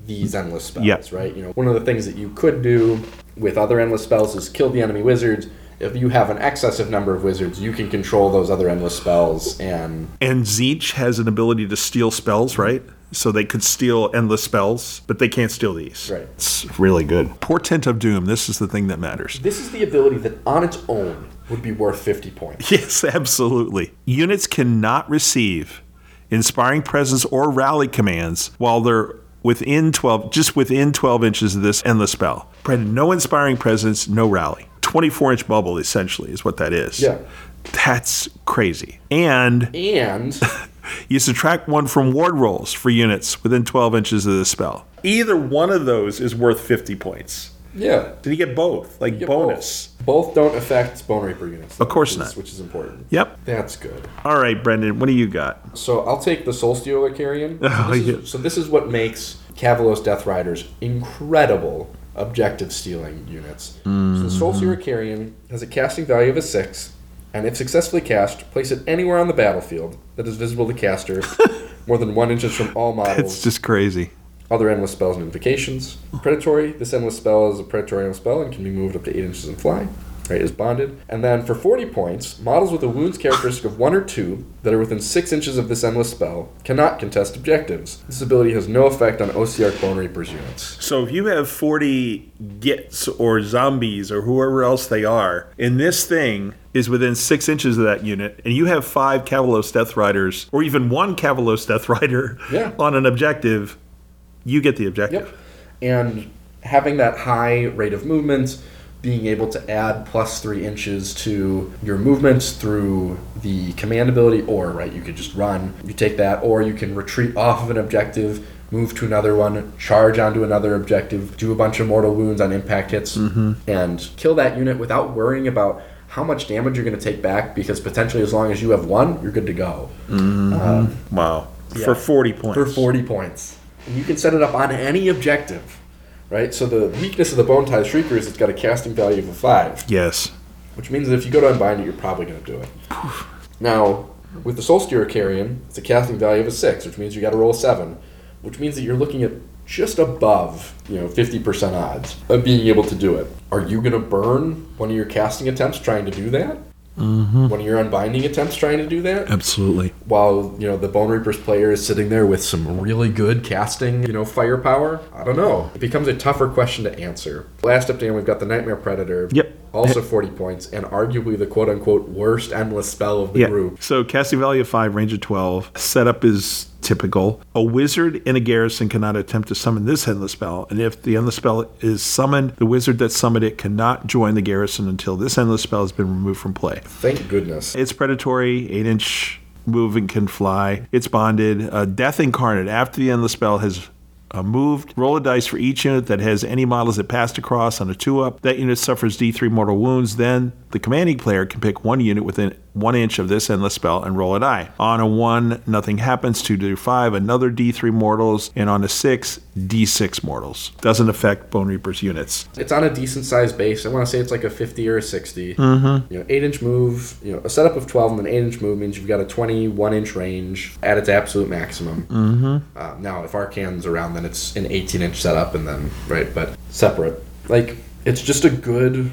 [SPEAKER 4] these endless spells,
[SPEAKER 3] Yeah.
[SPEAKER 4] right? You know, one of the things that you could do with other endless spells is kill the enemy wizards. If you have an excessive number of wizards, you can control those other endless spells and
[SPEAKER 3] And Zeech has an ability to steal spells, right? So they could steal endless spells, but they can't steal these.
[SPEAKER 4] Right.
[SPEAKER 3] It's really good. Portent of Doom. This is the thing that matters.
[SPEAKER 4] This is the ability that on its own would be worth 50 points.
[SPEAKER 3] Yes, absolutely. Units cannot receive inspiring presence or rally commands while they're within 12, just within 12 inches of this endless spell. Brandon, no inspiring presence, no rally. 24 inch bubble, essentially, is what that is.
[SPEAKER 4] Yeah.
[SPEAKER 3] That's crazy. And
[SPEAKER 4] And
[SPEAKER 3] You subtract one from ward rolls for units within 12 inches of this spell. Either one of those is worth 50 points.
[SPEAKER 4] yeah,
[SPEAKER 3] Did he get both? Like
[SPEAKER 4] get
[SPEAKER 3] bonus?
[SPEAKER 4] both. Both don't affect Bone Reaper units.
[SPEAKER 3] Of course
[SPEAKER 4] which is-
[SPEAKER 3] not.
[SPEAKER 4] Which is important.
[SPEAKER 3] Yep.
[SPEAKER 4] That's good.
[SPEAKER 3] All right, Brendan, what do you got?
[SPEAKER 4] So I'll take the Soul Stealer Carrion.
[SPEAKER 3] Oh,
[SPEAKER 4] so, this
[SPEAKER 3] yeah.
[SPEAKER 4] is, so this is what makes Cavalos Death Riders incredible objective stealing units. So
[SPEAKER 3] Mm-hmm.
[SPEAKER 4] the Soul Stealer Carrion has a casting value of a 6, and if successfully cast, place it anywhere on the battlefield that is visible to caster more than 1 inches from all models.
[SPEAKER 3] It's just crazy.
[SPEAKER 4] Other endless spells and invocations. Predatory. This endless spell is a predatory endless spell and can be moved up to 8 inches and fly. Right, is bonded. And then for 40 points, models with a wounds characteristic of 1 or 2 that are within 6 inches of this endless spell cannot contest objectives. This ability has no effect on OCR Bone Reaper's units.
[SPEAKER 3] So if you have 40 gits or zombies or whoever else they are, and this thing is within six inches of that unit, and you have five Cavalos Death Riders, or even one Cavalos Death Rider
[SPEAKER 4] Yeah.
[SPEAKER 3] on an objective, you get the objective.
[SPEAKER 4] Yep. And having that high rate of movement, being able to add plus three inches to your movements through the command ability, or right, you could just run, you take that, or you can retreat off of an objective, move to another one, charge onto another objective, do a bunch of mortal wounds on impact hits, and kill that unit without worrying about how much damage you're going to take back because potentially as long as you have one, you're good to go.
[SPEAKER 3] Wow. For 40 points.
[SPEAKER 4] For 40 points. And you can set it up on any objective, right? So the weakness of the Bone Tie Shrieker is it's got a casting value of a 5,
[SPEAKER 3] Yes.
[SPEAKER 4] which means that if you go to unbind it, you're probably going to do it. Now, with the Soul Steerer Carrion, it's a casting value of a 6, which means you got to roll a 7, which means that you're looking at just above, you know, 50% odds of being able to do it. Are you going to burn one of your casting attempts trying to do that? One of your unbinding attempts trying to do that?
[SPEAKER 3] Absolutely.
[SPEAKER 4] while you know the Bone Reaper's player is sitting there with some really good casting, you know, firepower. I don't know. It becomes a tougher question to answer. Last up, Dan, we've got the Nightmare Predator.
[SPEAKER 3] Yep.
[SPEAKER 4] Also 40 points, and arguably the quote unquote worst endless spell of the
[SPEAKER 3] Yeah.
[SPEAKER 4] group.
[SPEAKER 3] So casting value of five, range of twelve. Setup is typical. A wizard in a garrison cannot attempt to summon this endless spell, and if the endless spell is summoned, the wizard that summoned it cannot join the garrison until this endless spell has been removed from play.
[SPEAKER 4] Thank goodness.
[SPEAKER 3] It's predatory, eight inch, move and can fly. It's bonded. Uh, death incarnate. After the endless spell has uh, moved, roll a dice for each unit that has any models that passed across on a two up. That unit suffers D3 mortal wounds. Then the commanding player can pick one unit within one inch of this endless spell and roll a die. On a one, nothing happens. Two to five, another D3 mortals, and on a six, D6 mortals. Doesn't affect Bone Reaper's units.
[SPEAKER 4] It's on a decent sized base. I want to say it's like a 50 or a 60. Mm-hmm. You know, 8 inch move, you know, a setup of 12 and an 8 inch move means you've got a 21 inch range at its absolute maximum. Mm-hmm. Uh, now, if Arcan's around, then it's an 18 inch setup and then, right, but separate. Like, it's just a good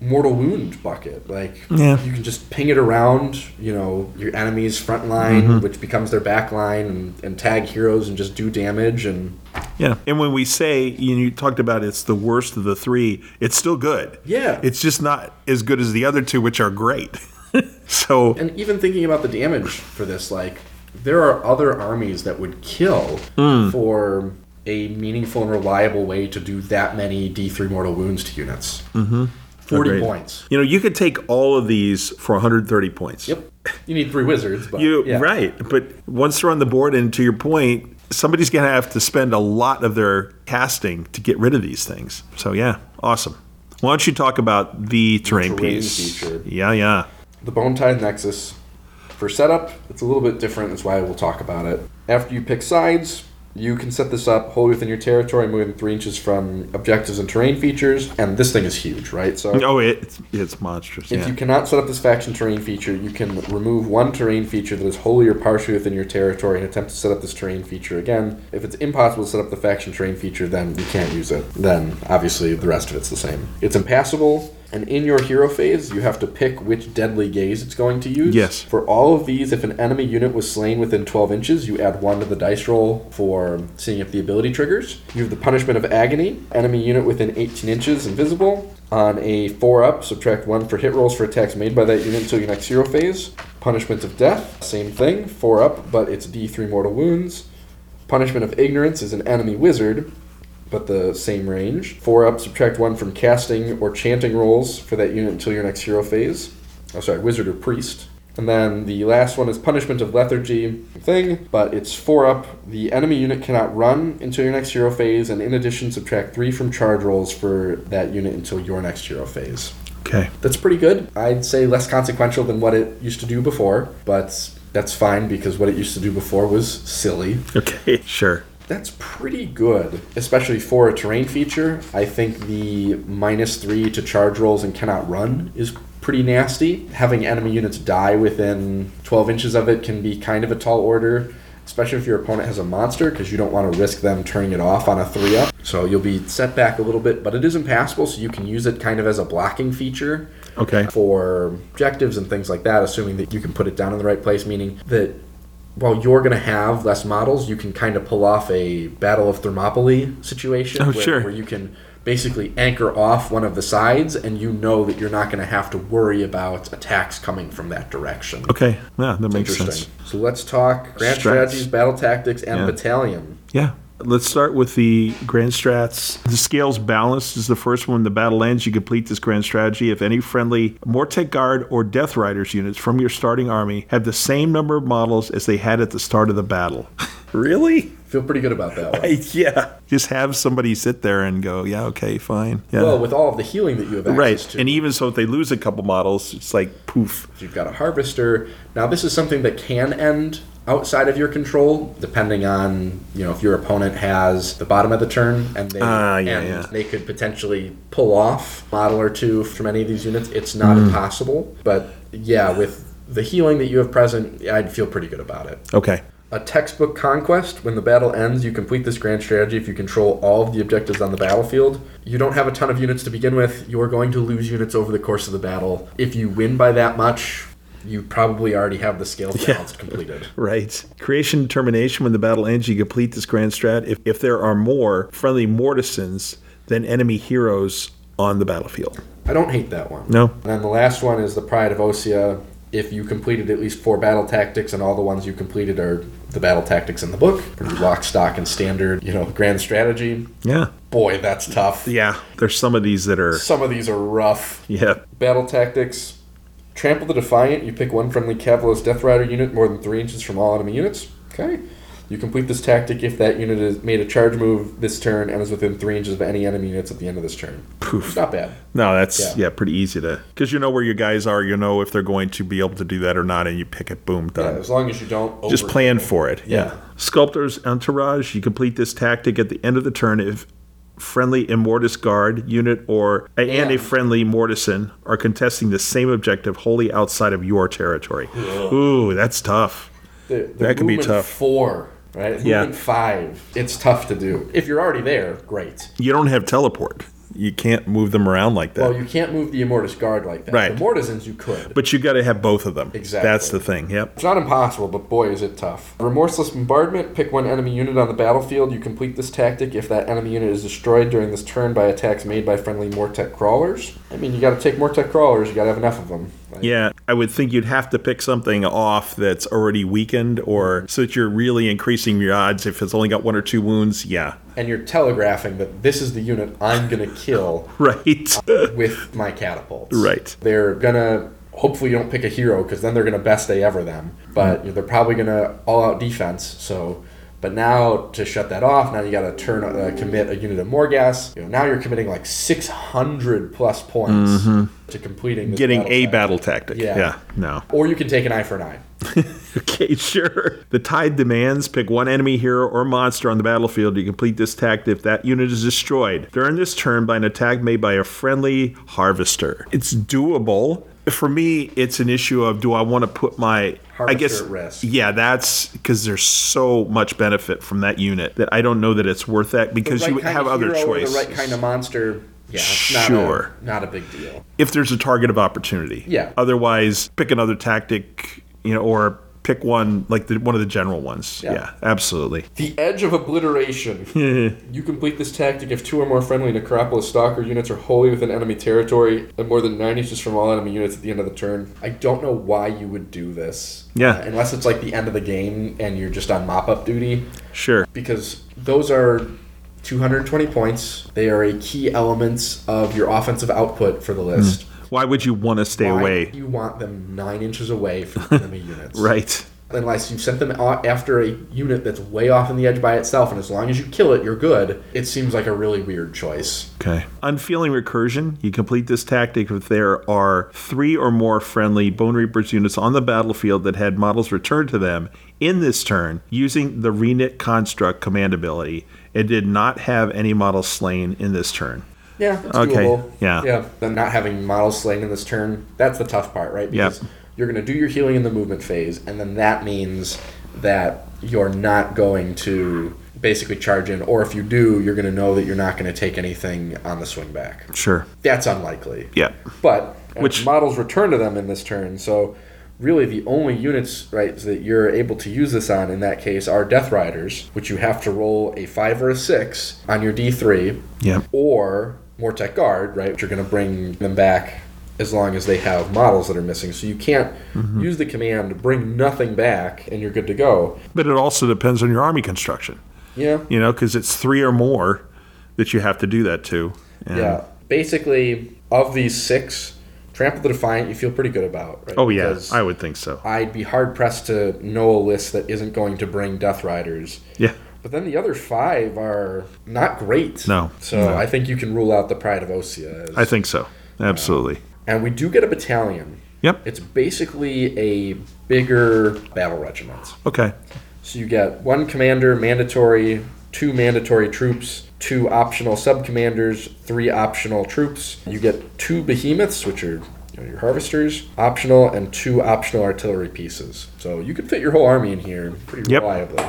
[SPEAKER 4] mortal wound bucket. Like,
[SPEAKER 3] Yeah.
[SPEAKER 4] you can just ping it around, you know, your enemy's front line, which becomes their back line, and, and tag heroes and just do damage. And
[SPEAKER 3] Yeah. And when we say, you, you talked about it's the worst of the three, it's still good.
[SPEAKER 4] Yeah.
[SPEAKER 3] It's just not as good as the other two, which are great. so,
[SPEAKER 4] and even thinking about the damage for this, like there are other armies that would kill
[SPEAKER 3] Hmm.
[SPEAKER 4] for a meaningful and reliable way to do that many D3 mortal wounds to units. Mm-hmm. Forty
[SPEAKER 3] Agreed.
[SPEAKER 4] points.
[SPEAKER 3] you know, you could take all of these for 130 points.
[SPEAKER 4] Yep. You need three wizards, but
[SPEAKER 3] You
[SPEAKER 4] yeah.
[SPEAKER 3] right, but once they're on the board, and to your point, somebody's going to have to spend a lot of their casting to get rid of these things. So yeah, awesome. Why don't you talk about the terrain,
[SPEAKER 4] terrain
[SPEAKER 3] piece?
[SPEAKER 4] feature.
[SPEAKER 3] Yeah, yeah.
[SPEAKER 4] the bone tide nexus for setup it's a little bit different that's why we'll talk about it after you pick sides you can set this up wholly within your territory moving three inches from objectives and terrain features and this thing is huge right so
[SPEAKER 3] Oh, it's it's monstrous.
[SPEAKER 4] if
[SPEAKER 3] yeah.
[SPEAKER 4] you cannot set up this faction terrain feature you can remove one terrain feature that is wholly or partially within your territory and attempt to set up this terrain feature again if it's impossible to set up the faction terrain feature then you can't use it then obviously the rest of it's the same it's impassable and in your hero phase, you have to pick which deadly gaze it's going to use.
[SPEAKER 3] Yes.
[SPEAKER 4] For all of these, if an enemy unit was slain within 12 inches, you add one to the dice roll for seeing if the ability triggers. You have the punishment of agony, enemy unit within 18 inches, invisible. On a 4 up, subtract 1 for hit rolls for attacks made by that unit until your next hero phase. Punishment of death, same thing, 4 up, but it's D3 mortal wounds. Punishment of ignorance is an enemy wizard, but the same range. Four up, subtract one from casting or chanting rolls for that unit until your next hero phase. Oh, sorry, wizard or priest. And then the last one is punishment of lethargy thing, but it's four up. The enemy unit cannot run until your next hero phase, and in addition, subtract three from charge rolls for that unit until your next hero phase.
[SPEAKER 3] okay.
[SPEAKER 4] That's pretty good. I'd say less consequential than what it used to do before, but that's fine because what it used to do before was silly
[SPEAKER 3] Okay. Sure.
[SPEAKER 4] that's pretty good, especially for a terrain feature. I think the minus three to charge rolls and cannot run is pretty nasty. Having enemy units die within 12 inches of it can be kind of a tall order, especially if your opponent has a monster, because you don't want to risk them turning it off on a three up. So you'll be set back a little bit, but it is impassable, so you can use it kind of as a blocking feature
[SPEAKER 3] Okay.
[SPEAKER 4] for objectives and things like that, assuming that you can put it down in the right place, meaning that while you're going to have less models, you can kind of pull off a Battle of Thermopylae situation
[SPEAKER 3] Oh,
[SPEAKER 4] where,
[SPEAKER 3] sure.
[SPEAKER 4] where you can basically anchor off one of the sides and you know that you're not going to have to worry about attacks coming from that direction.
[SPEAKER 3] Okay. Yeah, that makes sense.
[SPEAKER 4] Interesting. So let's talk grand
[SPEAKER 3] Strats.
[SPEAKER 4] strategies, battle tactics, and
[SPEAKER 3] Yeah.
[SPEAKER 4] battalion.
[SPEAKER 3] Yeah. Let's start with the grand strats. The scales balanced is the first one. When the battle ends, you complete this grand strategy. If any friendly Mortec Guard or Death Riders units from your starting army have the same number of models as they had at the start of the battle. really?
[SPEAKER 4] Feel pretty good about that one.
[SPEAKER 3] Yeah. Just have somebody sit there and go, yeah, okay, fine. Yeah.
[SPEAKER 4] Well, with all of the healing that you have access
[SPEAKER 3] right.
[SPEAKER 4] to.
[SPEAKER 3] And even so, if they lose a couple models, it's like poof.
[SPEAKER 4] You've got a harvester. Now, this is something that can end outside of your control, depending on you know if your opponent has the bottom of the turn and they
[SPEAKER 3] Ah, yeah,
[SPEAKER 4] and
[SPEAKER 3] yeah.
[SPEAKER 4] they could potentially pull off model or two from any of these units. It's not
[SPEAKER 3] Hmm.
[SPEAKER 4] impossible, but yeah, with the healing that you have present, I'd feel pretty good about it.
[SPEAKER 3] Okay.
[SPEAKER 4] A textbook conquest. When the battle ends, you complete this grand strategy if you control all of the objectives on the battlefield. You don't have a ton of units to begin with. You are going to lose units over the course of the battle. If you win by that much, you probably already have the scale balanced completed.
[SPEAKER 3] Right. Creation and termination when the battle ends, you complete this grand strat. If, if there are more friendly mortisans than enemy heroes on the battlefield.
[SPEAKER 4] I don't hate that one.
[SPEAKER 3] No?
[SPEAKER 4] And then the last one is the Pride of Osea. If you completed at least four battle tactics, and all the ones you completed are the battle tactics in the book, pretty lock, stock, and standard, you know, grand strategy.
[SPEAKER 3] Yeah.
[SPEAKER 4] Boy, that's tough.
[SPEAKER 3] Yeah. There's some of these that are,
[SPEAKER 4] Some of these are rough.
[SPEAKER 3] yeah.
[SPEAKER 4] Battle tactics. Trample the Defiant. You pick one friendly Cavalo's Death Rider unit more than three inches from all enemy units. Okay. You complete this tactic if that unit has made a charge move this turn and is within three inches of any enemy units at the end of this turn. It's not bad.
[SPEAKER 3] No, that's, yeah,
[SPEAKER 4] Yeah.
[SPEAKER 3] pretty easy to, because you know where your guys are, you know if they're going to be able to do that or not, and you pick it, boom,
[SPEAKER 4] Yeah,
[SPEAKER 3] done.
[SPEAKER 4] as long as you don't over-
[SPEAKER 3] Just plan for it. Yeah.
[SPEAKER 4] Yeah.
[SPEAKER 3] Sculptor's Entourage, you complete this tactic at the end of the turn if friendly Immortus Guard unit or and, a friendly Mortison are contesting the same objective wholly outside of your territory. Ooh, that's tough.
[SPEAKER 4] The- the
[SPEAKER 3] That could be
[SPEAKER 4] movement
[SPEAKER 3] tough.
[SPEAKER 4] Four, right?
[SPEAKER 3] Yeah.
[SPEAKER 4] Movement five. It's tough to do. If you're already there, great.
[SPEAKER 3] You don't have teleport. You can't move them around like that.
[SPEAKER 4] Well, you can't move the Immortus Guard like that.
[SPEAKER 3] Right.
[SPEAKER 4] The Mortisans, you could.
[SPEAKER 3] but you got to have both of them.
[SPEAKER 4] Exactly.
[SPEAKER 3] That's the thing. Yep.
[SPEAKER 4] It's not impossible, but boy, is it tough. Remorseless bombardment. Pick one enemy unit on the battlefield. You complete this tactic if that enemy unit is destroyed during this turn by attacks made by friendly Mortec crawlers. I mean, you got to take Mortec crawlers. You got to have enough of them. Like,
[SPEAKER 3] Yeah, I would think you'd have to pick something off that's already weakened, or so that you're really increasing your odds. If it's only got one or two wounds, yeah,
[SPEAKER 4] And you're telegraphing that this is the unit I'm gonna kill
[SPEAKER 3] right.
[SPEAKER 4] with my catapults.
[SPEAKER 3] Right.
[SPEAKER 4] They're gonna hopefully you don't pick a hero because then they're going to best day ever them. But
[SPEAKER 3] Mm.
[SPEAKER 4] they're probably going to all out defense. So, but now to shut that off, now you got to turn uh, commit a unit of more gas. You know, now you're committing like 600 plus points to completing
[SPEAKER 3] Mm-hmm.
[SPEAKER 4] this
[SPEAKER 3] Getting a
[SPEAKER 4] tactic.
[SPEAKER 3] battle tactic.
[SPEAKER 4] Yeah.
[SPEAKER 3] yeah. No.
[SPEAKER 4] Or you can take an eye for an eye.
[SPEAKER 3] Okay, sure. The tide demands pick one enemy hero or monster on the battlefield to complete this tactic if that unit is destroyed during this turn by an attack made by a friendly harvester. It's doable. For me, it's an issue of do I want to put my I
[SPEAKER 4] Harvester
[SPEAKER 3] guess
[SPEAKER 4] at risk.
[SPEAKER 3] yeah, that's because there's so much benefit from that unit that I don't know that it's worth that because
[SPEAKER 4] right
[SPEAKER 3] you
[SPEAKER 4] kind
[SPEAKER 3] have
[SPEAKER 4] of
[SPEAKER 3] other
[SPEAKER 4] hero or
[SPEAKER 3] choices.
[SPEAKER 4] The right kind of monster. Yeah, it's not
[SPEAKER 3] Sure.
[SPEAKER 4] A, not a big deal.
[SPEAKER 3] if there's a target of opportunity.
[SPEAKER 4] Yeah.
[SPEAKER 3] Otherwise, pick another tactic, you know, or pick one like the, one of the general ones.
[SPEAKER 4] Yeah.
[SPEAKER 3] yeah absolutely.
[SPEAKER 4] The Edge of Obliteration. you complete this tactic if two or more friendly Necropolis Stalker units are wholly within enemy territory and more than nine inches from all enemy units at the end of the turn. I don't know why you would do this.
[SPEAKER 3] Yeah.
[SPEAKER 4] Uh, unless it's like the end of the game and you're just on mop up duty.
[SPEAKER 3] Sure.
[SPEAKER 4] because those are 220 points. They are a key elements of your offensive output for the list.
[SPEAKER 3] Why would you want to Hmm. stay
[SPEAKER 4] Why
[SPEAKER 3] away?
[SPEAKER 4] You want them nine inches away from enemy units.
[SPEAKER 3] Right.
[SPEAKER 4] Unless you've sent them out after a unit that's way off in the edge by itself, and as long as you kill it, you're good. It seems like a really weird choice.
[SPEAKER 3] Okay. Unfeeling recursion. You complete this tactic if there are three or more friendly Bone Reapers units on the battlefield that had models returned to them in this turn using the Reknit construct command ability and did not have any models slain in this turn.
[SPEAKER 4] Yeah, it's
[SPEAKER 3] Okay,
[SPEAKER 4] doable.
[SPEAKER 3] yeah.
[SPEAKER 4] Yeah. Then not having models slain in this turn, that's the tough part, right? Because you're going to do your healing in the movement phase, and then that means that you're not going to basically charge in, or if you do, you're going to know that you're not going to take anything on the swing back.
[SPEAKER 3] Sure.
[SPEAKER 4] That's unlikely.
[SPEAKER 3] Yeah.
[SPEAKER 4] But
[SPEAKER 3] Which-
[SPEAKER 4] Which, models return to them in this turn, so really the only units right that you're able to use this on in that case are Death Riders, which you have to roll a five or a six on your D three
[SPEAKER 3] Yeah.
[SPEAKER 4] or Mortec Guard, right, which are going to bring them back as long as they have models that are missing. So you can't
[SPEAKER 3] Mm-hmm.
[SPEAKER 4] use the command bring nothing back and you're good to go.
[SPEAKER 3] But it also depends on your army construction,
[SPEAKER 4] Yeah.
[SPEAKER 3] you know, because it's three or more that you have to do that to. And-
[SPEAKER 4] Yeah. Basically, of these six, Trample the Defiant you feel pretty good about, right?
[SPEAKER 3] Oh, yeah.
[SPEAKER 4] Because
[SPEAKER 3] I would think so.
[SPEAKER 4] I'd be hard pressed to know a list that isn't going to bring Death Riders.
[SPEAKER 3] Yeah.
[SPEAKER 4] But then the other five are not great.
[SPEAKER 3] No.
[SPEAKER 4] So I think you can rule out the Pride of Osea. as-
[SPEAKER 3] I think so. Absolutely.
[SPEAKER 4] and we do get a battalion.
[SPEAKER 3] Yep.
[SPEAKER 4] It's basically a bigger battle regiment.
[SPEAKER 3] Okay.
[SPEAKER 4] So you get one commander mandatory, two mandatory troops, two optional sub commanders, three optional troops. You get two behemoths, which are you know, your harvesters, optional, and two optional artillery pieces. So you could fit your whole army in here pretty
[SPEAKER 3] Yep.
[SPEAKER 4] reliably.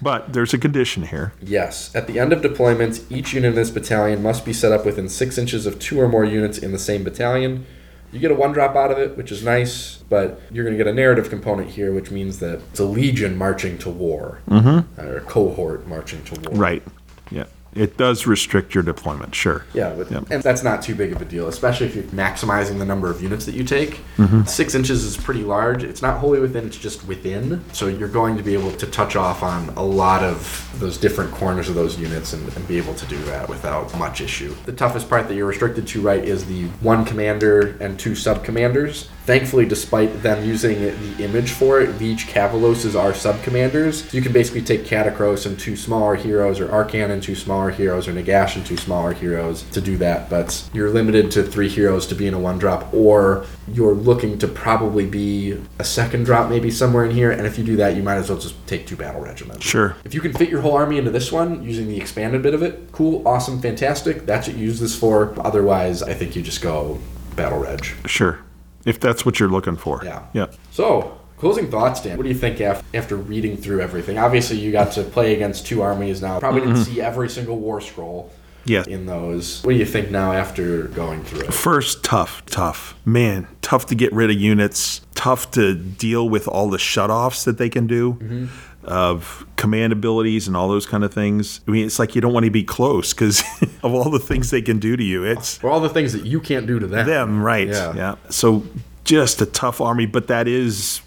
[SPEAKER 3] But there's a condition here.
[SPEAKER 4] Yes. At the end of deployments, each unit in this battalion must be set up within six inches of two or more units in the same battalion. You get a one drop out of it, which is nice, but you're going to get a narrative component here, which means that it's a legion marching to war, mm-hmm. or a cohort marching to war.
[SPEAKER 3] Right. Yeah. It does restrict your deployment, sure.
[SPEAKER 4] Yeah, but,
[SPEAKER 3] Yeah.
[SPEAKER 4] and that's not too big of a deal, especially if you're maximizing the number of units that you take. Six inches is pretty large. It's not wholly within, it's just within. So you're going to be able to touch off on a lot of those different corners of those units and, and be able to do that without much issue. The toughest part that you're restricted to, right, is the one commander and two sub commanders. Thankfully, despite them using the image for it, Veej Kavalos is our sub commanders. So you can basically take Catacross and two smaller heroes, or Arcan and two smaller heroes, or Nagash and two smaller heroes to do that. But you're limited to three heroes to be in a one drop, or you're looking to probably be a second drop maybe somewhere in here. And if you do that, you might as well just take two battle regiments.
[SPEAKER 3] Sure.
[SPEAKER 4] If you can fit your whole army into this one using the expanded bit of it, cool, awesome, fantastic. That's what you use this for. Otherwise, I think you just go battle reg.
[SPEAKER 3] Sure. If that's what you're looking for.
[SPEAKER 4] Yeah.
[SPEAKER 3] Yeah.
[SPEAKER 4] So, closing thoughts, Dan. What do you think af- after reading through everything? Obviously, you got to play against two armies now. Probably didn't
[SPEAKER 3] Mm-hmm.
[SPEAKER 4] see every single war scroll
[SPEAKER 3] Yeah.
[SPEAKER 4] in those. What do you think now after going through it?
[SPEAKER 3] First, tough, tough. Man, tough to get rid of units, tough to deal with all the shutoffs that they can do of command abilities and all those kind of things. I mean, it's like you don't want to be close because of all the things they can do to you. It's
[SPEAKER 4] For all the things that you can't do to them.
[SPEAKER 3] them, right.
[SPEAKER 4] Yeah.
[SPEAKER 3] So just a tough army, but that is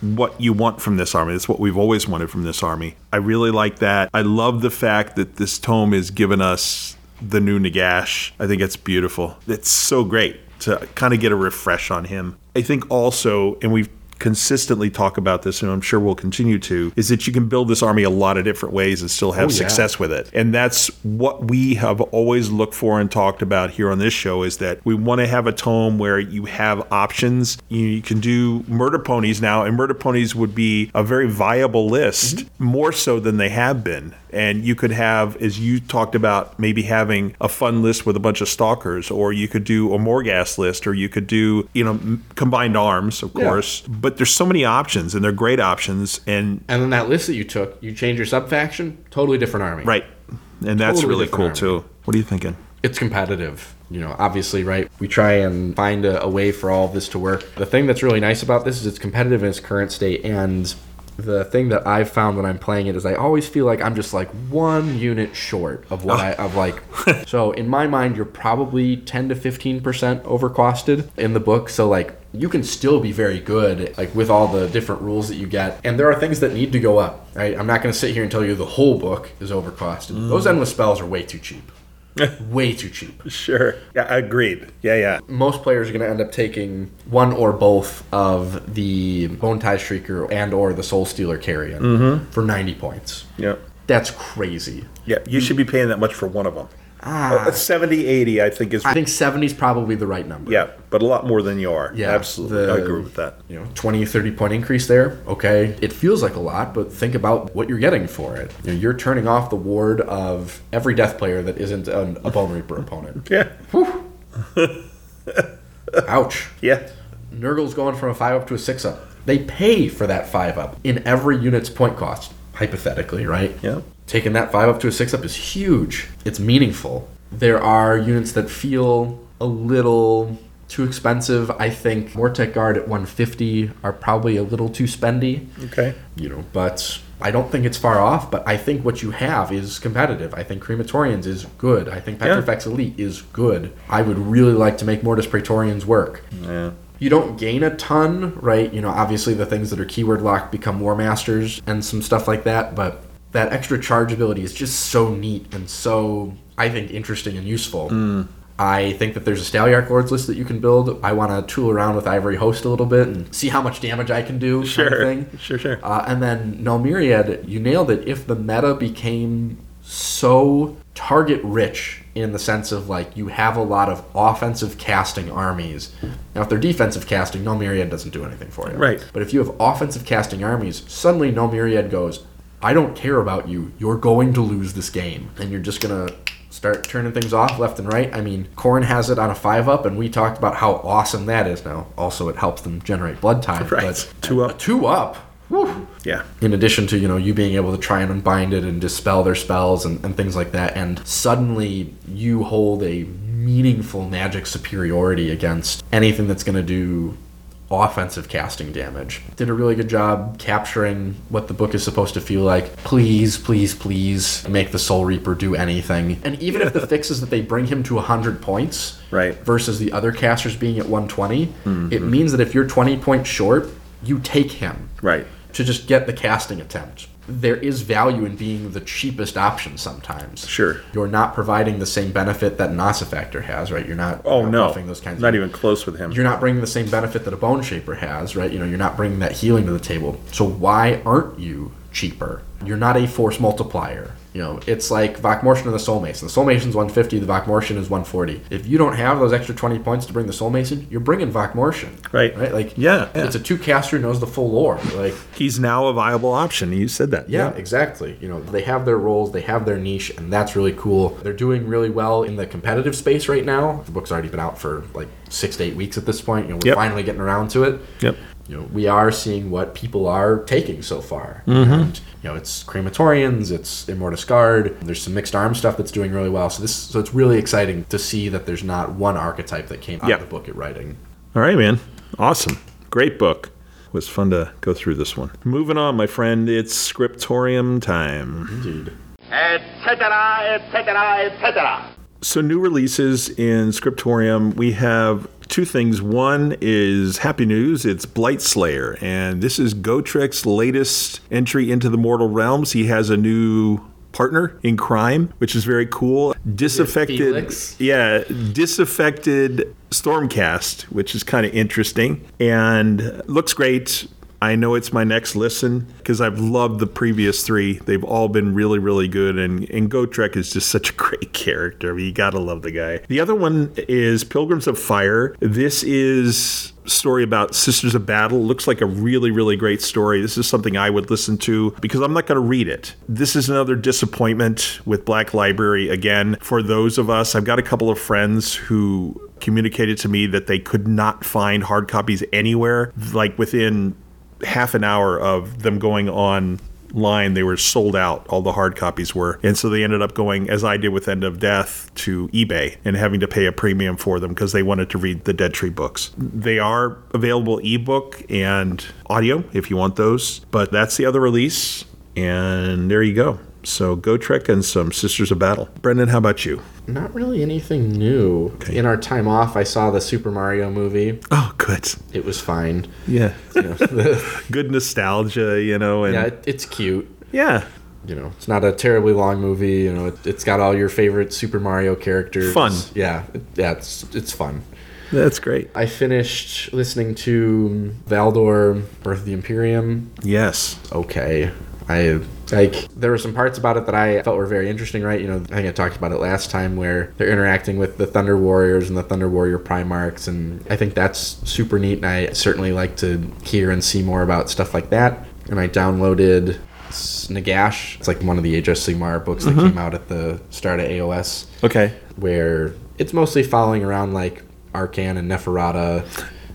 [SPEAKER 3] what you want from this army. That's what we've always wanted from this army. I really like that. I love the fact that this tome has given us the new Nagash. I think it's beautiful. It's so great. to kind of get a refresh on him. I think also, and we've consistently talk about this and I'm sure we'll continue to is that you can build this army a lot of different ways and still have
[SPEAKER 4] Oh,
[SPEAKER 9] yeah.
[SPEAKER 3] success with it. And that's what we have always looked for and talked about here on this show is that we want to have a tome where you have options. You, you can do murder ponies now and murder ponies would be a very viable list
[SPEAKER 4] Mm-hmm.
[SPEAKER 3] more so than they have been. And you could have, as you talked about, maybe having a fun list with a bunch of stalkers, or you could do a Morgas list, or you could do, you know, m- combined arms, of course. But there's so many options, and they're great options. And
[SPEAKER 4] And then that list that you took, you change your sub faction, totally different army.
[SPEAKER 3] right, and that's
[SPEAKER 4] Totally
[SPEAKER 3] really cool
[SPEAKER 4] different
[SPEAKER 3] too. What are you thinking?
[SPEAKER 4] it's competitive. You know, obviously, right? We try and find a, a way for all of this to work. The thing that's really nice about this is it's competitive in its current state. And the thing that I've found when I'm playing it is I always feel like I'm just like one unit short of what I, of like. so in my mind, you're probably 10 to 15% overcosted in the book. So, like, you can still be very good, like with all the different rules that you get. And there are things that need to go up. Right? I'm not going to sit here and tell you the whole book is overcosted. Those endless spells are way too cheap. way too cheap
[SPEAKER 3] Sure. Yeah, agreed. Yeah, yeah.
[SPEAKER 4] most players are going to end up taking one or both of the Bone Tie Shrieker and or the Soul Stealer Carrion
[SPEAKER 3] Mm-hmm.
[SPEAKER 4] for 90 points.
[SPEAKER 3] Yeah.
[SPEAKER 4] That's crazy.
[SPEAKER 3] Yeah, you should be paying that much for one of them. Ah. 70, 80, I think is.
[SPEAKER 4] I think 70 is probably the right number.
[SPEAKER 3] yeah, but a lot more than you are.
[SPEAKER 4] Yeah,
[SPEAKER 3] absolutely. I
[SPEAKER 4] the-
[SPEAKER 3] agree with that.
[SPEAKER 4] You know, 20, 30 point increase there. Okay. It feels like a lot, but think about what you're getting for it. You know, you're turning off the ward of every death player that isn't an, a Bone Reaper opponent.
[SPEAKER 3] Yeah,
[SPEAKER 4] Ouch.
[SPEAKER 3] yeah.
[SPEAKER 4] Nurgle's going from a five up to a six up. They pay for that five up in every unit's point cost, hypothetically, right?
[SPEAKER 3] Yeah.
[SPEAKER 4] Taking that five up to a six up is huge. It's meaningful. There are units that feel a little too expensive. I think Mortec Guard at 150 are probably a little too spendy
[SPEAKER 3] Okay.
[SPEAKER 4] you know, but I don't think it's far off. But I think what you have is competitive. I think Crematorians is good. I think Petrifex Elite is good. I would really like to make Mortis Praetorians work. Yeah. You don't gain a ton, right? You know, obviously the things that are keyword locked become War Masters and some stuff like that, but that extra charge ability is just so neat and so, I think, interesting and useful. I think that there's a Stalyarch Lords list that you can build. I want to tool around with Ivory Host a little bit and see how much damage I can do. Kind of
[SPEAKER 3] Sure.
[SPEAKER 4] thing.
[SPEAKER 3] Sure, sure.
[SPEAKER 4] Uh, and then no myriad, you nailed it. If the meta became so target rich in the sense of like you have a lot of offensive casting armies. Now, if they're defensive casting, no myriad doesn't do anything for you.
[SPEAKER 3] Right.
[SPEAKER 4] But if you have offensive casting armies, suddenly no myriad goes, I don't care about you. You're going to lose this game. And you're just going to start turning things off left and right. I mean, Corn has it on a five up, and we talked about how awesome that is now. Also, it helps them generate blood tide.
[SPEAKER 3] Right.
[SPEAKER 4] But
[SPEAKER 3] Two up.
[SPEAKER 4] A two up. Woo
[SPEAKER 3] Yeah.
[SPEAKER 4] in addition to you know you being able to try and unbind it and dispel their spells and, and things like that and suddenly you hold a meaningful magic superiority against anything that's going to do offensive casting damage did a really good job capturing what the book is supposed to feel like please please please make the soul reaper do anything and even if the fix is that they bring him to 100 points
[SPEAKER 3] Right.
[SPEAKER 4] versus the other casters being at 120 it means that if you're 20 points short you take him
[SPEAKER 3] Right.
[SPEAKER 4] to just get the casting attempt. There is value in being the cheapest option sometimes.
[SPEAKER 3] Sure.
[SPEAKER 4] You're not providing the same benefit that an Ossa Factor has, right? You're not
[SPEAKER 3] Oh
[SPEAKER 4] you're
[SPEAKER 3] no.
[SPEAKER 4] not buffing those kinds
[SPEAKER 3] Not
[SPEAKER 4] of
[SPEAKER 3] even close with him.
[SPEAKER 4] you're not bringing the same benefit that a bone shaper has, right? You know, you're not bringing that healing to the table. So why aren't you cheaper? You're not a force multiplier. You know, it's like Vokmortion and the Soul Mason. The Soul Mason's 150, the Vokmortion is 140. If you don't have those extra 20 points to bring the Soul Mason, you're bringing Vokmortion.
[SPEAKER 3] Right.
[SPEAKER 4] Right? Like,
[SPEAKER 3] Yeah, yeah.
[SPEAKER 4] It's a two caster who knows the full lore. Like,
[SPEAKER 3] He's now a viable option. You said that.
[SPEAKER 4] yeah, exactly. You know, they have their roles, they have their niche, and that's really cool. They're doing really well in the competitive space right now. The book's already been out for like six to eight weeks at this point. You know, we're
[SPEAKER 3] Yep.
[SPEAKER 4] finally getting around to it.
[SPEAKER 3] Yep.
[SPEAKER 4] You know, we are seeing what people are taking so far. And, you know, it's crematorians, it's Immortus Guard. There's some mixed arm stuff that's doing really well. So this, so it's really exciting to see that there's not one archetype that came out
[SPEAKER 3] Yeah.
[SPEAKER 4] of the book at writing.
[SPEAKER 3] All right, man. Awesome. Great book. It was fun to go through this one. Moving on, my friend. It's scriptorium time.
[SPEAKER 4] Indeed.
[SPEAKER 3] So, new releases in scriptorium. We have two things. One is happy news. It's Blight Slayer, and this is Gotrek's latest entry into the mortal realms. He has a new partner in crime, which is very cool. Disaffected,
[SPEAKER 4] Felix?
[SPEAKER 3] yeah, disaffected Stormcast, which is kind of interesting and looks great. I know it's my next listen because I've loved the previous three. They've all been really, really good, and and Gotrek is just such a great character. I mean, you gotta love the guy. The other one is Pilgrims of Fire. This is story about Sisters of Battle. Looks like a really, really great story. This is something I would listen to because I'm not going to read it. This is another disappointment with Black Library again. For those of us, I've got a couple of friends who communicated to me that they could not find hard copies anywhere. Like within half an hour of them going on line they were sold out all the hard copies were and so they ended up going as i did with end of death to ebay and having to pay a premium for them because they wanted to read the dead tree books they are available ebook and audio if you want those but that's the other release and there you go so go trek and some sisters of battle brendan how about you
[SPEAKER 4] Not really anything new. In our time off, I saw the Super Mario movie.
[SPEAKER 3] oh good
[SPEAKER 4] It was fine.
[SPEAKER 3] yeah
[SPEAKER 4] You know,
[SPEAKER 3] good nostalgia you know and
[SPEAKER 4] yeah,
[SPEAKER 3] yeah,
[SPEAKER 4] it, it's cute.
[SPEAKER 3] yeah.
[SPEAKER 4] You know, it's not a terribly long movie. You know, it, it's got all your favorite Super Mario characters.
[SPEAKER 3] Fun.
[SPEAKER 4] Yeah, it, yeah, it's it's fun.
[SPEAKER 3] that's great
[SPEAKER 4] I finished listening to Valdor, Birth of the Imperium.
[SPEAKER 3] yes
[SPEAKER 4] okay. I like there were some parts about it that I felt were very interesting, right? You know, I think I talked about it last time where they're interacting with the Thunder Warriors and the Thunder Warrior Primarchs, and I think that's super neat. And I certainly like to hear and see more about stuff like that. And I downloaded Snagash. It's like one of the HSCMAR books that came out at the start of AOS
[SPEAKER 3] okay
[SPEAKER 4] where it's mostly following around like Arcan and Neferata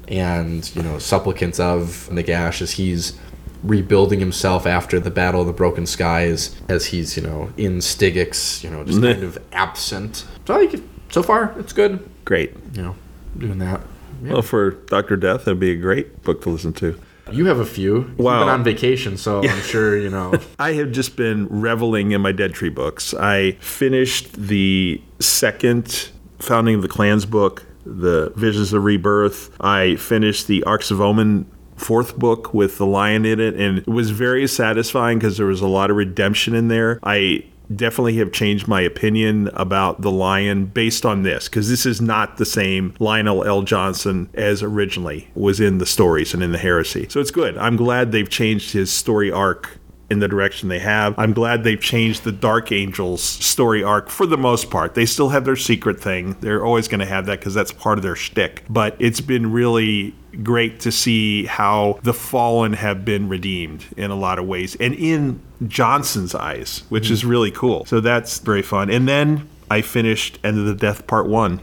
[SPEAKER 4] and, you know, supplicants of Nagash as he's rebuilding himself after the Battle of the Broken Skies, as he's, you know, in Stygics, you know, just
[SPEAKER 3] Meh.
[SPEAKER 4] kind of absent. So I like it. So far, it's good.
[SPEAKER 3] great
[SPEAKER 4] You know, doing that.
[SPEAKER 3] Well, for Doctor Death, that'd be a great book to listen to.
[SPEAKER 4] You have a few. You've
[SPEAKER 3] Wow.
[SPEAKER 4] been on vacation, so I'm sure, you know.
[SPEAKER 3] I have just been reveling in my Dead Tree books. I finished the second Founding of the Clans book, the Visions of Rebirth. I finished the Arcs of Omen fourth book with the lion in it, and it was very satisfying because there was a lot of redemption in there. I definitely have changed my opinion about the lion based on this because this is not the same lionel l johnson as originally was in the stories and in the heresy so it's good i'm glad they've changed his story arc in the direction they have. I'm glad they've changed the Dark Angels story arc for the most part. They still have their secret thing. They're always going to have that because that's part of their shtick. But it's been really great to see how the fallen have been redeemed in a lot of ways and in Johnson's eyes, which is really cool. So that's very fun. And then I finished End of the Death Part 1.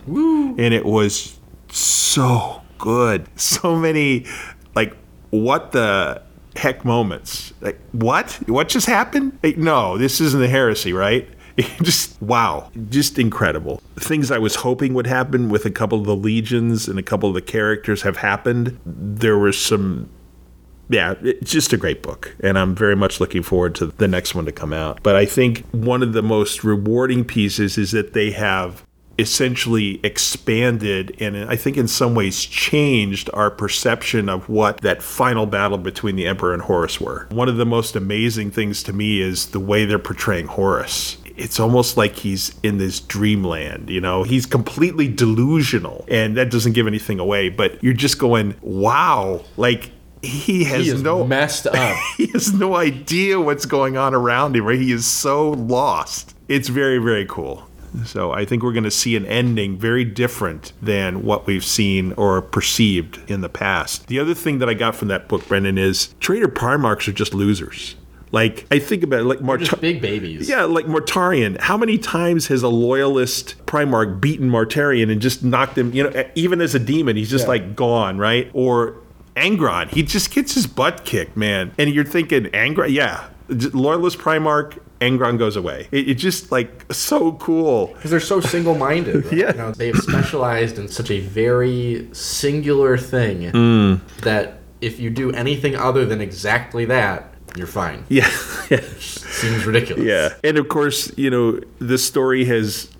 [SPEAKER 3] And it was so good. So many, like, what the heck moments. Like, what? What just happened? Like, no, this isn't a heresy, right? just wow, just incredible. Things I was hoping would happen with a couple of the legions and a couple of the characters have happened. There were some yeah, it's just a great book, and I'm very much looking forward to the next one to come out. But I think one of the most rewarding pieces is that they have essentially expanded and I think in some ways changed our perception of what that final battle between the Emperor and Horus were. One of the most amazing things to me is the way they're portraying Horus it's almost like he's in this dreamland, you know? He's completely delusional, and that doesn't give anything away, but you're just going, wow, like he has
[SPEAKER 4] he is
[SPEAKER 3] no
[SPEAKER 4] messed up.
[SPEAKER 3] he has no idea what's going on around him, right? He is so lost. It's very, very cool. So I think we're going to see an ending very different than what we've seen or perceived in the past. The other thing that I got from that book, Brendan, is Trader Primarchs are just losers. Like I think about it, like March.
[SPEAKER 4] Just big babies.
[SPEAKER 3] Yeah, like Mortarian. How many times has a loyalist Primarch beaten Mortarian and just knocked him? You know, e, even as a demon, he's just like gone, right? Or Angron, he just gets his butt kicked, man. And you're thinking Angron, yeah, j- loyalist Primarch, Angron goes away. It, it just like so cool.
[SPEAKER 4] because they're so single-minded. right?
[SPEAKER 3] Yeah.
[SPEAKER 4] You know, they've specialized in such a very singular thing
[SPEAKER 3] Hmm.
[SPEAKER 4] that if you do anything other than exactly that, you're fine.
[SPEAKER 3] Yeah.
[SPEAKER 4] Seems ridiculous.
[SPEAKER 3] Yeah. And of course, you know, this story has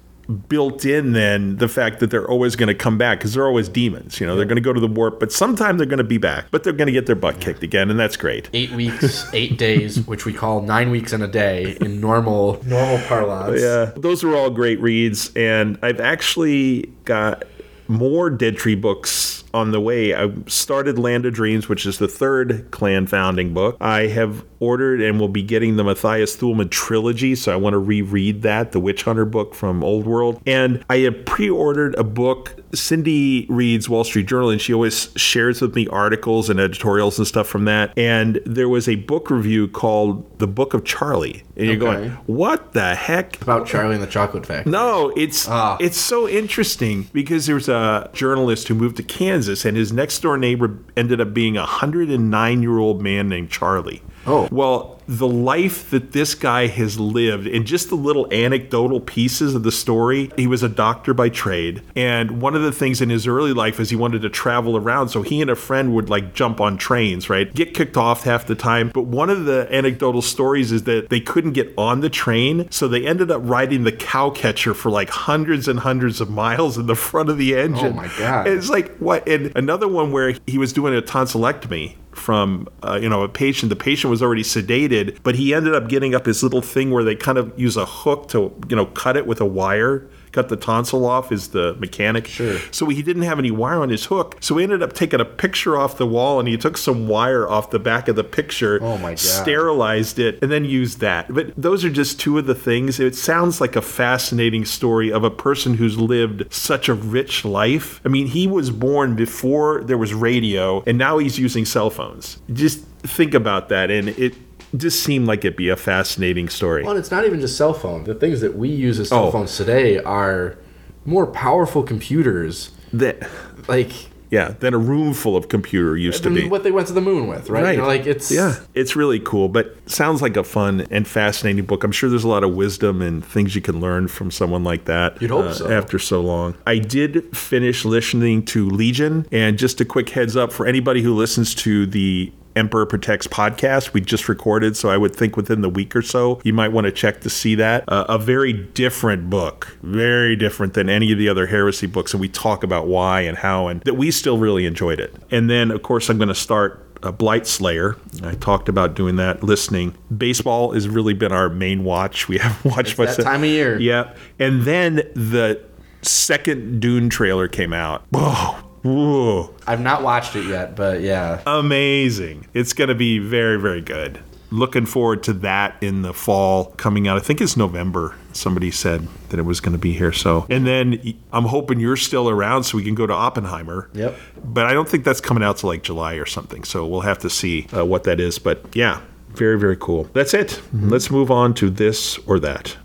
[SPEAKER 3] built in then the fact that they're always going to come back because they're always demons. You know, they're going to go to the warp, but sometime they're going to be back, but they're going to get their butt kicked again, and that's great.
[SPEAKER 4] Eight weeks, eight days, which we call nine weeks in a day in normal.
[SPEAKER 9] Normal parlance.
[SPEAKER 3] Yeah, those were all great reads, and I've actually got more Dead Tree books on the way. I started Land of Dreams, which is the third clan founding book. I have ordered and will be getting the Matthias Thulman trilogy, so I want to reread that, the Witch Hunter book from Old World. And I have pre-ordered a book. Cindy reads Wall Street Journal, and she always shares with me articles and editorials and stuff from that. And there was a book review called The Book of Charlie, and you're
[SPEAKER 4] Okay.
[SPEAKER 3] going, "What the heck?"
[SPEAKER 4] About Charlie and the Chocolate Factory.
[SPEAKER 3] No, it's it's so interesting because there was a journalist who moved to Kansas, and his next door neighbor ended up being a hundred and nine year old man named Charlie.
[SPEAKER 4] Oh.
[SPEAKER 3] well, the life that this guy has lived, and just the little anecdotal pieces of the story. He was a doctor by trade, and one of the things in his early life is he wanted to travel around, so he and a friend would like jump on trains, right? Get kicked off half the time. But one of the anecdotal stories is that they couldn't get on the train, so they ended up riding the cow catcher for like hundreds and hundreds of miles in the front of the engine.
[SPEAKER 9] Oh, my God.
[SPEAKER 3] And it's like what? And another one where he was doing a tonsillectomy from uh, you know a patient. The patient was already sedated, but he ended up getting up his little thing where they kind of use a hook to you know cut it with a wire. Cut the tonsil off is the mechanic. Sure. So he didn't have any wire on his hook. So he ended up taking a picture off the wall, and he took some wire off the back of the picture.
[SPEAKER 9] Oh, my God.
[SPEAKER 3] Sterilized it, and then used that. But those are just two of the things. It sounds like a fascinating story of a person who's lived such a rich life. I mean, he was born before there was radio, and now he's using cell phones. Just think about that, and it just seemed like it'd be a fascinating story.
[SPEAKER 4] Well, and it's not even just cell phone. The things that we use as cell
[SPEAKER 3] Oh.
[SPEAKER 4] phones today are more powerful computers.
[SPEAKER 3] That,
[SPEAKER 4] Like
[SPEAKER 3] yeah, than a room full of computer used to be.
[SPEAKER 4] what they went to the moon with, right? You know, like it's
[SPEAKER 3] yeah, it's really cool, but sounds like a fun and fascinating book. I'm sure there's a lot of wisdom and things you can learn from someone like that. Uh,
[SPEAKER 4] You'd hope so.
[SPEAKER 3] After so long, I did finish listening to Legion, and just a quick heads up for anybody who listens to the. Emperor Protects podcast we just recorded, so I would think within the week or so you might want to check to see that. Uh, a very different book, very different than any of the other heresy books, and we talk about why and how, and that we still really enjoyed it. And then, of course, I'm going to start a Blight Slayer. I talked about doing that, listening. Baseball has really been our main watch. We haven't watched
[SPEAKER 4] It's that time of year.
[SPEAKER 3] Yeah. And then the second Dune trailer came out. Whoa. Whoa.
[SPEAKER 4] I've not watched it yet, but yeah.
[SPEAKER 3] Amazing. It's going to be very, very good. Looking forward to that in the fall coming out. I think it's November. Somebody said that it was going to be here. So, and then I'm hoping you're still around so we can go to Oppenheimer.
[SPEAKER 4] Yep.
[SPEAKER 3] But I don't think that's coming out till like July or something. So we'll have to see uh, what that is. But yeah, very, very cool. That's it. Let's move on to this or that.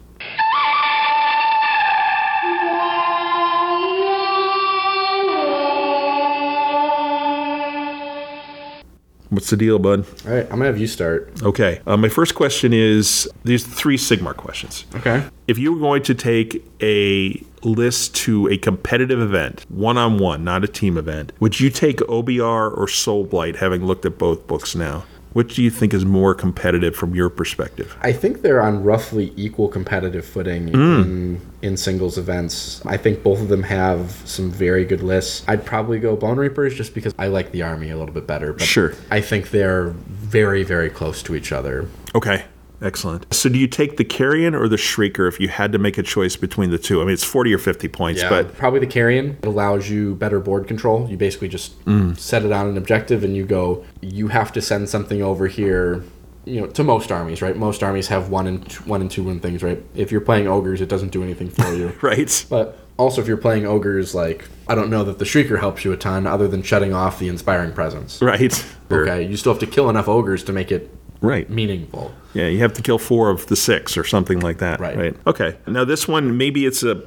[SPEAKER 3] What's the deal, bud?
[SPEAKER 4] All right, I'm gonna have you start.
[SPEAKER 3] Okay. Uh, my first question is these three Sigmar questions.
[SPEAKER 4] Okay.
[SPEAKER 3] If you were going to take a list to a competitive event, one on one, not a team event, would you take OBR or Soul Blight, having looked at both books now? Which do you think is more competitive from your perspective?
[SPEAKER 4] I think they're on roughly equal competitive footing in, in singles events. I think both of them have some very good lists. I'd probably go Bone Reapers just because I like the army a little bit better. But
[SPEAKER 3] Sure.
[SPEAKER 4] I think they're very, very close to each other.
[SPEAKER 3] Okay. Excellent. So, do you take the Carrion or the Shrieker if you had to make a choice between the two? I mean, it's 40 or 50 points, but
[SPEAKER 4] probably the carrion it allows you better board control. You basically just set it on an objective and you go. You have to send something over here. You know, to most armies, right? Most armies have one and two, one and two win things, right? If you're playing ogres, it doesn't do anything for you.
[SPEAKER 3] right.
[SPEAKER 4] But also, if you're playing ogres, like I don't know that the shrieker helps you a ton, other than shutting off the inspiring presence.
[SPEAKER 3] Right.
[SPEAKER 4] Okay, you still have to kill enough ogres to make it
[SPEAKER 3] Right.
[SPEAKER 4] meaningful.
[SPEAKER 3] Yeah, you have to kill four of the six or something like that.
[SPEAKER 4] Right.
[SPEAKER 3] Right. Okay. Now this one, maybe it's a.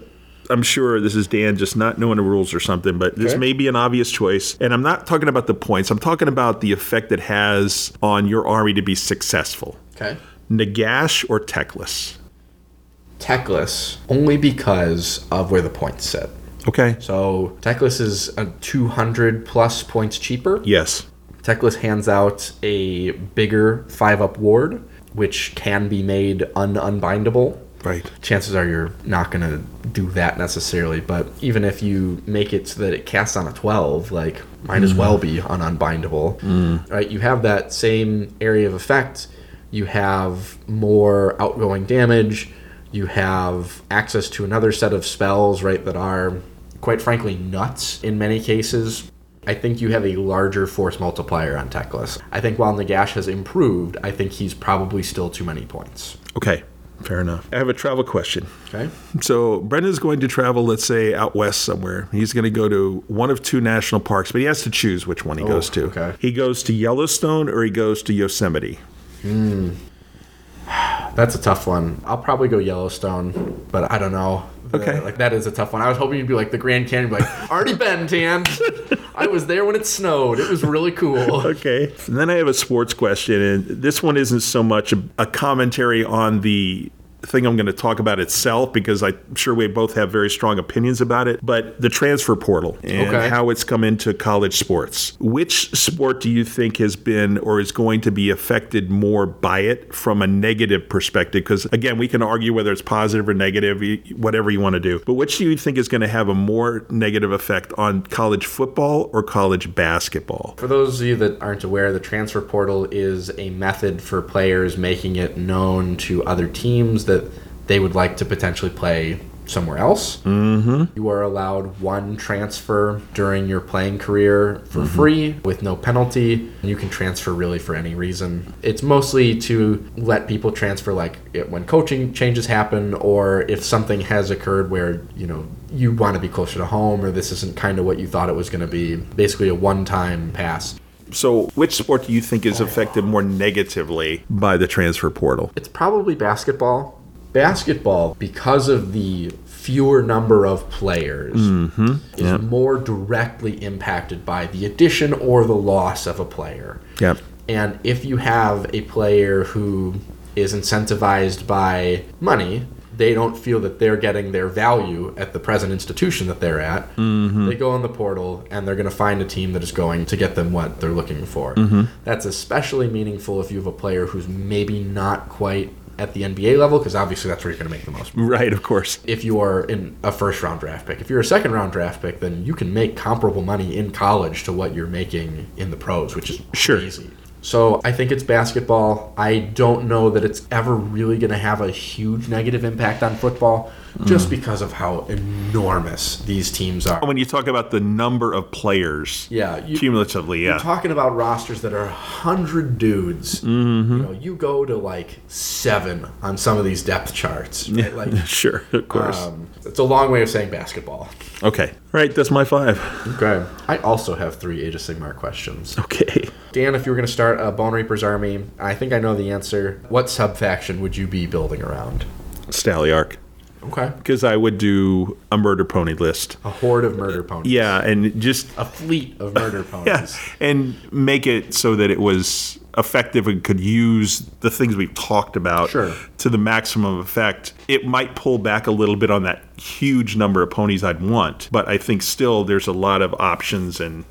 [SPEAKER 3] I'm sure this is Dan just not knowing the rules or something, but this may be an obvious choice. And I'm not talking about the points. I'm talking about the effect it has on your army to be successful.
[SPEAKER 4] Okay.
[SPEAKER 3] Nagash or Techless?
[SPEAKER 4] Techless only because of where the points sit.
[SPEAKER 3] Okay.
[SPEAKER 4] So Techless is a 200 plus points cheaper.
[SPEAKER 3] Yes.
[SPEAKER 4] Techless hands out a bigger five up ward, which can be made un unbindable.
[SPEAKER 3] Right.
[SPEAKER 4] chances are you're not going to do that necessarily. But even if you make it so that it casts on a 12, like, might as well be on Unbindable. Right? You have that same area of effect. You have more outgoing damage. You have access to another set of spells, right, that are, quite frankly, nuts in many cases. I think you have a larger force multiplier on Teclis. I think while Nagash has improved, I think he's probably still too many points.
[SPEAKER 3] Okay. Fair enough. I have a travel question.
[SPEAKER 4] Okay?
[SPEAKER 3] So Brendan's going to travel, let's say, out west somewhere. He's going to go to one of two national parks, but he has to choose which one he goes to.
[SPEAKER 4] okay.
[SPEAKER 3] He goes to Yellowstone or he goes to Yosemite.
[SPEAKER 4] That's a tough one. I'll probably go Yellowstone, but I don't know. The-
[SPEAKER 3] Okay.
[SPEAKER 4] Like that is a tough one. I was hoping you'd be like the Grand Canyon, be like already been tan. I was there when it snowed. It was really cool.
[SPEAKER 3] Okay. And then I have a sports question, and this one isn't so much a, a commentary on the thing I'm going to talk about itself because I'm sure we both have very strong opinions about it, but the transfer portal and
[SPEAKER 4] Okay.
[SPEAKER 3] how it's come into college sports. Which sport do you think has been or is going to be affected more by it from a negative perspective? Because again, we can argue whether it's positive or negative, y- whatever you want to do. But which do you think is going to have a more negative effect on college football or college basketball?
[SPEAKER 4] For those of you that aren't aware, the transfer portal is a method for players making it known to other teams that they would like to potentially play somewhere else. You are allowed one transfer during your playing career for free with no penalty. You can transfer really for any reason. It's mostly to let people transfer, like it- when coaching changes happen, or if something has occurred where, you know, you want to be closer to home, or this isn't kind of what you thought it was going to be. Basically, a one time pass.
[SPEAKER 3] So, which sport do you think is affected more negatively by the transfer portal?
[SPEAKER 4] It's probably basketball. Basketball, because of the fewer number of players, is more directly impacted by the addition or the loss of a player.
[SPEAKER 3] Yeah.
[SPEAKER 4] And if you have a player who is incentivized by money, they don't feel that they're getting their value at the present institution that they're at. They go on the portal and they're going to find a team that is going to get them what they're looking for. That's especially meaningful if you have a player who's maybe not quite at the NBA level, because obviously that's where you're going to make the most.
[SPEAKER 3] Right, of course.
[SPEAKER 4] If you are in a first round draft pick, if you're a second round draft pick, then you can make comparable money in college to what you're making in the pros, which is
[SPEAKER 3] Sure.
[SPEAKER 4] crazy. So I think it's basketball. I don't know that it's ever really going to have a huge negative impact on football,
[SPEAKER 3] Hmm.
[SPEAKER 4] just because of how enormous these teams are.
[SPEAKER 3] When you talk about the number of players,
[SPEAKER 4] Yeah, you-
[SPEAKER 3] cumulatively,
[SPEAKER 4] You're
[SPEAKER 3] yeah,
[SPEAKER 4] talking about rosters that are hundred dudes.
[SPEAKER 3] Mm-hmm.
[SPEAKER 4] You know, you go to like seven on some of these depth charts. Right? Like,
[SPEAKER 3] sure, of course.
[SPEAKER 4] um, it's a long way of saying basketball.
[SPEAKER 3] Uh, okay, All right, that's my five.
[SPEAKER 4] Okay. I also have three Age of Sigmar questions.
[SPEAKER 3] Okay,
[SPEAKER 4] Dan, if you were going to start a Bone Reaper's army, I think I know the answer. What sub faction would you be building around?
[SPEAKER 3] Staliarch,
[SPEAKER 4] Okay.
[SPEAKER 3] because I would do a murder pony list.
[SPEAKER 4] A horde of murder ponies.
[SPEAKER 3] Yeah, and just
[SPEAKER 4] A fleet of murder ponies.
[SPEAKER 3] yeah, and make it so that it was effective and could use the things we've talked about
[SPEAKER 4] Sure.
[SPEAKER 3] to the maximum effect. It might pull back a little bit on that huge number of ponies I'd want, but I think still there's a lot of options and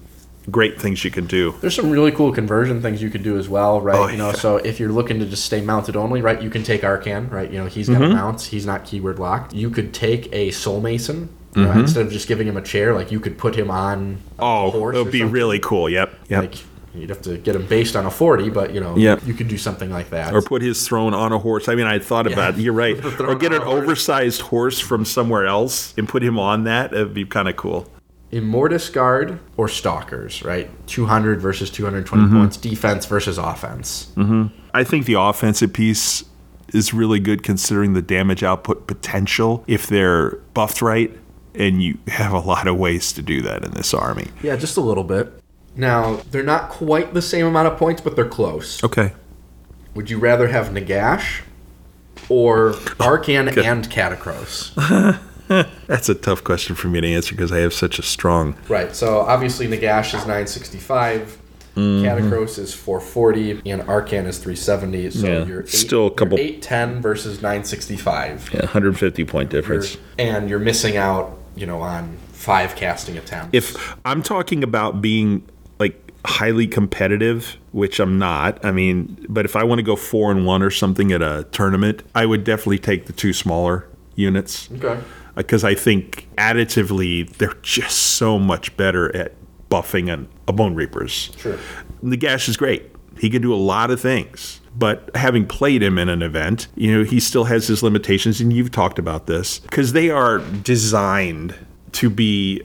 [SPEAKER 3] great things you can do.
[SPEAKER 4] There's some really cool conversion things you could do as well, right?
[SPEAKER 3] Oh,
[SPEAKER 4] you know,
[SPEAKER 3] yeah.
[SPEAKER 4] so if you're looking to just stay mounted only, right, you can take Arcan, right? You know, he's got
[SPEAKER 3] Mm-hmm.
[SPEAKER 4] mounts, he's not keyword locked. You could take a Soul Mason. you know, instead of just giving him a chair, like you could put him on a
[SPEAKER 3] Mm-hmm. Oh,
[SPEAKER 4] horse
[SPEAKER 3] it
[SPEAKER 4] or
[SPEAKER 3] would be
[SPEAKER 4] something.
[SPEAKER 3] really cool. Yep. Yep.
[SPEAKER 4] Like you'd have to get him based on a forty, but you know,
[SPEAKER 3] Yep.
[SPEAKER 4] you could do something like that.
[SPEAKER 3] or put his throne on a horse. I mean, I thought about it. You're right.
[SPEAKER 4] Put the throne
[SPEAKER 3] or get
[SPEAKER 4] on
[SPEAKER 3] an
[SPEAKER 4] a horse.
[SPEAKER 3] oversized horse from somewhere else and put him on that. It'd be kind of cool.
[SPEAKER 4] Immortus Guard or Stalkers, right? 200 versus 220
[SPEAKER 3] Mm-hmm.
[SPEAKER 4] points, defense versus offense.
[SPEAKER 3] Mm. I think the offensive piece is really good considering the damage output potential if they're buffed right. And you have a lot of ways to do that in this army.
[SPEAKER 4] Yeah, just a little bit. Now, they're not quite the same amount of points, but they're close.
[SPEAKER 3] Okay.
[SPEAKER 4] Would you rather have Nagash or Arcan and Catacross?
[SPEAKER 3] That's a tough question for me to answer because I have such a strong.
[SPEAKER 4] right, so obviously Nagash is 965.
[SPEAKER 3] Mm-hmm.
[SPEAKER 4] Catacross is 440 and Arcan is 370, so
[SPEAKER 3] Yeah,
[SPEAKER 4] you're eight,
[SPEAKER 3] still a couple-
[SPEAKER 4] you're 810 versus 965.
[SPEAKER 3] Yeah, 150 point
[SPEAKER 4] You're-
[SPEAKER 3] difference.
[SPEAKER 4] and you're missing out, you know, on five casting attempts.
[SPEAKER 3] If I'm talking about being like highly competitive, which I'm not. I mean, but if I want to go four and one or something at a tournament, I would definitely take the two smaller units
[SPEAKER 4] Okay.
[SPEAKER 3] because I think additively they're just so much better at buffing an, a Bone Reapers.
[SPEAKER 4] Sure.
[SPEAKER 3] Nagash is great. He can do a lot of things. But having played him in an event, you know, he still has his limitations, and you've talked about this because they are designed to be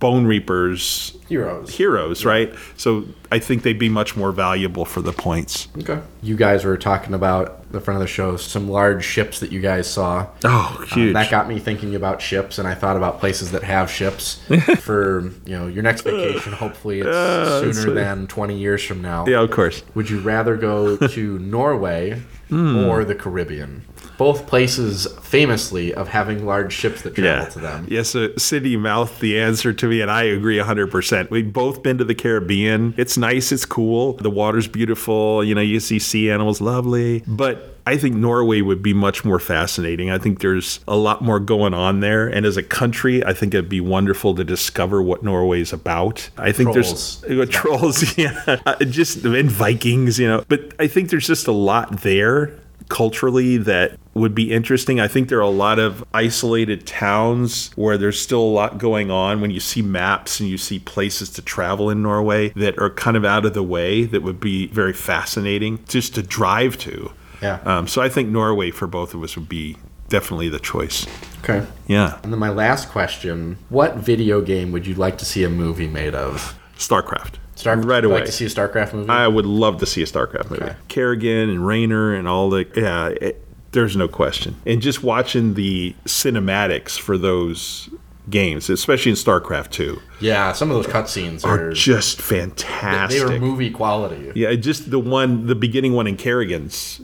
[SPEAKER 3] Bone Reapers
[SPEAKER 4] Heroes.
[SPEAKER 3] heroes, right? So I think they'd be much more valuable for the points.
[SPEAKER 4] Okay. You guys were talking about the front of the show, some large ships that you guys saw.
[SPEAKER 3] Oh,
[SPEAKER 4] Um, that got me thinking about ships, and I thought about places that have ships for you know your next vacation. Hopefully, it's sooner than 20 years from now.
[SPEAKER 3] yeah, of course.
[SPEAKER 4] Would you rather go to Norway or the Caribbean? Both places famously of having large ships that travel
[SPEAKER 3] Yeah.
[SPEAKER 4] to them.
[SPEAKER 3] Yes, uh, City mouthed the answer to me, and I agree 100%. We've both been to the Caribbean. It's nice, it's cool. The water's beautiful. You know, you see sea animals, lovely. But I think Norway would be much more fascinating. I think there's a lot more going on there. And as a country, I think it'd be wonderful to discover what Norway's about. I think
[SPEAKER 4] Trolls.
[SPEAKER 3] there's uh, trolls, yeah, Uh, just and Vikings, you know. But I think there's just a lot there culturally that would be interesting. I think there are a lot of isolated towns where there's still a lot going on when you see maps and you see places to travel in Norway that are kind of out of the way that would be very fascinating just to drive to.
[SPEAKER 4] Yeah. Uh,
[SPEAKER 3] Um, so I think Norway for both of us would be definitely the choice.
[SPEAKER 4] Okay.
[SPEAKER 3] Yeah.
[SPEAKER 4] And then my last question: What video game would you like to see a movie made of?
[SPEAKER 3] StarCraft.
[SPEAKER 4] Starcraft.
[SPEAKER 3] Right
[SPEAKER 4] I'd
[SPEAKER 3] away.
[SPEAKER 4] Like to see a Starcraft movie.
[SPEAKER 3] I would love to see a StarCraft movie.
[SPEAKER 4] Okay.
[SPEAKER 3] Kerrigan and Rayner and all the yeah, it, there's no question. And just watching the cinematics for those games, especially in StarCraft 2,
[SPEAKER 4] yeah, some of those cutscenes
[SPEAKER 3] are
[SPEAKER 4] are.
[SPEAKER 3] just
[SPEAKER 4] they
[SPEAKER 3] fantastic.
[SPEAKER 4] were movie quality.
[SPEAKER 3] yeah, just the one, the beginning one in Kerrigan's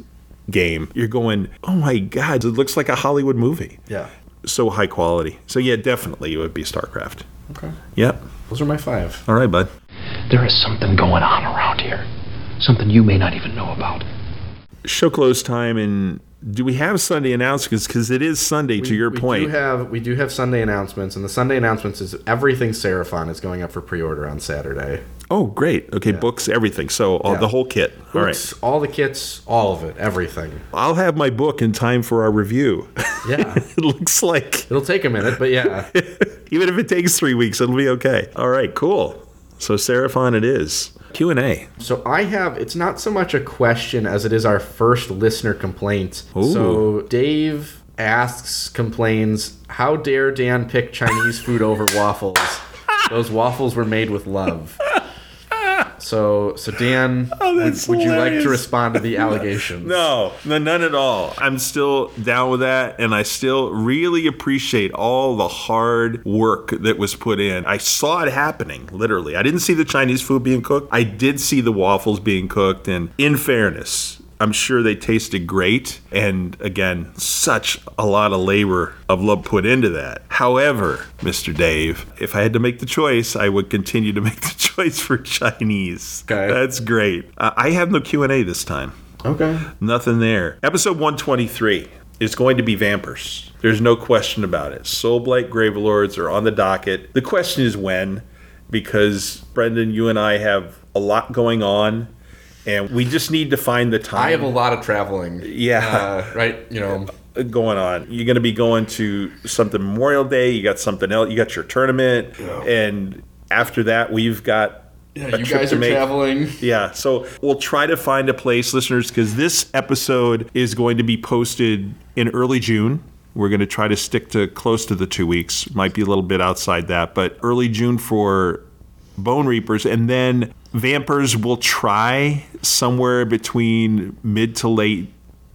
[SPEAKER 3] game, you're going, oh my god, it looks like a Hollywood movie.
[SPEAKER 4] Yeah.
[SPEAKER 3] So high quality. So yeah, definitely it would be StarCraft.
[SPEAKER 4] Okay.
[SPEAKER 3] Yep.
[SPEAKER 4] Those are my five.
[SPEAKER 3] All right, bud.
[SPEAKER 5] There is something going on around here. Something you may not even know about.
[SPEAKER 3] Show close time and. Do we have Sunday announcements? Because it is Sunday, to your
[SPEAKER 4] we
[SPEAKER 3] point.
[SPEAKER 4] do have we do have Sunday announcements, and the Sunday announcements is everything Seraphon is going up for pre-order on Saturday.
[SPEAKER 3] Oh, great. Okay, books, everything. So all,
[SPEAKER 4] Yeah.
[SPEAKER 3] the whole kit. All right.
[SPEAKER 4] Books, all the kits, all of it, everything.
[SPEAKER 3] I'll have my book in time for our review.
[SPEAKER 4] Yeah,
[SPEAKER 3] it looks like,
[SPEAKER 4] it'll take a minute, but yeah,
[SPEAKER 3] even if it takes three weeks, it'll be okay. All right, cool. So Seraphon it is. Q&A.
[SPEAKER 4] So I have it's not so much a question as it is our first listener complaint. So Dave asks, complains, how dare Dan pick Chinese food over waffles? Those waffles were made with love. So so Dan, would,
[SPEAKER 3] Oh, that's
[SPEAKER 4] would you like
[SPEAKER 3] hilarious.
[SPEAKER 4] to respond to the allegations?
[SPEAKER 3] No, no, none at all. I'm still down with that, and I still really appreciate all the hard work that was put in. I saw it happening, literally. I didn't see the Chinese food being cooked. I did see the waffles being cooked, and in fairness, I'm sure they tasted great. And again, such a lot of labor of love put into that. However, Mr. Dave, if I had to make the choice, I would continue to make the choice for Chinese.
[SPEAKER 4] Okay.
[SPEAKER 3] That's great. Uh, I have no Q&A this time.
[SPEAKER 4] Okay.
[SPEAKER 3] Nothing there. Episode 123 is going to be vampers. There's no question about it. Soulblight Gravelords are on the docket. The question is when, because Brendan, you and I have a lot going on, and we just need to find the time
[SPEAKER 4] I have a lot of traveling.
[SPEAKER 3] Yeah.
[SPEAKER 4] Uh, right, you know.
[SPEAKER 3] going on. You're going to be going to something Memorial Day. You got something else. You got your tournament, and after that, we've got. a
[SPEAKER 4] you
[SPEAKER 3] trip
[SPEAKER 4] guys
[SPEAKER 3] to
[SPEAKER 4] are
[SPEAKER 3] make.
[SPEAKER 4] traveling.
[SPEAKER 3] Yeah, so we'll try to find a place, listeners, because this episode is going to be posted in early June. We're going to try to stick to close to the two weeks. Might be a little bit outside that, but early June for Bone Reapers, and then Vampers will try somewhere between mid to late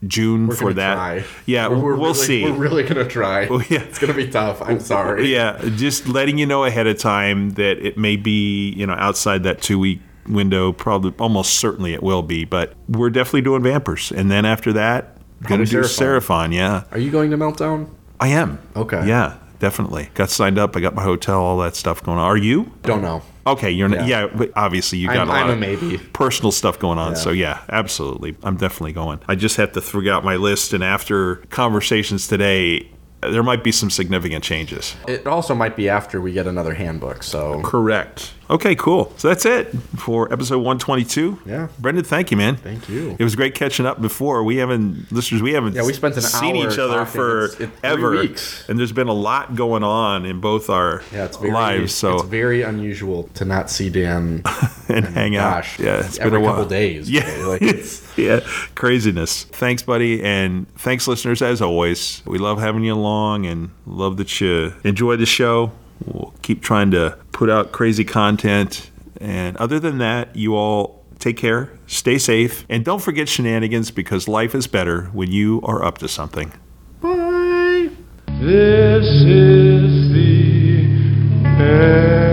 [SPEAKER 3] June
[SPEAKER 4] We're
[SPEAKER 3] for
[SPEAKER 4] gonna
[SPEAKER 3] that.
[SPEAKER 4] try.
[SPEAKER 3] Yeah,
[SPEAKER 4] We're- we're
[SPEAKER 3] we'll
[SPEAKER 4] really-
[SPEAKER 3] see. Oh,
[SPEAKER 4] We're really gonna try.
[SPEAKER 3] yeah. Oh,
[SPEAKER 4] It's gonna be tough. I'm sorry.
[SPEAKER 3] Yeah, just letting you know ahead of time that it may be, you know, outside that two week window. Probably, almost certainly it will be. But we're definitely doing Vampers, and then after that, gonna do
[SPEAKER 4] Seraphon.
[SPEAKER 3] Seraphon. Yeah,
[SPEAKER 4] Are you going to Meltdown?
[SPEAKER 3] I am.
[SPEAKER 4] Okay.
[SPEAKER 3] Yeah, definitely. Got signed up. I got my hotel. All that stuff going on. Are you?
[SPEAKER 4] Don't know.
[SPEAKER 3] Okay, you're not.
[SPEAKER 4] Yeah.
[SPEAKER 3] Yeah, but obviously you got
[SPEAKER 4] I'm-
[SPEAKER 3] a lot
[SPEAKER 4] I'm a
[SPEAKER 3] of
[SPEAKER 4] maybe.
[SPEAKER 3] personal stuff going on. So yeah, absolutely, I'm definitely going. I just have to figure out my list, and after conversations today, there might be some significant changes.
[SPEAKER 4] It also might be after we get another handbook, so
[SPEAKER 3] Correct. Okay, cool. So that's it for episode 122.
[SPEAKER 9] Yeah.
[SPEAKER 3] Brendan, thank you, man.
[SPEAKER 9] Thank you.
[SPEAKER 3] It was great catching up before. We haven't, listeners, we haven't
[SPEAKER 4] Yeah, we spent an
[SPEAKER 3] seen
[SPEAKER 4] hour
[SPEAKER 3] each other
[SPEAKER 4] talking.
[SPEAKER 3] for
[SPEAKER 4] It's- it's three
[SPEAKER 3] ever.
[SPEAKER 4] weeks.
[SPEAKER 3] And there's been a lot going on in both our
[SPEAKER 9] Yeah, it's very,
[SPEAKER 3] lives. So
[SPEAKER 9] it's very unusual to not see Dan.
[SPEAKER 3] and hang
[SPEAKER 9] Gosh,
[SPEAKER 3] out. Yeah, it's
[SPEAKER 9] every
[SPEAKER 3] been a while.
[SPEAKER 9] couple days.
[SPEAKER 3] Yeah,
[SPEAKER 9] really. Like, it's-
[SPEAKER 3] yeah, craziness. Thanks, buddy, and thanks, listeners, as always. We love having you along, and love that you enjoy the show. We'll keep trying to put out crazy content, and other than that, you all take care, stay safe, and don't forget shenanigans because life is better when you are up to something.
[SPEAKER 5] This is the end.